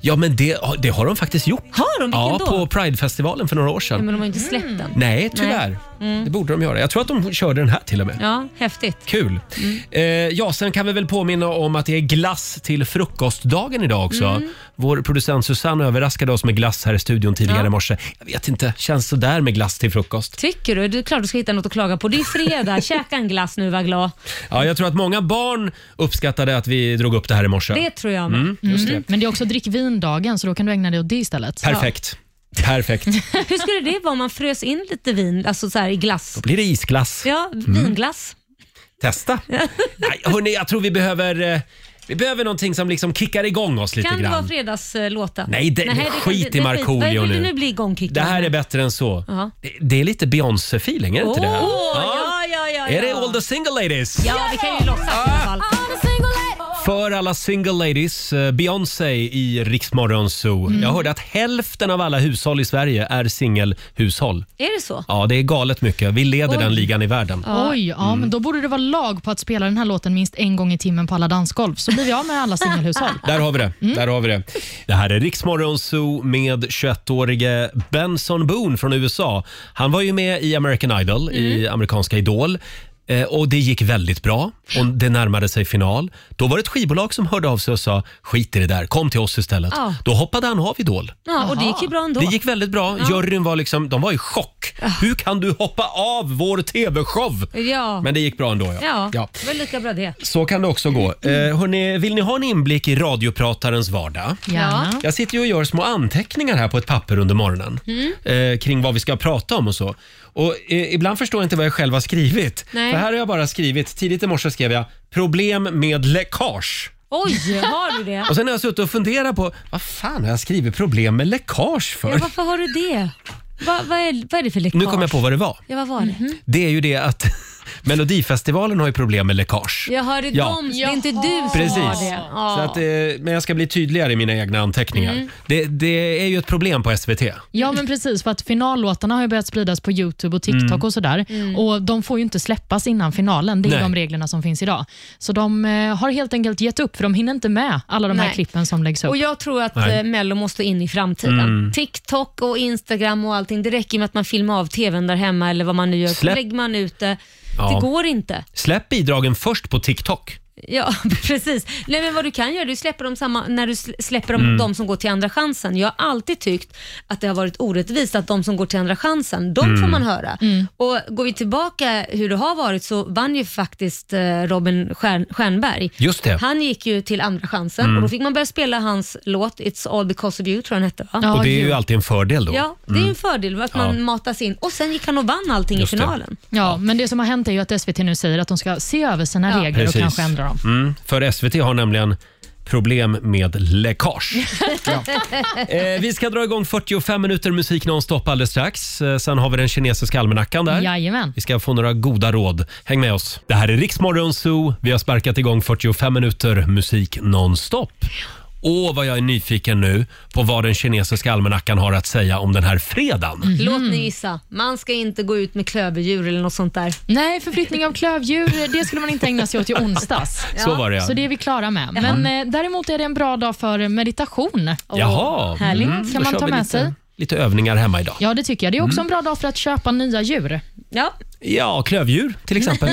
S1: Ja, men det, det har de faktiskt gjort.
S3: Har de? Vilken
S1: ja,
S3: då?
S1: på Pridefestivalen för några år
S3: Ja,
S1: sedan.
S3: men de har ju inte släppt den.
S1: Nej, tyvärr.
S3: Nej. Mm.
S1: Det borde de göra. Jag tror att de körde den här till och med.
S3: Ja, häftigt.
S1: Kul. Eh, ja, sen kan vi väl påminna om att det är glass till frukostdagen idag också.
S3: Mm.
S1: Vår producent Susanne överraskade oss med glass här i studion tidigare
S3: Ja.
S1: i morse. Jag vet inte, känns sådär med glass till frukost?
S3: Tycker du? Det är klart du ska hitta något att klaga på. Det är fredag, käka en glass nu, var glad.
S1: Ja, jag tror att många barn uppskattade att vi drog upp det här i morse.
S3: Det tror jag med.
S1: Mm, just det.
S4: Mm. Men det är också drick vin-dagen, så då kan du ägna dig åt det istället.
S1: Perfekt. Perfekt.
S3: Hur skulle det vara om man frös in lite vin alltså så här, i glass?
S1: Då blir det isglass.
S3: Ja, vinglass.
S1: Testa. Nej, hörni, jag tror vi behöver, eh, vi behöver någonting som liksom kickar igång oss lite
S3: Kan det
S1: grann.
S3: vara fredagslåten?
S1: Nej, det- skit i Markoolio
S3: Vad vill du
S1: nu.
S3: nu bli igångkickad
S1: Det här är
S3: med?
S1: bättre än så.
S3: Ja.
S1: Det, det är lite Beyoncé-feeling, är det inte det?
S3: Åh, ja, ja, ja,
S1: Är det
S3: ja.
S1: All the single ladies?
S3: Ja, vi kan ju låtsas i alla fall.
S1: För alla single ladies, eh, Beyoncé i Riksmorgon Zoo.
S3: Mm.
S1: Jag hörde att hälften av alla hushåll i Sverige är singelhushåll.
S3: Är det så?
S1: Ja, det är galet mycket. Vi leder
S4: Oj.
S1: den ligan i världen.
S4: Oj, ja,
S1: Mm.
S4: men då borde det vara lag på att spela den här låten minst en gång i timmen på alla dansgolv, så blir vi av med alla singelhushåll.
S1: Där har vi det.
S3: Mm.
S1: Där har vi det. det här är Riksmorgon Zoo med 21-årige
S3: Mm.
S1: Benson Boone från USA. Han var ju med i American Idol, i amerikanska Idol. Eh, Och det gick väldigt bra och det närmade sig final. Då var det ett skivbolag som hörde av sig och sa skit i det där, kom till oss istället.
S3: Ja.
S1: Då hoppade han av Idol.
S3: Ja, och det gick ju bra ändå.
S1: Det gick väldigt bra.
S3: Ja.
S1: Juryn var liksom, de var i chock. Hur kan du hoppa av vår TV-show?
S3: Ja.
S1: Men det gick bra ändå. Ja.
S3: Ja, det var lika bra det.
S1: Så kan det också gå. Eh, hörni, vill ni ha en inblick i radiopratarens vardag?
S3: Ja.
S1: Jag sitter ju och gör små anteckningar här på ett papper under morgonen
S13: Mm.
S1: eh, kring vad vi ska prata om och så. Och eh, ibland förstår jag inte vad jag själv har skrivit.
S3: Nej.
S1: För här har jag bara skrivit, tidigt i morse skrev jag problem med läckage.
S3: Oj, har du det?
S1: Och sen har jag suttit och funderat på, vad fan har jag skrivit problem med läckage för?
S3: Ja, varför har du det? Va, vad, är, vad är det för läckage?
S1: Nu kom jag på vad det var.
S3: Ja, vad var det? mm
S1: Det är ju det att Melodifestivalen har ju problem med läckage.
S3: Jag hörde
S1: Ja.
S3: dem, det är inte du som har
S1: Precis.
S3: det.
S1: Så att, eh, men jag ska bli tydligare i mina egna anteckningar.
S4: Mm.
S1: Det, det är ju ett problem på SVT.
S4: Ja, men precis. För att finallåtarna har ju börjat spridas på Youtube och TikTok
S1: Mm.
S4: och sådär.
S1: Mm.
S4: Och De får ju inte släppas innan finalen. Det är
S1: Nej.
S4: de reglerna som finns idag. Så de eh, har helt enkelt gett upp, för de hinner inte med alla de här
S3: Nej.
S4: klippen som läggs upp.
S3: Och jag tror att
S4: Nej.
S3: eh, Mello måste in i framtiden.
S4: Mm.
S3: TikTok och Instagram och allting, det räcker med att man filmar av TVn där hemma eller vad man nu gör. Så
S1: Släpp-
S3: lägger man ut det.
S1: Ja.
S3: Det går inte.
S1: Släpp bidragen först på TikTok.
S3: Ja, precis. Nej, men vad du kan göra, du släpper dem samma, när du sl- släpper dem,
S1: Mm.
S3: de som går till andra chansen. Jag har alltid tyckt att det har varit orättvist att de som går till andra chansen, de får
S13: Mm.
S3: man höra. Och går vi tillbaka hur det har varit så vann ju faktiskt eh, Robin Stjern, Stjernberg.
S13: Just det.
S3: Han gick ju till andra chansen
S1: Mm.
S3: och då fick man börja spela hans låt It's all because of you, tror jag den hette va?
S1: och det är ju alltid en fördel då. Mm.
S3: Ja, det är ju en fördel att man
S1: Ja.
S3: matas in. Och sen gick han och vann allting
S1: Just
S3: i
S1: det.
S3: finalen.
S4: Ja, men det som har hänt är ju att SVT nu säger att de ska se över sina regler och kanske ändra dem.
S1: Mm, för SVT har nämligen problem med läckage. Eh, vi ska dra igång 45 minuter musik nonstop alldeles strax. Eh, sen har vi den kinesiska almanackan där.
S4: Jajamän.
S1: Vi ska få några goda råd. Häng med oss. Det här är Riksmorgon Zoo. Vi har sparkat igång 45 minuter musik nonstop. Åh, vad jag är nyfiken nu på vad den kinesiska almanackan har att säga om den här fredagen.
S4: Mhm. Mm.
S3: Låt ni gissa. Man ska inte gå ut med klöverdjur eller något sånt där.
S4: Nej, förflyttning av klövdjur, det skulle man inte ägna sig åt i onsdags.
S1: Så var det, ja.
S4: Så det är vi klara med. Men eh, däremot är det en bra dag för meditation.
S1: Jaha,
S4: Härligt.
S1: mm,
S4: kan
S1: då
S4: man
S1: kör
S4: ta
S1: vi
S4: med
S1: lite,
S4: sig.
S1: Lite övningar hemma idag.
S4: Ja, det tycker jag. Det är också
S1: Mm.
S4: en bra dag för att köpa nya djur.
S3: Ja.
S1: Ja, klövdjur till exempel.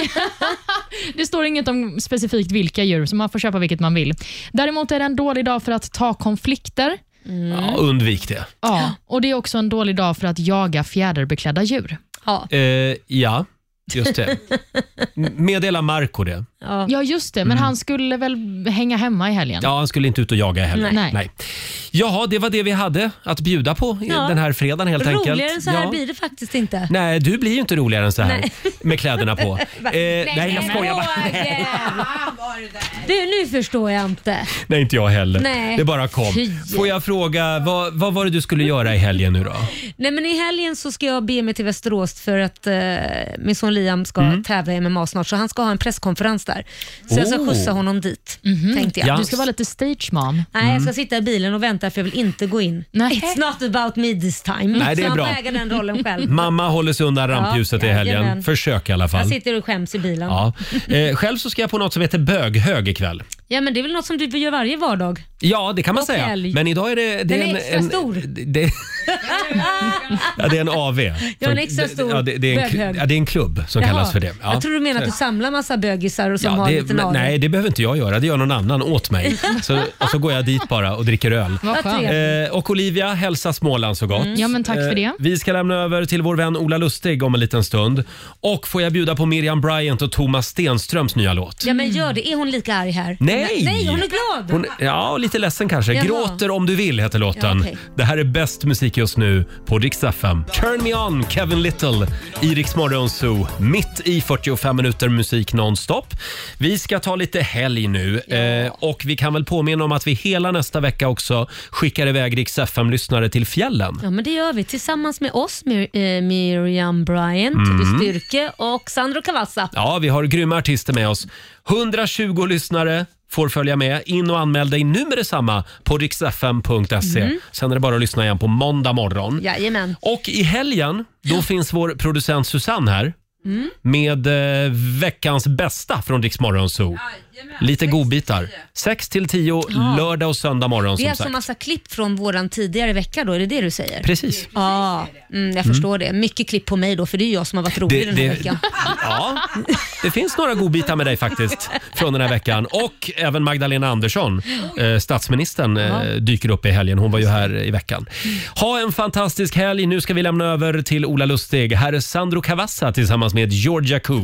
S4: det står inget om specifikt vilka djur, så man får köpa vilket man vill. Däremot är det en dålig dag för att ta konflikter.
S3: Mm.
S1: Ja, undvik det.
S4: Ja, och det är också en dålig dag för att jaga fjäderbeklädda djur.
S3: Ja,
S1: Eh, ja, just det. M- Meddela Marco det.
S3: ja.
S4: just det. Men
S1: Mm.
S4: han skulle väl hänga hemma i helgen?
S1: Ja, han skulle inte ut och jaga heller.
S4: Nej.
S1: Jaha, det var det vi hade att bjuda på i
S3: Ja.
S1: den här fredagen helt
S3: Roligare
S1: enkelt.
S3: än så här
S1: Ja.
S3: blir det faktiskt inte.
S1: Nej, du blir ju inte roligare än så här
S3: Nej.
S1: med kläderna på. Eh,
S3: Va?
S1: nej, jag
S3: men
S1: skojar bara.
S3: Roger! Du, nu förstår jag inte.
S1: Nej, inte jag heller.
S3: Nej.
S1: Det bara kom.
S3: Fy.
S1: Får jag fråga, vad, vad var det du skulle göra i helgen nu då?
S3: Nej, men I helgen så ska jag bege mig till Västerås för att eh, min son Liam ska
S1: Mm.
S3: tävla i MMA snart, så han ska ha en presskonferens där. Så jag ska
S4: Oh.
S3: skjutsa honom dit, tänkte jag.
S4: Mhm. Du ska vara lite stage mom.
S3: Nej,
S1: Mm.
S3: jag ska sitta i bilen och vänta för jag vill inte gå in. It's not about me this time.
S1: Nej, det är
S3: så
S1: bra.
S3: han får äga den rollen själv.
S1: Mamma håller sig undan
S3: Ja,
S1: rampljuset i helgen.
S3: jajamän.
S1: Försök i alla
S3: Jag
S1: fall.
S3: sitter och skäms i bilen. Ja.
S1: Ja. Eh, själv så ska jag på något som heter böghög ikväll.
S3: men Det är väl något som du gör varje vardag?
S1: Ja, det kan man
S3: Och
S1: säga.
S3: helg.
S1: Men idag är det... det
S3: Den är
S1: en,
S3: extra
S1: en,
S3: stor.
S1: Det, ja, det är en AV.
S3: Ja, en extra stor
S1: ja, det, det, är en,
S3: böghög.
S1: kl- ja, det är en klubb som
S3: Jaha.
S1: kallas för det. Ja.
S3: Jag tror du menar att du samlar massa bögisar och som
S1: Ja,
S3: har en
S1: det,
S3: liten
S1: men,
S3: avel.
S1: nej, det behöver inte jag göra. Det gör någon annan åt mig. Så, och så går jag dit bara och dricker öl.
S4: Vad skönt.
S1: Eh, och Olivia, hälsa Småland så gott. Eh,
S4: Mm. Ja, men tack för det.
S1: vi ska lämna över till vår vän Ola Lustig om en liten stund. Och får jag bjuda på Miriam Bryant och Thomas Stenströms nya låt?
S3: Ja men gör det. Är hon lika arg här?
S1: Nej!
S3: Nej, hon är glad.
S1: Hon, ja, lite ledsen kanske.
S3: Jaha.
S1: Gråter om du vill heter
S3: Ja,
S1: låten.
S3: okej.
S1: Det här är bäst musik just nu på Rix FM. Turn me on, Kevin Little i Rix Morgon Zoo. Mitt i 45 minuter musik nonstop. Vi ska ta lite helg nu eh, och vi kan väl påminna om att vi hela nästa vecka också skickar iväg Rix FM-lyssnare till fjällen.
S3: Ja men det gör vi tillsammans med oss, Mir- eh, Miriam Bryant,
S1: Mm.
S3: Tobbe Styrke och Sandro Cavazza.
S1: Ja, vi har grymma artister med oss. 120 lyssnare får följa med. In och anmäl dig nu med detsamma på riksfm.se.
S3: Mm.
S1: Sen är det bara att lyssna igen på måndag morgon.
S3: Jajamän.
S1: Och i helgen, då finns vår producent Susanne här
S3: Mm.
S1: med eh, veckans bästa från Rix Morgon Zoo. Lite godbitar. 6 till 10
S3: Ja.
S1: lördag och söndag morgon
S3: Det är
S1: som
S3: alltså
S1: sagt.
S3: massa klipp från våran tidigare vecka då, är det det du säger?
S1: Precis.
S3: Ja, mm, jag förstår det. Mycket klipp på mig då, för det är jag som har varit rolig
S1: Det-
S3: den här
S1: det-
S3: veckan.
S1: Ja, det finns några godbitar med dig faktiskt från den här veckan. Och även Magdalena Andersson, eh, statsministern, eh,
S3: Ja.
S1: dyker upp i helgen. Hon var ju här i veckan. Ha en fantastisk helg. Nu ska vi lämna över till Ola Lustig. Här är Sandro Cavazza tillsammans med Georgia Koo.